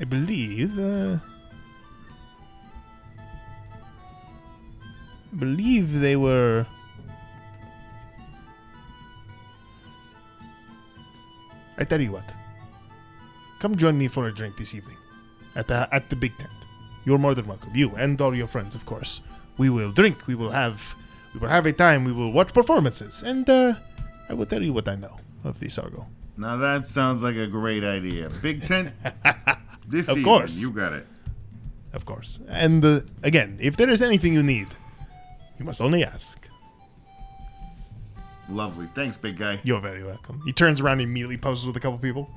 I believe. Uh, I believe they were. I tell you what. Come join me for a drink this evening, at the at the big tent. You're more than welcome. You and all your friends, of course. We will drink. We will have. We will have a time. We will watch performances, and uh, I will tell you what I know of the Argo.
Now that sounds like a great idea. Big
*laughs*
tent. this
Of
evening,
course.
you got it.
Of course. And uh, again, if there is anything you need, you must only ask.
Lovely. Thanks, big guy.
You're very welcome. He turns around and immediately poses with a couple people.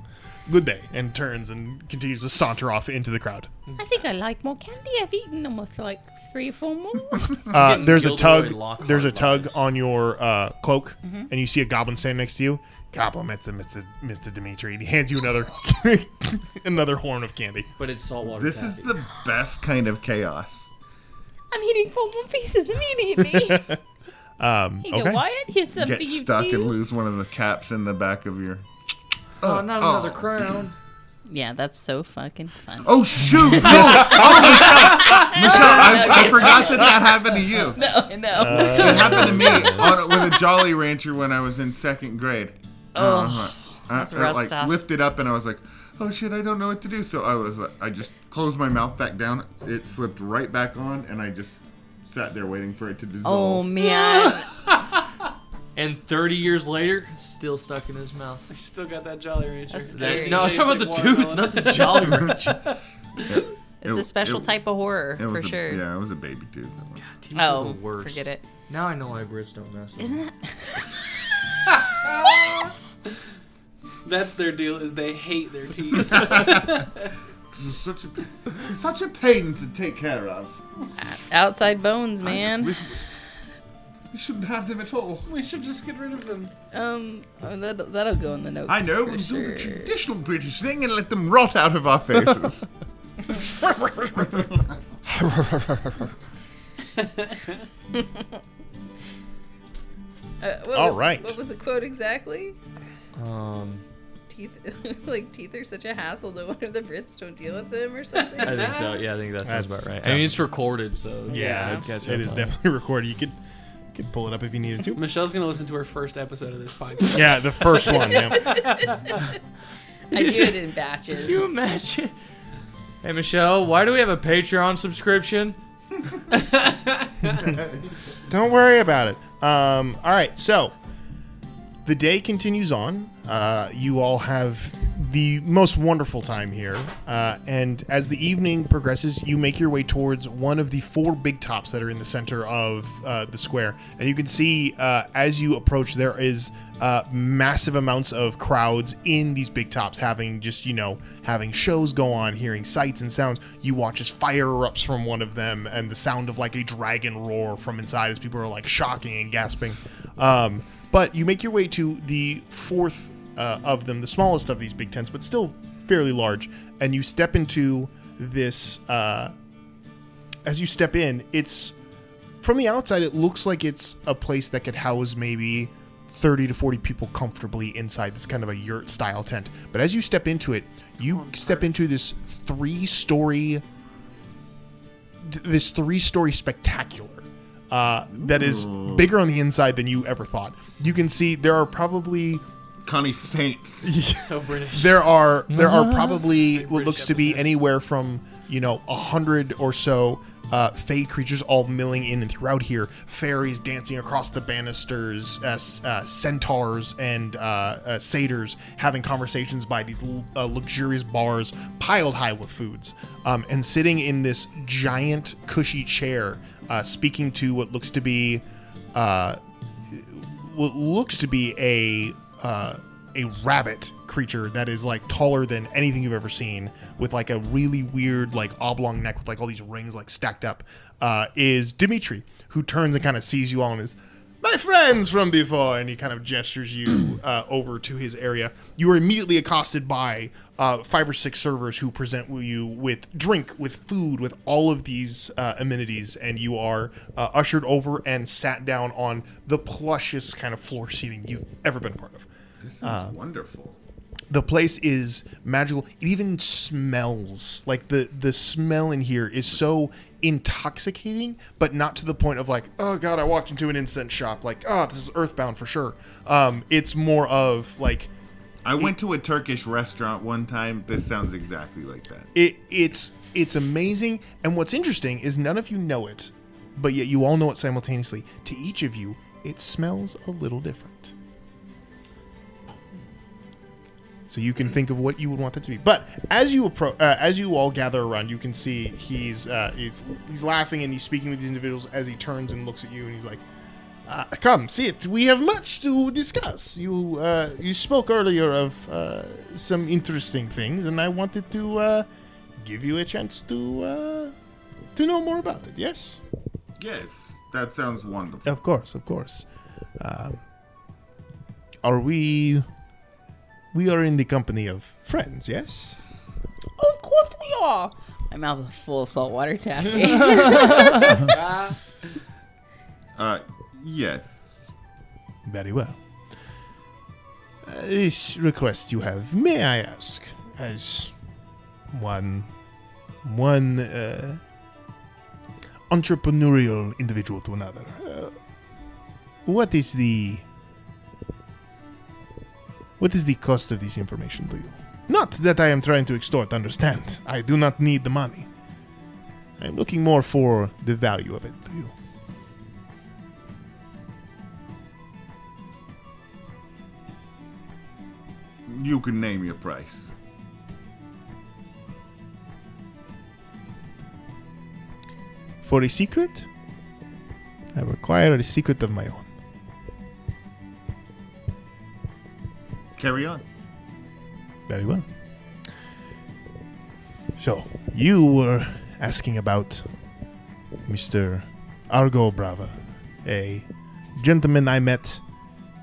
Good day, and turns and continues to saunter off into the crowd.
I think I like more candy. I've eaten almost like three or four more.
*laughs* Uh, there's a tug. There's a tug on your uh, cloak, and you see a goblin standing next to you. Compliments of Mister Mister Dimitri. And he hands you another *laughs* another horn of candy.
But it's saltwater.
This is the best kind of chaos.
I'm eating four more pieces
*laughs*
immediately.
um,
Here you go, Wyatt. Here's some
Get
for you
stuck
too.
Oh,
and lose one of the caps in the back of your.
Oh.
Oh, not another crown.
Yeah, that's so fucking funny.
*laughs*
Oh shoot! No. Oh, Michelle, Michelle, I, I forgot that that happened to you.
No, no.
it happened to me on, with a Jolly Rancher when I was in second grade.
Oh,
I,
that's
I,
rough
like
stuff.
lifted up and I was like, "Oh shit, I don't know what to do." So I was, like, I just closed my mouth back down. It slipped right back on, and I just sat there waiting for it to
Oh,
dissolve.
*laughs* And 30 years later, still stuck in his mouth.
I still got that Jolly Rancher.
That's
That-
scary.
no, I was talking about the tooth, not the Jolly
*laughs*
*laughs*
Rancher.
It's a special type of horror,
it
for
was a-
sure.
Yeah, it was a baby tooth. that one.
Oh, forget it.
Now I know why Brits don't mess with
Isn't
them.
it?
*laughs* That's their deal is they hate their
*laughs*
teeth. *laughs*
This is such a such a pain to take care of.
Outside bones, man.
We shouldn't have them at all.
we should just get rid of them.
Um, oh, that, that'll go in the notes.
I
for
know, we'll do the
sure.
traditional British thing and let them rot out of our faces.
*laughs*
*laughs*
Uh, what
All
was-
right.
What was the quote exactly?
Um,
Teeth, *laughs* like teeth are such a hassle. No wonder the Brits don't deal with them or something.
I think
*laughs*
so. Yeah, I think that sounds
That's-
about right. I mean, it's recorded, so
Yeah,
I'd
it's,
catch
it
up
is
on
definitely *laughs* recorded. You could could pull it up if you needed to.
Michelle's gonna listen to her first episode of this podcast.
Yeah,
*laughs*
the first one,
I do it in batches.
Could you imagine? Hey, Michelle, why do we have a Patreon subscription? *laughs*
Don't worry about it. Um, all right, so the day continues on. Uh, you all have the most wonderful time here. Uh, and as the evening progresses, you make your way towards one of the four big tops that are in the center of uh, the square. And you can see uh, as you approach, there is uh, massive amounts of crowds in these big tops having just, you know, having shows go on, hearing sights and sounds. You watch as fire erupts from one of them and the sound of like a dragon roar from inside as people are like shocking and gasping. Um, but you make your way to the fourth uh, of them, the smallest of these big tents, but still fairly large. And you step into this. Uh, as you step in, it's from the outside, it looks like it's a place that could house maybe 30 to 40 people comfortably inside this kind of a yurt style tent. But as you step into it, you step into this three story th- this three story spectacular uh, that is
Ooh.
bigger on the inside than you ever thought. You can see there are probably
Connie faints.
so British.
there are there are
Uh-huh.
probably what looks to be anywhere from you know a hundred or so uh, fey creatures all milling in and throughout here. Fairies dancing across the banisters, uh, s- uh, centaurs and uh, uh, satyrs having conversations by these l- uh, luxurious bars piled high with foods, um, and sitting in this giant cushy chair, uh, speaking to what looks to be. Uh, what looks to be a uh, a rabbit creature that is like taller than anything you've ever seen, with like a really weird like oblong neck with like all these rings like stacked up, uh, is Dimitri, who turns and kind of sees you all and is, my friends from before, and he kind of gestures you *clears throat* uh, over to his area. You are immediately accosted by uh, five or six servers who present you with drink, with food, with all of these uh, amenities, and you are uh, ushered over and sat down on the plushest kind of floor seating you've ever been a part of.
This sounds
Uh,
wonderful.
the place is magical. It even smells like the the smell in here is so intoxicating, but not to the point of like, oh god, I walked into an incense shop. Like, oh, this is earthbound for sure. Um, it's more of like
I went to a Turkish restaurant one time. This sounds exactly like that.
it it's it's amazing and what's interesting is none of you know it but yet you all know it simultaneously to each of you it smells a little different so you can think of what you would want that to be but as you approach uh, as you all gather around you can see he's uh, he's he's laughing and he's speaking with these individuals as he turns and looks at you and he's like uh, come sit we have much to discuss you uh, you spoke earlier of uh, some interesting things and i wanted to uh, give you a chance to uh, to know more about it yes
Yes, that sounds wonderful.
of course of course um, are we we are in the company of friends yes
Of course we are. My mouth is full of saltwater *laughs* taffy.
Uh, yes.
Very well. Uh, this request you have, may I ask, as one one uh, entrepreneurial individual to another. Uh, what is the what is the cost of this information to you? Not that I am trying to extort, understand. I do not need the money. I am looking more for the value of it to you.
You can name your price.
For a secret, I require a secret of my own.
Carry on.
Very well. So, you were asking about Mr. Argo Brava, a gentleman I met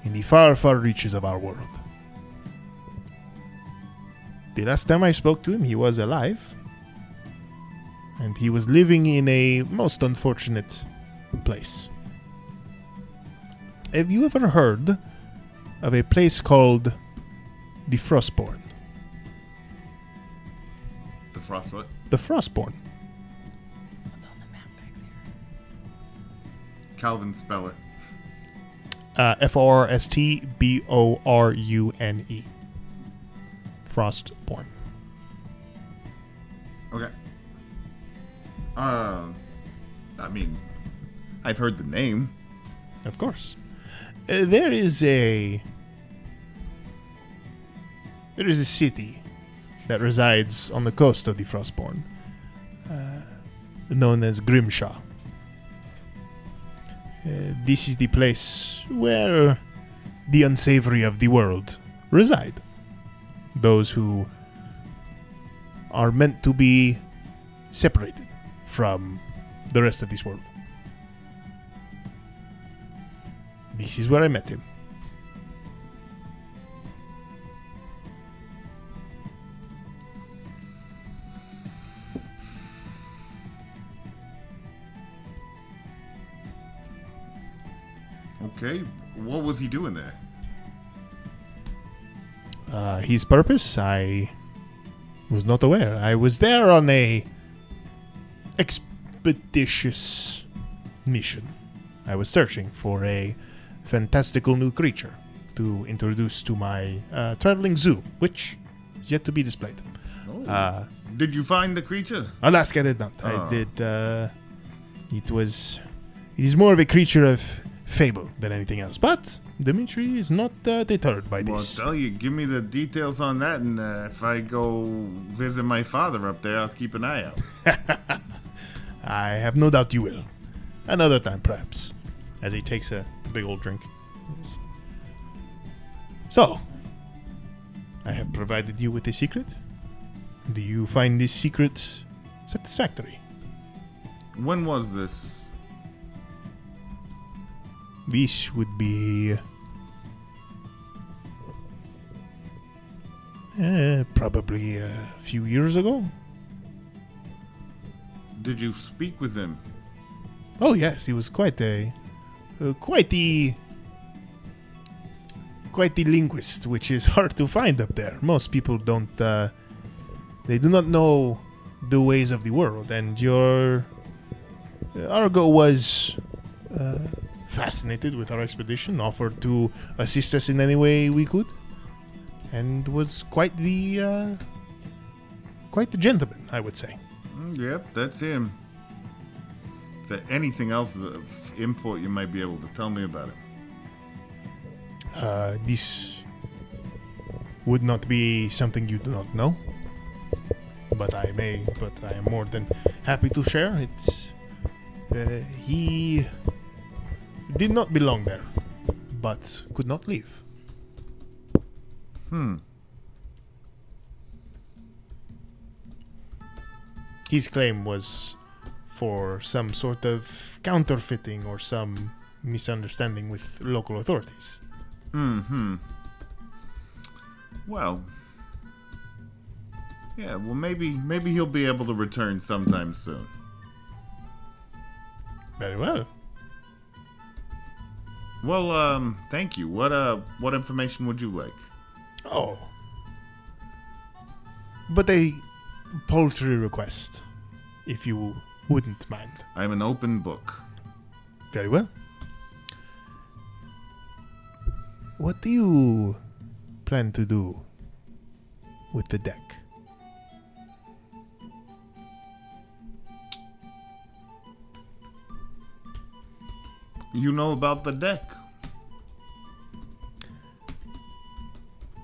in the far, far reaches of our world. The last time I spoke to him, he was alive. And he was living in a most unfortunate place. Have you ever heard of a place called the Frostborn?
The Frostlet.
The Frostborn.
Calvin, spell it.
Uh, F O R S T B O R U N E. Frostborn.
Okay. Uh, I mean, I've heard the name.
Of course. Uh, there is a there is a city that resides on the coast of the Frostborn, uh, known as Grimshaw. Uh, this is the place where the unsavory of the world reside. Those who are meant to be separated from the rest of this world. This is where I met him.
Okay, what was he doing there?
Uh, his purpose, I was not aware. I was there on a expeditious mission. I was searching for a fantastical new creature to introduce to my uh, traveling zoo, which is yet to be displayed.
Oh.
Uh,
Did you find the creature?
Alas, I did not.
Ah.
I did. Uh, it was. It is more of a creature of fable than anything else. But Dimitri is not uh, deterred by
Well,
this.
tell you, give me the details on that, and uh, if I go visit my father up there, I'll keep an eye out.
*laughs* I have no doubt you will. Another time, perhaps. As he takes a big old drink. Yes. So, I have provided you with a secret. Do you find this secret satisfactory?
when was this?
This would be. uh, eh, probably a few years ago.
Did you speak with him?
Oh yes, he was quite a, uh, quite the, quite the linguist, which is *laughs* hard to find up there. Most people don't, uh, they do not know the ways of the world, and your uh, Argo was uh, fascinated with our expedition, offered to assist us in any way we could, and was quite the, uh, quite the gentleman, I would say.
Mm, Yep, that's him. Is there anything else of import you might be able to tell me about it?
Uh, this would not be something you do not know, but I may. But I am more than happy to share. It's uh, he did not belong there, but could not leave.
Hmm.
His claim was for some sort of counterfeiting or some misunderstanding with local authorities.
Hmm. Well. Yeah. Well, maybe maybe he'll be able to return sometime soon.
Very well.
Well, um, thank you. What uh, what information would you like?
Oh. But a poultry request, if you wouldn't mind.
I'm an open book.
Very well. What do you plan to do with the deck?
You know about the deck.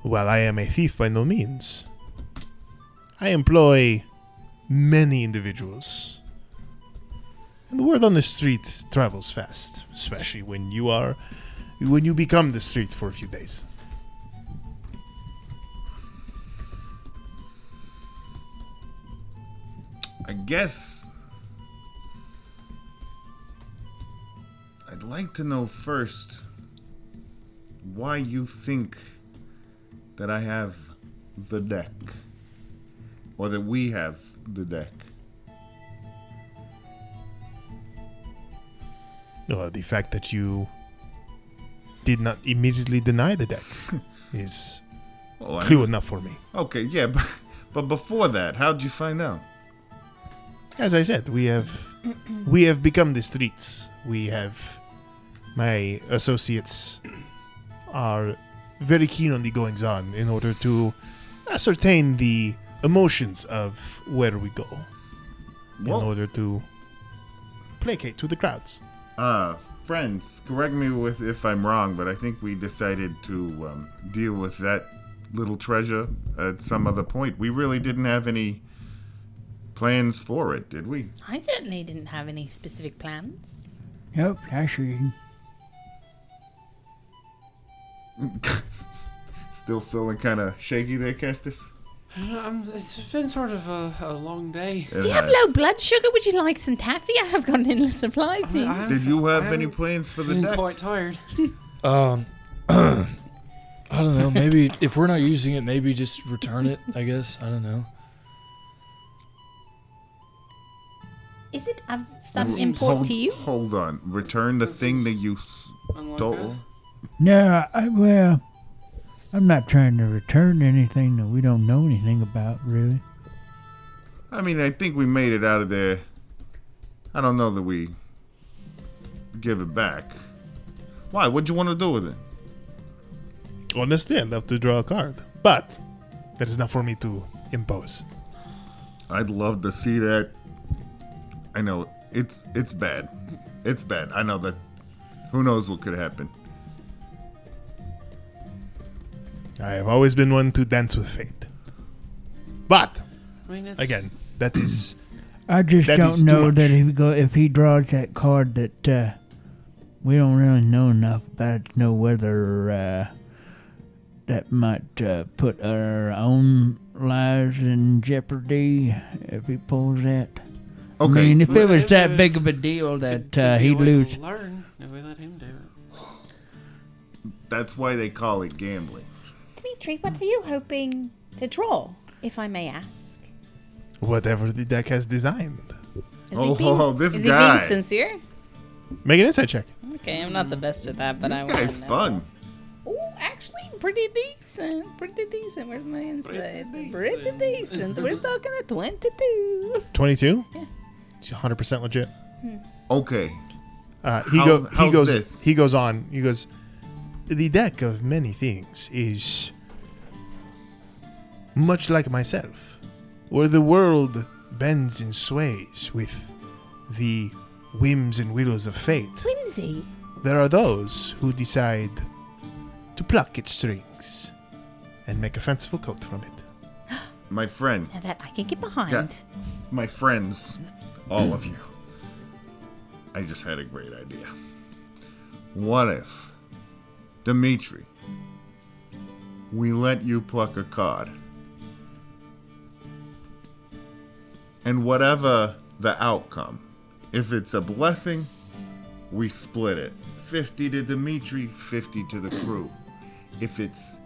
While I am a thief by no means, I employ many individuals. And the word on the street travels fast, especially when you are when you become the street for a few days.
I guess I'd like to know first why you think that I have the deck or that we have the deck.
Well, the fact that you did not immediately deny the deck
*laughs*
is
Oh, I
clue
know.
enough for me.
Okay, yeah, *laughs* but, but before that, how'd you find out?
As I said, we have we have become the streets. We have my associates are very keen on the goings on in order to ascertain the emotions of where we go.
Well-
In order to placate to the crowds.
Uh, friends, correct me with if I'm wrong, but I think we decided to um, deal with that little treasure at some other point. We really didn't have any plans for it, did we? *laughs*
I certainly didn't have any specific plans.
Nope, actually,
Still feeling kind of shaky there, Castus.
I don't know, I'm, it's been sort of a, a long day.
It
Do you have
has.
low blood sugar? Would you like some taffy? I have got endless supplies.
I'm-
Did you have
I'm
any plans for the
feeling
deck?
Quite tired.
Um, *clears throat* I don't know. Maybe if we're not using it, maybe just return it. I guess I don't know.
Is it of some
Mm, Hold-
import to you?
Hold on. Return the thing that you stole.
no, I, well, I'm not trying to return anything that we don't know anything about, really.
I mean, I think we made it out of there. I don't know that we give it back. Why? What'd you want to do with it?
Honestly, I'd love to draw a card, but that is not for me to impose.
I'd love to see that. I know it's it's bad. It's bad. I know that. Who knows what could happen?
I have always been one to dance with fate. But
I mean, it's,
again, that is
I just
That is
don't
too
know
much.
that he go if he draws that card that uh, we don't really know enough about to know whether uh, that might uh, put our own lives in jeopardy if he pulls that. I
Okay.
mean, if it
Well,
was
if
that
it-
big of a deal that
could
uh,
be a
he'd
way to
lose,
Learn if we let him do it.
That's why they call it gambling.
Dimitri, what are you hoping to draw, if I may ask?
whatever the deck has designed.
Is he being, is he being sincere?
Make an insight check.
Okay, I'm not the best at that, but I want
It's fun.
Oh, actually, pretty decent. Pretty decent. Where's my inside? Pretty decent. We're talking at 22.
22? Yeah. It's 100% legit.
Okay.
Uh, he
How-
go, he
how's
goes
this?
he goes on. He goes the deck of many things is much like myself, where the world bends and sways with the whims and willows of fate.
Whimsy.
There are those who decide to pluck its strings and make a fanciful coat from it.
My friend.
Now that I can get behind.
Ca- my friends, all of you. I just had a great idea. What if, Dimitri, we let you pluck a card? And whatever the outcome, if it's a blessing, we split it 50 to Dimitri, 50 to the crew. If it's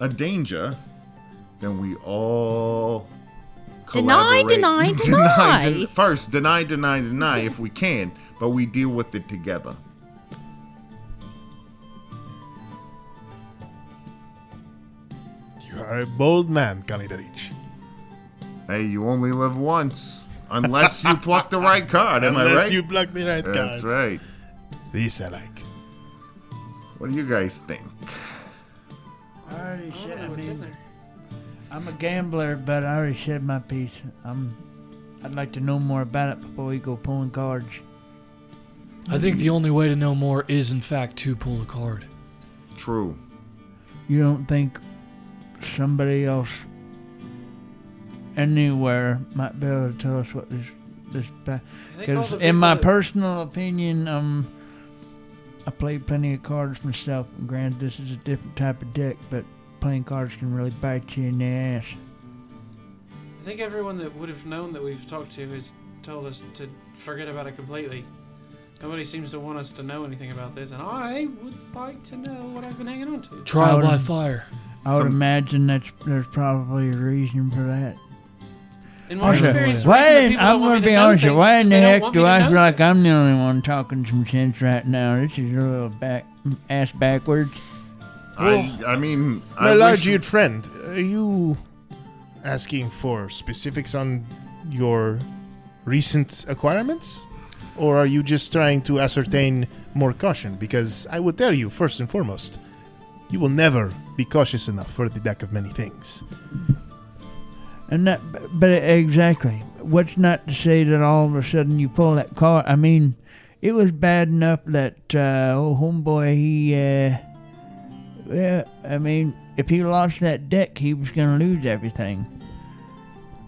a danger, then we all
Deny,
collaborate. *laughs*
deny,
den-
deny.
first, deny, deny, deny if we can, but we deal with it together.
You are a bold man, Kalidarich.
Hey, you only live once. Unless you pluck the right card, am I
Unless
right?
you pluck the right
That's
cards.
right.
These I like.
What do you guys think?
I already said. I
what's in
mean, I'm a gambler, but I already said my piece. I'm. I'd like to know more about it before we go pulling cards.
I think the only way to know more is, in fact, to pull a card.
True.
You don't think somebody else anywhere might be able to tell us what this this pa-
think all
'cause
the
in my
people that-
personal opinion, um, I play plenty of cards myself. And granted, this is a different type of deck, but playing cards can really bite you in the ass.
I think everyone that would have known that we've talked to has told us to forget about it completely. Nobody seems to want us to know anything about this, and I would like to know what I've been hanging on to.
I would- I would
Some-
imagine that's there's probably a reason for that.
In my experience, the reason that
why? in-
people don't
I'm
want
gonna
me to
be
know
honest. with you,
things is
Why in
'cause
the
they don't
heck
want me
do
to
I
know
feel like I'm the only one talking some sense right now? This is a little back ass backwards.
I, I mean,
My
I
large
wish-
Jude friend, are you asking for specifics on your recent acquirements? Or are you just trying to ascertain more caution? Because I would tell you, first and foremost, you will never be cautious enough for the deck of many things.
And that, but exactly. What's not to say that all of a sudden you pull that card? I mean, it was bad enough that uh, old homeboy he. Uh, well, I mean, if he lost that deck, he was going to lose everything.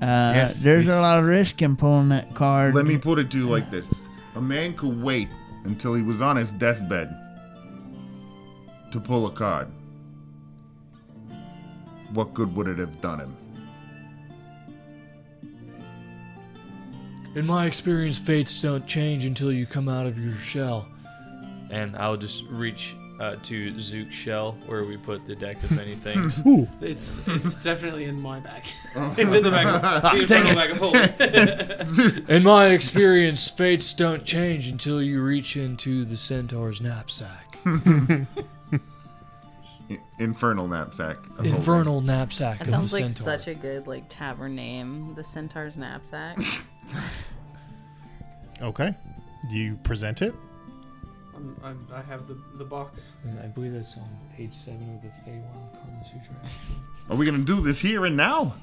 Uh,
Yes,
there's
this-
a lot of risk in pulling that card.
Let me put it to you like this: a man could wait until he was on his deathbed to pull a card. What good would it have done him?
In my experience, fates don't change until you come out of your
*laughs*
shell.
And I'll just reach uh, to Zook's shell where we put the deck of many
*laughs*
things.
*laughs*
It's it's definitely in my bag.
Oh.
it's in the back
*laughs*
of the
Dang
infernal
it.
bag of holding.
In my experience, fates don't change until you reach into the centaur's knapsack. *laughs*
I- Infernal knapsack. of holding.
Infernal knapsack
That
of the
sounds like
centaur.
such a good like tavern name, the Centaur's Knapsack.
Okay. You present it?
I'm, I'm, I have the, the box.
I believe that's on page seven of the Feywild Kama Sutra.
Are we gonna do this here and now?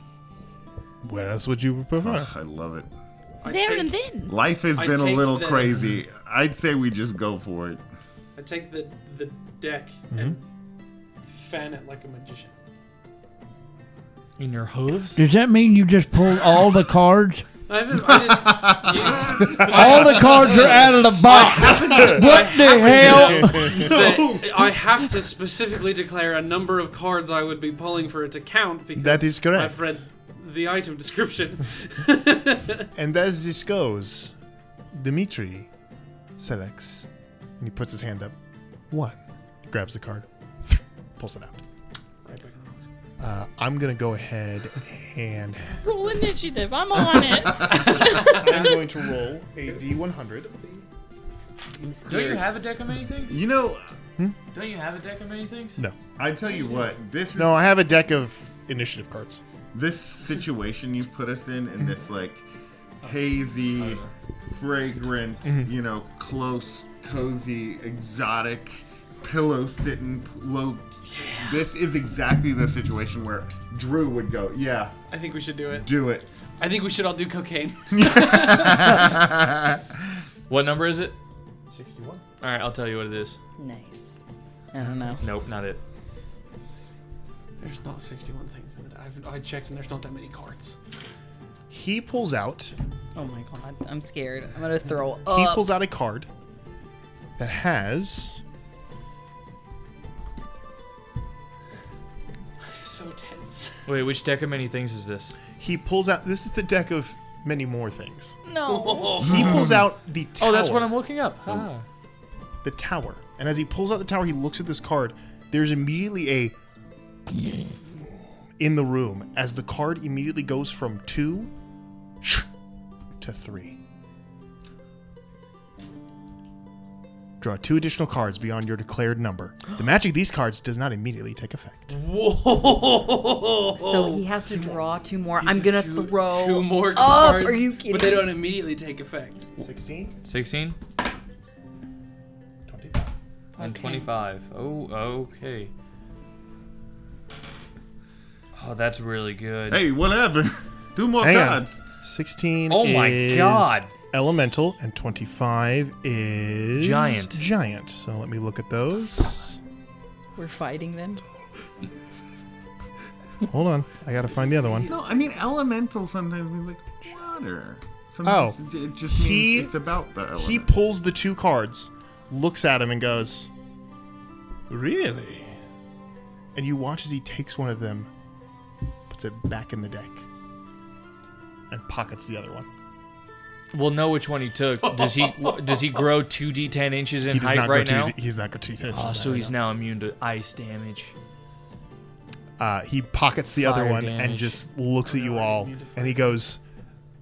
Where else would you prefer?
I love it.
there and then.
Life has
I
been a
take
little
the-
crazy. I'd say we just go for it.
I take the the deck and
Mm-hmm.
fan it like
*laughs*
a magician.
In your hooves?
Does that mean you just pulled all the cards?
I haven't. I didn't, you-
All the cards are out of the box. What the
*laughs*
hell?
hell? I have to specifically declare a number of cards I would be pulling for it to count because
That is correct.
I've read the item description. *laughs*
And as this goes, Dimitri selects and he puts his hand up. One. Grabs the card, *laughs* pulls it out. Uh, I'm going to go ahead and.
Roll initiative. I'm on it.
*laughs*
I'm going to roll a d100.
Don't you have a deck of many things?
You know,
Don't you have a deck of many things?
No.
I tell you what, this is
No, I have a deck of initiative cards.
this situation you've put us in, in this like hazy, fragrant,
Mhm.
you know, close, cozy, exotic, pillow sitting, low. This is exactly the situation where Drew would go, yeah,
I think we should do it.
do it.
I think we should all do *laughs* cocaine.
*laughs* what number is it?
61.
All right, I'll tell you what it is.
Nice. I don't know.
Nope, not it.
There's not 61 things in it. I've, I checked and there's not that many cards.
He pulls out.
*laughs* Oh my god, I'm scared. I'm gonna throw up.
He pulls out a card that has
So tense.
Wait, which deck of many things is this?
He pulls out. This is the deck of many more things.
No.
He pulls out the tower.
Oh, that's what I'm looking up. Ah.
The tower. And as he pulls out the tower, he looks at this card. There's immediately a in the room as the card immediately goes from two to three. Draw two additional cards beyond your declared number. The magic of these cards does not immediately take effect.
Whoa! So he has to draw two more. I'm gonna throw
Two more
up.
cards,
Are you kidding?
But they don't immediately take effect.
16?
16? 25. And 25. Oh, okay. Oh, that's really good.
Hey, whatever. *laughs* Two more
Hang on.
cards.
16
Oh my
is
God.
Elemental, and 25 is.
Giant.
Giant. So let me look at those.
We're fighting them.
Hold on. I gotta find the other one.
No, I mean elemental. Sometimes we like water. Sometimes
Oh.
it- it just means
He-
it's about the element.
He pulls the two cards, looks at him, and goes, Really? And you watch as he takes one of them, puts it back in the deck, and pockets the other one.
We'll know which one he took. Does he does he grow 2d10 inches in
He does
height
not grow
right
two-
now?
he's not grow 2d10 inches
Ah,
in
so
height
he's now immune to ice damage.
Uh, he pockets the other
Fire
one and
damage.
just looks at you all, and he goes,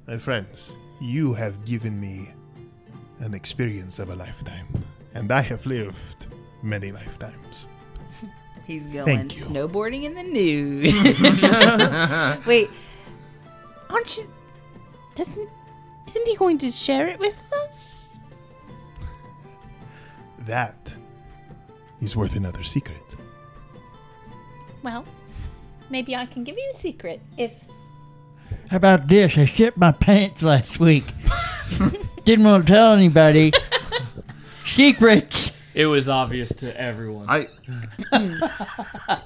My friends, you have given me an experience of a lifetime, and I have lived many lifetimes.
He's going
Thank you.
snowboarding in the nude.
Wait, aren't you? Doesn't isn't he going to share it with us?
That is worth another secret.
Well, maybe I can give you a secret if
How about this? I shit my pants
*laughs*
last week. Didn't want to tell anybody. Secrets.
It was obvious to everyone.
I. *laughs*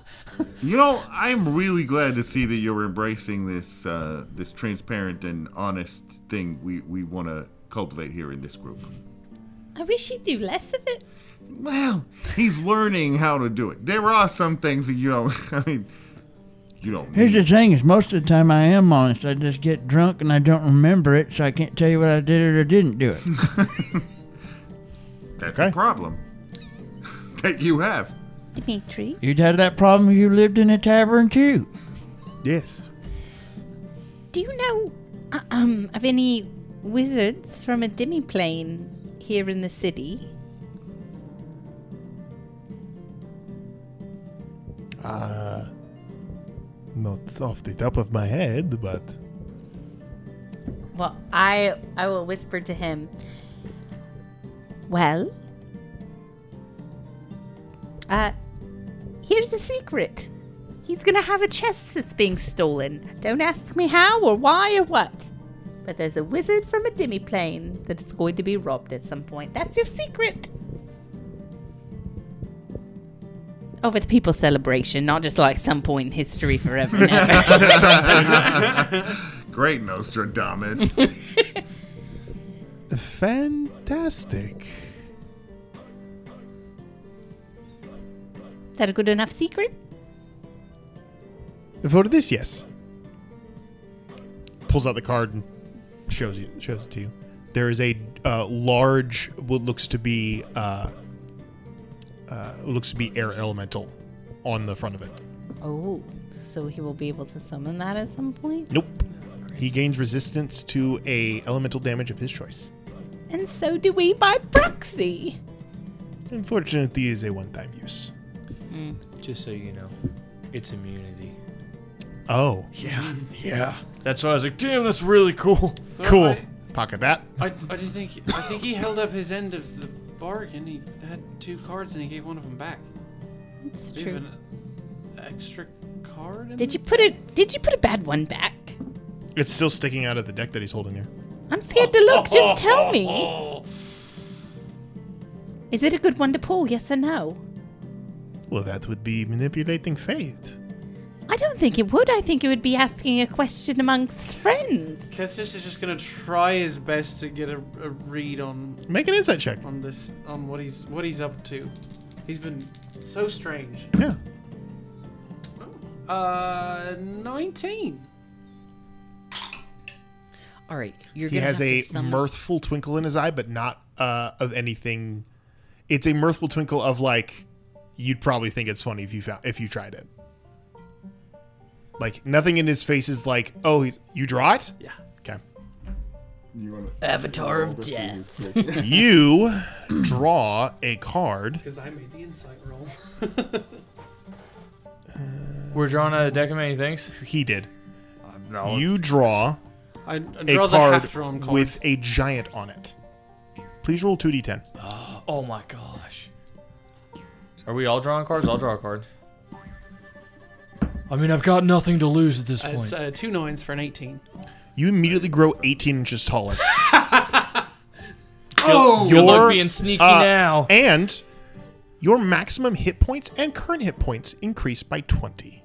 you know, I'm really glad to see that you're embracing this uh, this transparent and honest thing we we want to cultivate here in this group.
I wish he'd do less of it.
Well, he's learning how to do it. There are some things that you know. *laughs* I mean, you don't.
Here's the thing: is most of the time I am honest. I just get drunk and I don't remember it, so I can't tell you what I did or didn't do it.
*laughs*
That's a problem *laughs* that you have.
Dimitri,
You'd have that problem if you lived in a tavern too.
Yes.
do you know uh, um of any wizards from a demiplane here in the city?
Uh, not off the top of my head, but
Well, I I will whisper to him. Well, uh, here's the secret. He's gonna have a chest that's being stolen. Don't ask me how or why or what. But there's a wizard from a demiplane that is going to be robbed at some point. That's your secret. Over the "Oh, people celebration, not just like some point in history forever and
*laughs*
ever.
*laughs* Great Nostradamus.
fantastic.
Is that a good enough secret?
For this, yes. Pulls out the card and shows you shows it to you. There is a uh, large, what looks to be uh, uh, what looks to be air elemental on the front of it.
Oh, so he will be able to summon that at some point?
Nope. He gains resistance to a elemental damage of his choice.
And so do we by proxy.
Unfortunately, it is a one-time use.
Just so you know, it's immunity.
Oh,
Yeah, yeah.
That's why I was like, damn, that's really cool.
cool. Pocket that.
I, I do think I think he held up his end of the bargain. He had two cards and he gave one of them back.
It's
Do you
true.
have an extra card. In
Did you
there?
put a Did you put a bad one back?
It's still sticking out of the deck that he's holding there.
I'm scared to look. Just tell me.
*laughs*
Is it a good one to pull? Yes or no?
Well, that would be manipulating fate.
I don't think it would. I think it would be asking a question amongst friends.
Kestis is just gonna try his best to get a, a read on
Make an insight check.
on this on what he's what he's up to. He's been so strange.
Yeah.
Uh, nineteen.
All right, you're
he
gonna
has
have to
a
summon-
mirthful twinkle in his eye, but not uh, of anything. It's a mirthful twinkle of like you'd probably think it's funny if you found, if you tried it. Like nothing in his face is like, oh, he's, you draw it. Yeah. Okay.
Avatar of *laughs* Death.
*laughs*
you draw a card.
Because I made the insight roll. *laughs*
We're drawing a deck of many things.
He did.
no.
You draw
I- I
a
draw the
card,
half-drawn card.
with a giant on it. Please roll 2d10.
Ah.
Oh my gosh. Are we all drawing cards? I'll draw a card.
I mean, I've got nothing to lose at this
Uh,
point.
It's uh, two nines for an 18.
You immediately grow 18 inches taller.
Oh! Good luck
Your, uh,
being sneaky
now.
And your maximum hit points and current hit points increase by 20.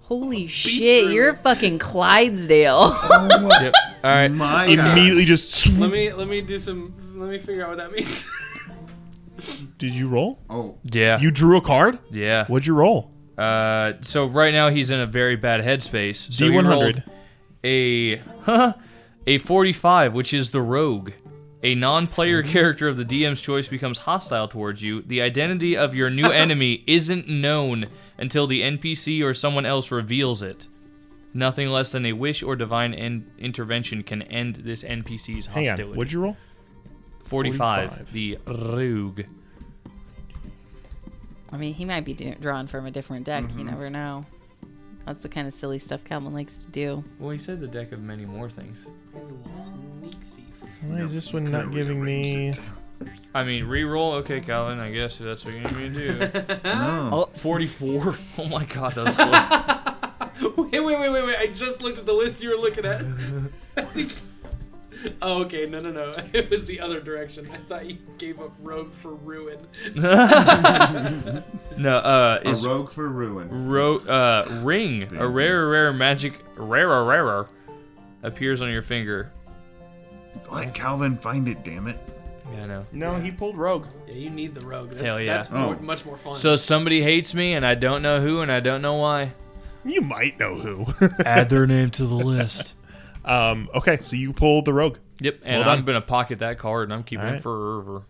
Holy shit, you're fucking Clydesdale. yep.
All right.
My Immediately just.
Let me let me do some. Let me figure out what that means.
Did you roll?
Oh.
Yeah.
You drew a card?
Yeah.
What'd you roll?
Uh, so right now he's in a very bad headspace. So he
D100.
rolled A a forty-five, which is the rogue. A non-player
Mm-hmm.
character of the DM's choice becomes hostile towards you. The identity of
*laughs*
your new enemy isn't known until the NPC or someone else reveals it. Nothing less than a wish or divine en- intervention can end this NPC's
Hang on.
hostility.
What'd you roll?
45, The rogue.
I mean, he might be do- drawn from a different deck. You
Mhm.
never know. That's the kind of silly stuff Calvin likes to do.
Well, he said the deck of many more things.
Why is this one not giving me.
I mean, re-roll. Okay, Calvin. I guess that's what you need me
*laughs*
to do.
No.
*laughs* Oh, 44. Oh my god, that was
*laughs*
close.
wait, wait, wait, wait, wait. I just looked at the list you were looking at. *laughs* oh, okay. No, no, *laughs* no. It was the other direction. I thought you gave up rogue for ruin.
no, uh,
A
is
rogue for ruin.
Ro- uh, ring. A rare, rare magic, rarer, rarer, appears on your finger.
Let Calvin find it, damn it.
Yeah, I know.
No, he pulled rogue. Oh.
Yeah, you need the rogue. That's,
Hell yeah.
That's
Oh.
more, much more fun.
So somebody hates me, and I don't know who, and I don't know why.
You might know who.
Add their name to the list.
*laughs* Um, okay, so you pulled the rogue.
Yep, and
well
I'm
done.
gonna pocket that card, and I'm keeping
All right.
it forever.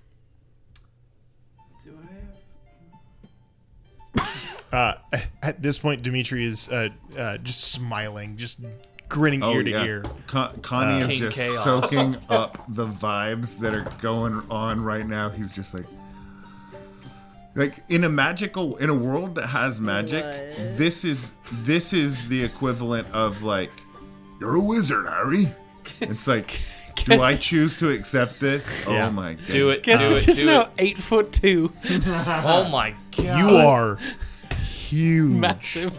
Uh, at this point, Dimitri is uh, uh, just smiling, just grinning ear to ear.
Con- Oh, Connie
Uh,
is
*laughs*
just
*laughs*
soaking up the vibes that are going on right now. He's just like, like in a magical, in a world that has magic, this is this is the equivalent of like, you're a wizard, Harry. It's
*laughs*
like, do I
Guess-
choose to accept this?
Yeah.
Oh my god!
Do it,
Guess
do
this
it,
is
do
now
it.
eight foot two.
*laughs* Oh my god!
You are huge.
Massive.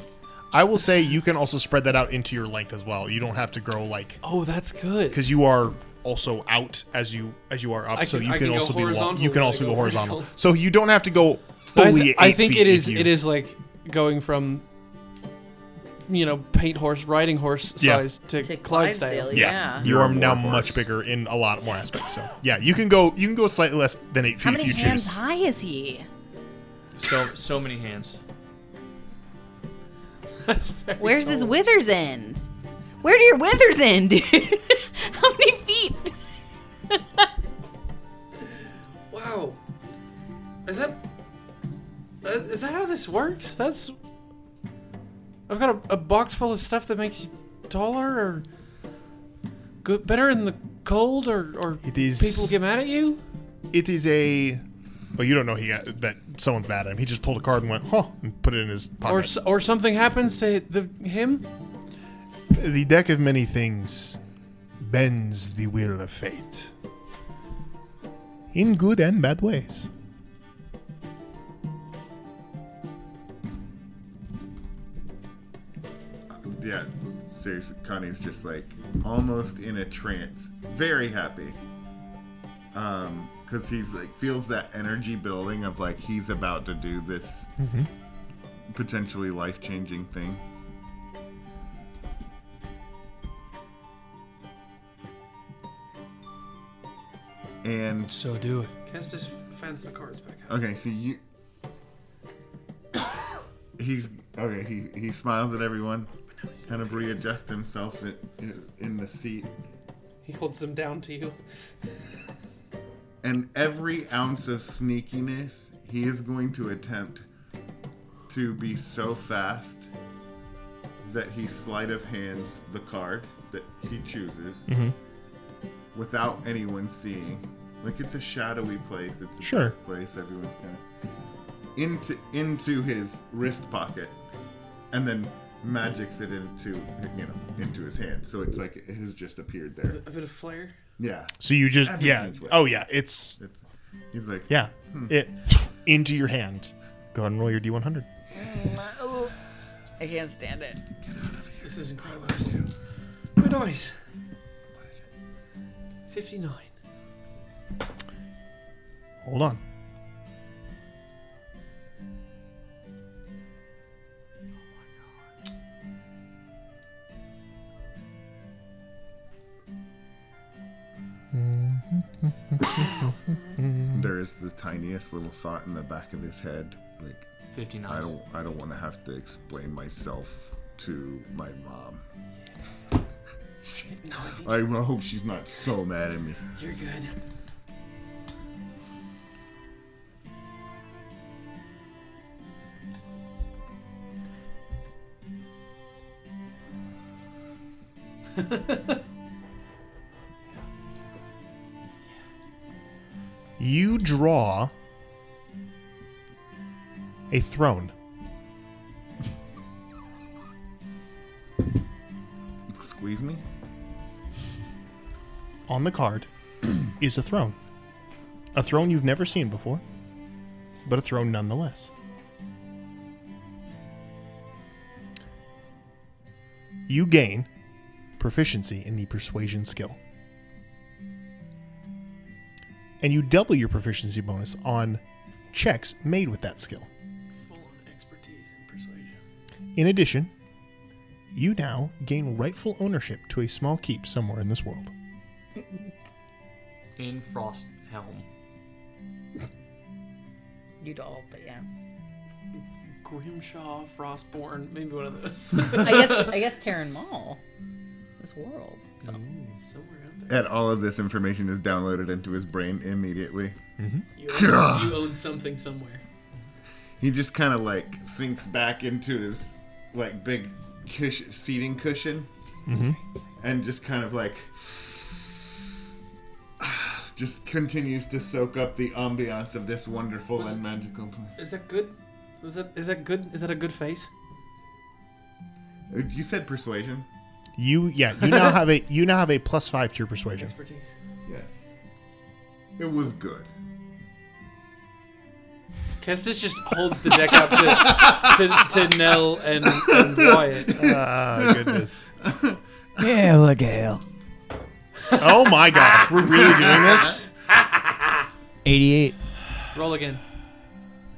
I will say you can also spread that out into your length as well. You don't have to grow like
Oh, that's good.
because you are also out as you as you are up,
I
so
can-
you
I
can,
can go
also be long.
horizontal
You can
when I
also
go
go horizontal.
vertical.
*laughs* So you don't have to go
I,
fully.
th-
eight
I think
feet
it
if
is.
you-
It is like going from you know paint horse riding horse
Yeah.
size to, Clydesdale.
Yeah, you are now much bigger in a lot more aspects. So yeah, you can go you can go slightly less than eight
How
feet
many
if you
hands
choose.
high is
*laughs*
he?
So so many hands.
Where's his withers end? Where do your withers end, dude? How many feet?
Wow. Is that uh, is that how this works? That's I've got a, a box full of stuff that makes you taller or good, better in the cold or or
It is-
people get mad at you.
It is a. Well, you don't know he got, that someone's mad at him. He just pulled a card and went, huh, and put it in his pocket.
Or, s- or something happens to the him.
The deck of many things bends the will of fate in good and bad ways.
Yeah, seriously, Connie's just like almost in a trance, very happy. Um, because he's like feels that energy building of like he's about to do this
Mm-hmm.
Mhm.
potentially life changing thing. And
so do it.
Kestis fans the cards back out.
Okay, so you. He's okay. He he smiles at everyone, kind of readjusts himself in, in, in the seat,
He holds them down to you.
and every ounce of sneakiness he is going to attempt to be so fast that he sleight of hands the card that he chooses.
Mhm.
without anyone seeing. Like it's a shadowy place. It's a
Sure.
dark place. Everyone kind of into into his wrist pocket, and then magics it into you know into his hand. So it's like it has just appeared there.
A bit of flair.
Yeah.
So you just yeah.
Everything's wet.
Oh yeah, it's
It's- he's like
yeah.
hmm.
It into your hand. Go ahead and roll your d100.
I can't stand it.
This is incredible. My dice. Fifty-nine.
Hold on. *laughs*
There is the tiniest little thought in the back of his head, like
50
I
knots.
don't, I don't want to have to explain myself to my mom. I will hope she's not so mad at me.
You're good.
You draw a throne.
Squeeze me.
On the card *clears throat* is a throne. A throne you've never seen before, but a throne nonetheless. You gain proficiency in the persuasion skill. And you double your proficiency bonus on checks made with that skill.
Expertise in persuasion.
In addition, you now gain rightful ownership to a small keep somewhere in this world.
In Frost Helm.
You'd all, but yeah.
Grimshaw, Frostborn, maybe one of those.
I
*laughs*
guess I guess Terran Mall. This world.
Somewhere out
And all of this information is downloaded into his brain immediately.
You own, you own something somewhere.
He just kind of like sinks back into his like big cush- seating cushion,
Mhm.
and just kind of like just continues to soak up the ambiance of this wonderful
Was-
and magical place.
Is that good? Is that is that good? Is that a good face?
uh, You said persuasion.
You yeah, you now have a *laughs* you now have a plus five to your persuasion.
Expertise.
Yes. It was good.
Kestis
*laughs*
just holds the deck up to to, to Nell and, and Wyatt.
*laughs* Ah, goodness.
Yeah, what the hell?
Oh my gosh, we're really doing this?
88.
*laughs* Roll again.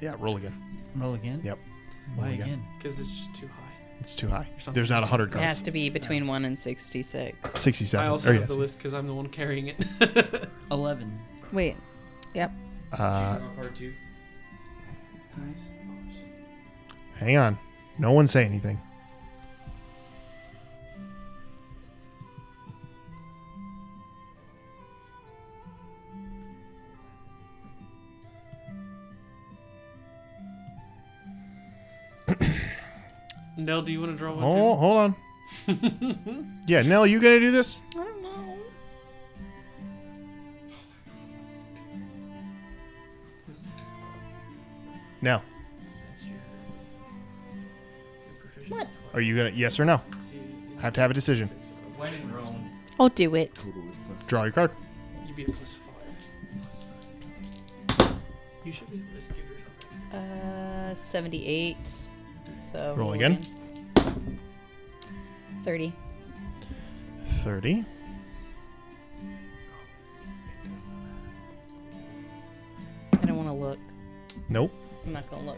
Yeah, roll again.
Roll again?
Yep.
Why
Roll
again?
Because it's just too high.
It's too high. There's not a hundred
It has
cards.
to be between one and sixty-six.
67.
I also
There
have
he
the
is.
list because I'm the one carrying it. *laughs*
Eleven.
Wait. Yep.
Uh,
Part two.
hang on. No one say anything.
Nell, do you want to draw one?
Oh, hold on.
*laughs*
Yeah, Nell, you gonna do this?
I don't know.
Nell,
What?
are you gonna yes or no? Have to have a decision.
When in Rome.
I'll do it.
Draw your card.
You'd be a plus five. You should be able to just give yourself.
Uh, seventy-eight. So
Roll again.
Thirty.
30.
I don't want to look.
Nope.
I'm not gonna look.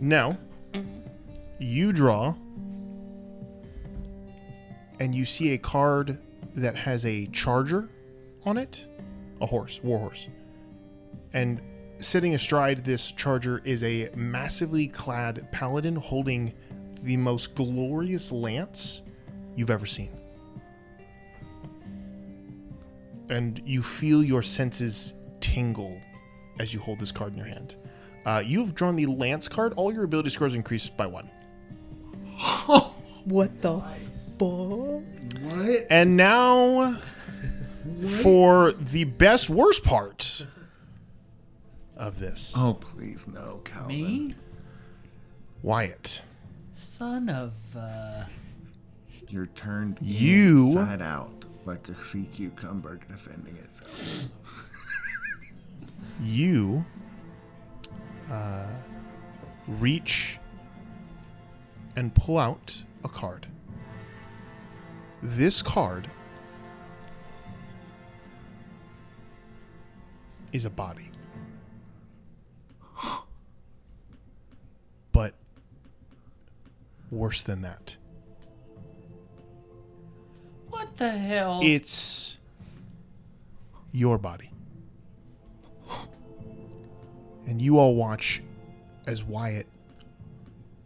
Now, you draw, and you see a card that has a charger on it, a horse, war horse, and sitting astride this charger is a massively clad paladin holding the most glorious lance you've ever seen. And you feel your senses tingle as you hold this card in your hand. Uh, you've drawn the Lance card. All your ability scores increase by one.
What the fuck?
What? And now for the best worst part of this.
Oh, please no, Calvin.
Me?
Wyatt,
Son of. Uh...
You're turned
You-
inside out like a sea cucumber defending itself.
you uh, reach and pull out a card. This card is a body. *gasps* But worse than that.
What the hell?
It's your body. And you all watch as Wyatt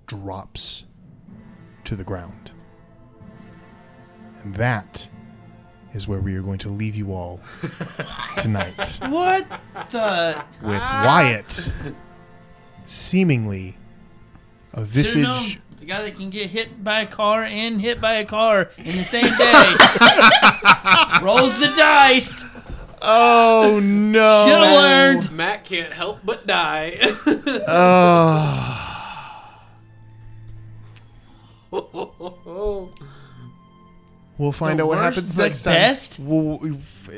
drops to the ground. And that is where we are going to leave you all tonight
What the?
Ah.
with Wyatt seemingly a
Should've known.
visage
The guy that can get hit by a car and hit by a car in the same
*laughs*
day rolls the dice.
Oh no!
Should've learned.
Matt can't help but die. *laughs*
Ah. We'll find
The
out what
worst,
happens
the
next time.
best?
We'll- we-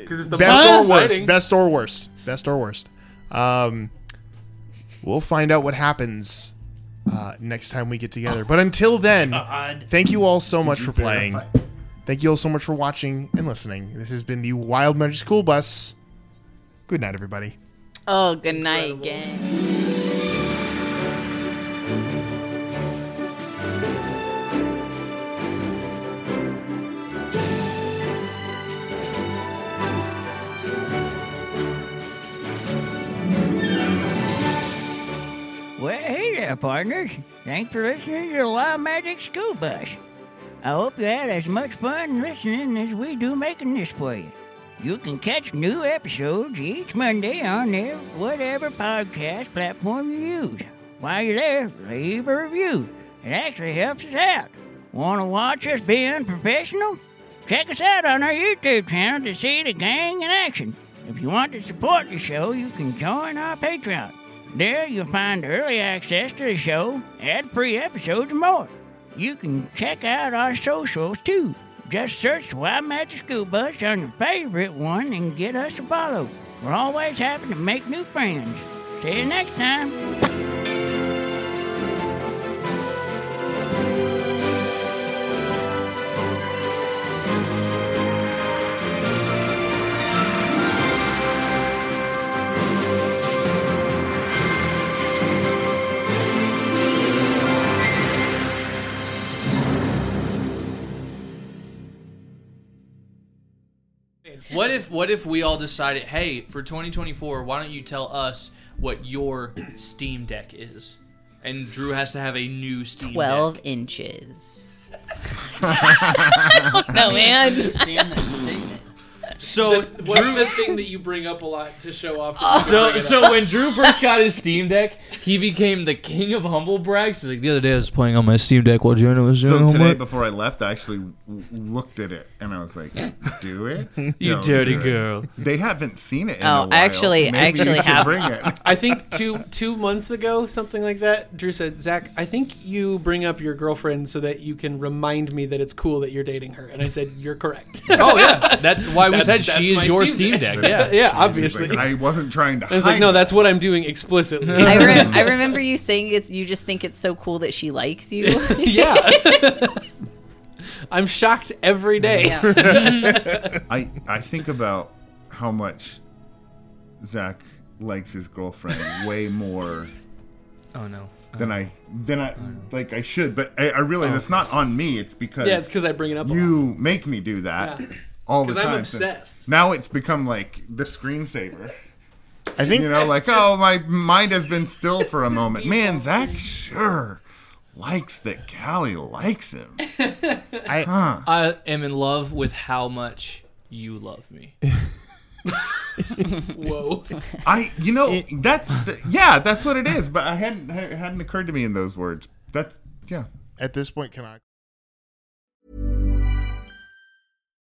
'Cause it's the
best
most
or worst.
exciting.
Best or worst. Best or worst. Um, we'll find out what happens uh, next time we get together. But until
Oh,
then,
God.
thank you all so much for playing. Thank you all so much for watching and listening. This has been the Wild Magic School Bus. Good night, everybody.
Oh, good night, gang.
Well, hey there, partners. Thanks for listening to the Wild Magic School Bus. I hope you had as much fun listening as we do making this for you. You can catch new episodes each Monday on their whatever podcast platform you use. While you're there, leave a review. It actually helps us out. Want to watch us being professional? Check us out on our YouTube channel to see the gang in action. If you want to support the show, you can join our Patreon. There you'll find early access to the show, ad-free episodes, and more. You can check out our socials too. Just search Wild Magic School Bus on your favorite one and get us a follow. We're always happy to make new friends. See you next time.
What if what if we all decided, hey, for 2024, why don't you tell us what your Steam Deck is? And Drew has to have a new Steam
Twelve
*laughs*
*laughs*
Deck.
inches. *laughs* I don't
*laughs*
know, man.
*laughs* So
The- what's the thing that you bring up a lot to show *laughs* off?
so so when Drew first got his Steam Deck, he became the king of humble brags. He's like, the other day I was playing on my Steam Deck while Jonah was doing
So
homework.
today, before I left, I actually w- looked at it and I was like, "Do it,
You
Don't
dirty
do it."
girl.
They haven't seen it. In
Oh,
a
I
while.
actually- I
Maybe you
actually
should
have-
Bring it.
*laughs* I think two two months ago, something like that. Drew said, "Zach, I think you bring up your girlfriend so that you can remind me that it's cool that you're dating her." And I said, "You're correct."
*laughs* Oh, yeah. That's why we said she is
my
your Steam Deck. Yeah.
yeah,
She's
obviously.
like,
I wasn't trying to.
I was like,
hide
no,
it.
that's what I'm doing explicitly.
*laughs*
*laughs*
I,
*laughs*
re- I remember you saying it's. You just think it's so cool that she likes you.
*laughs*
*laughs*
yeah. I'm shocked every day.
*laughs* I I think about how much Zach likes his girlfriend way
*laughs*
more
Oh no.
than I than
Oh,
I like I should, but I, I realize it's not on me. It's because
Yeah, it's 'cause I bring it up a
You make me do that
Yeah.
all the
'Cause I'm
time. so
obsessed.
now it's become like the screensaver.
I think-
you know,
It's
like
just-
oh, my mind has been still for a moment. Man, Zach sure likes that Callie
*laughs*
likes him.
I
I am in love with how much you love me. Whoa.
I, you know, that's the, yeah, that's what it is. But I hadn't it hadn't occurred to me in those words. That's yeah.
At this point, can I?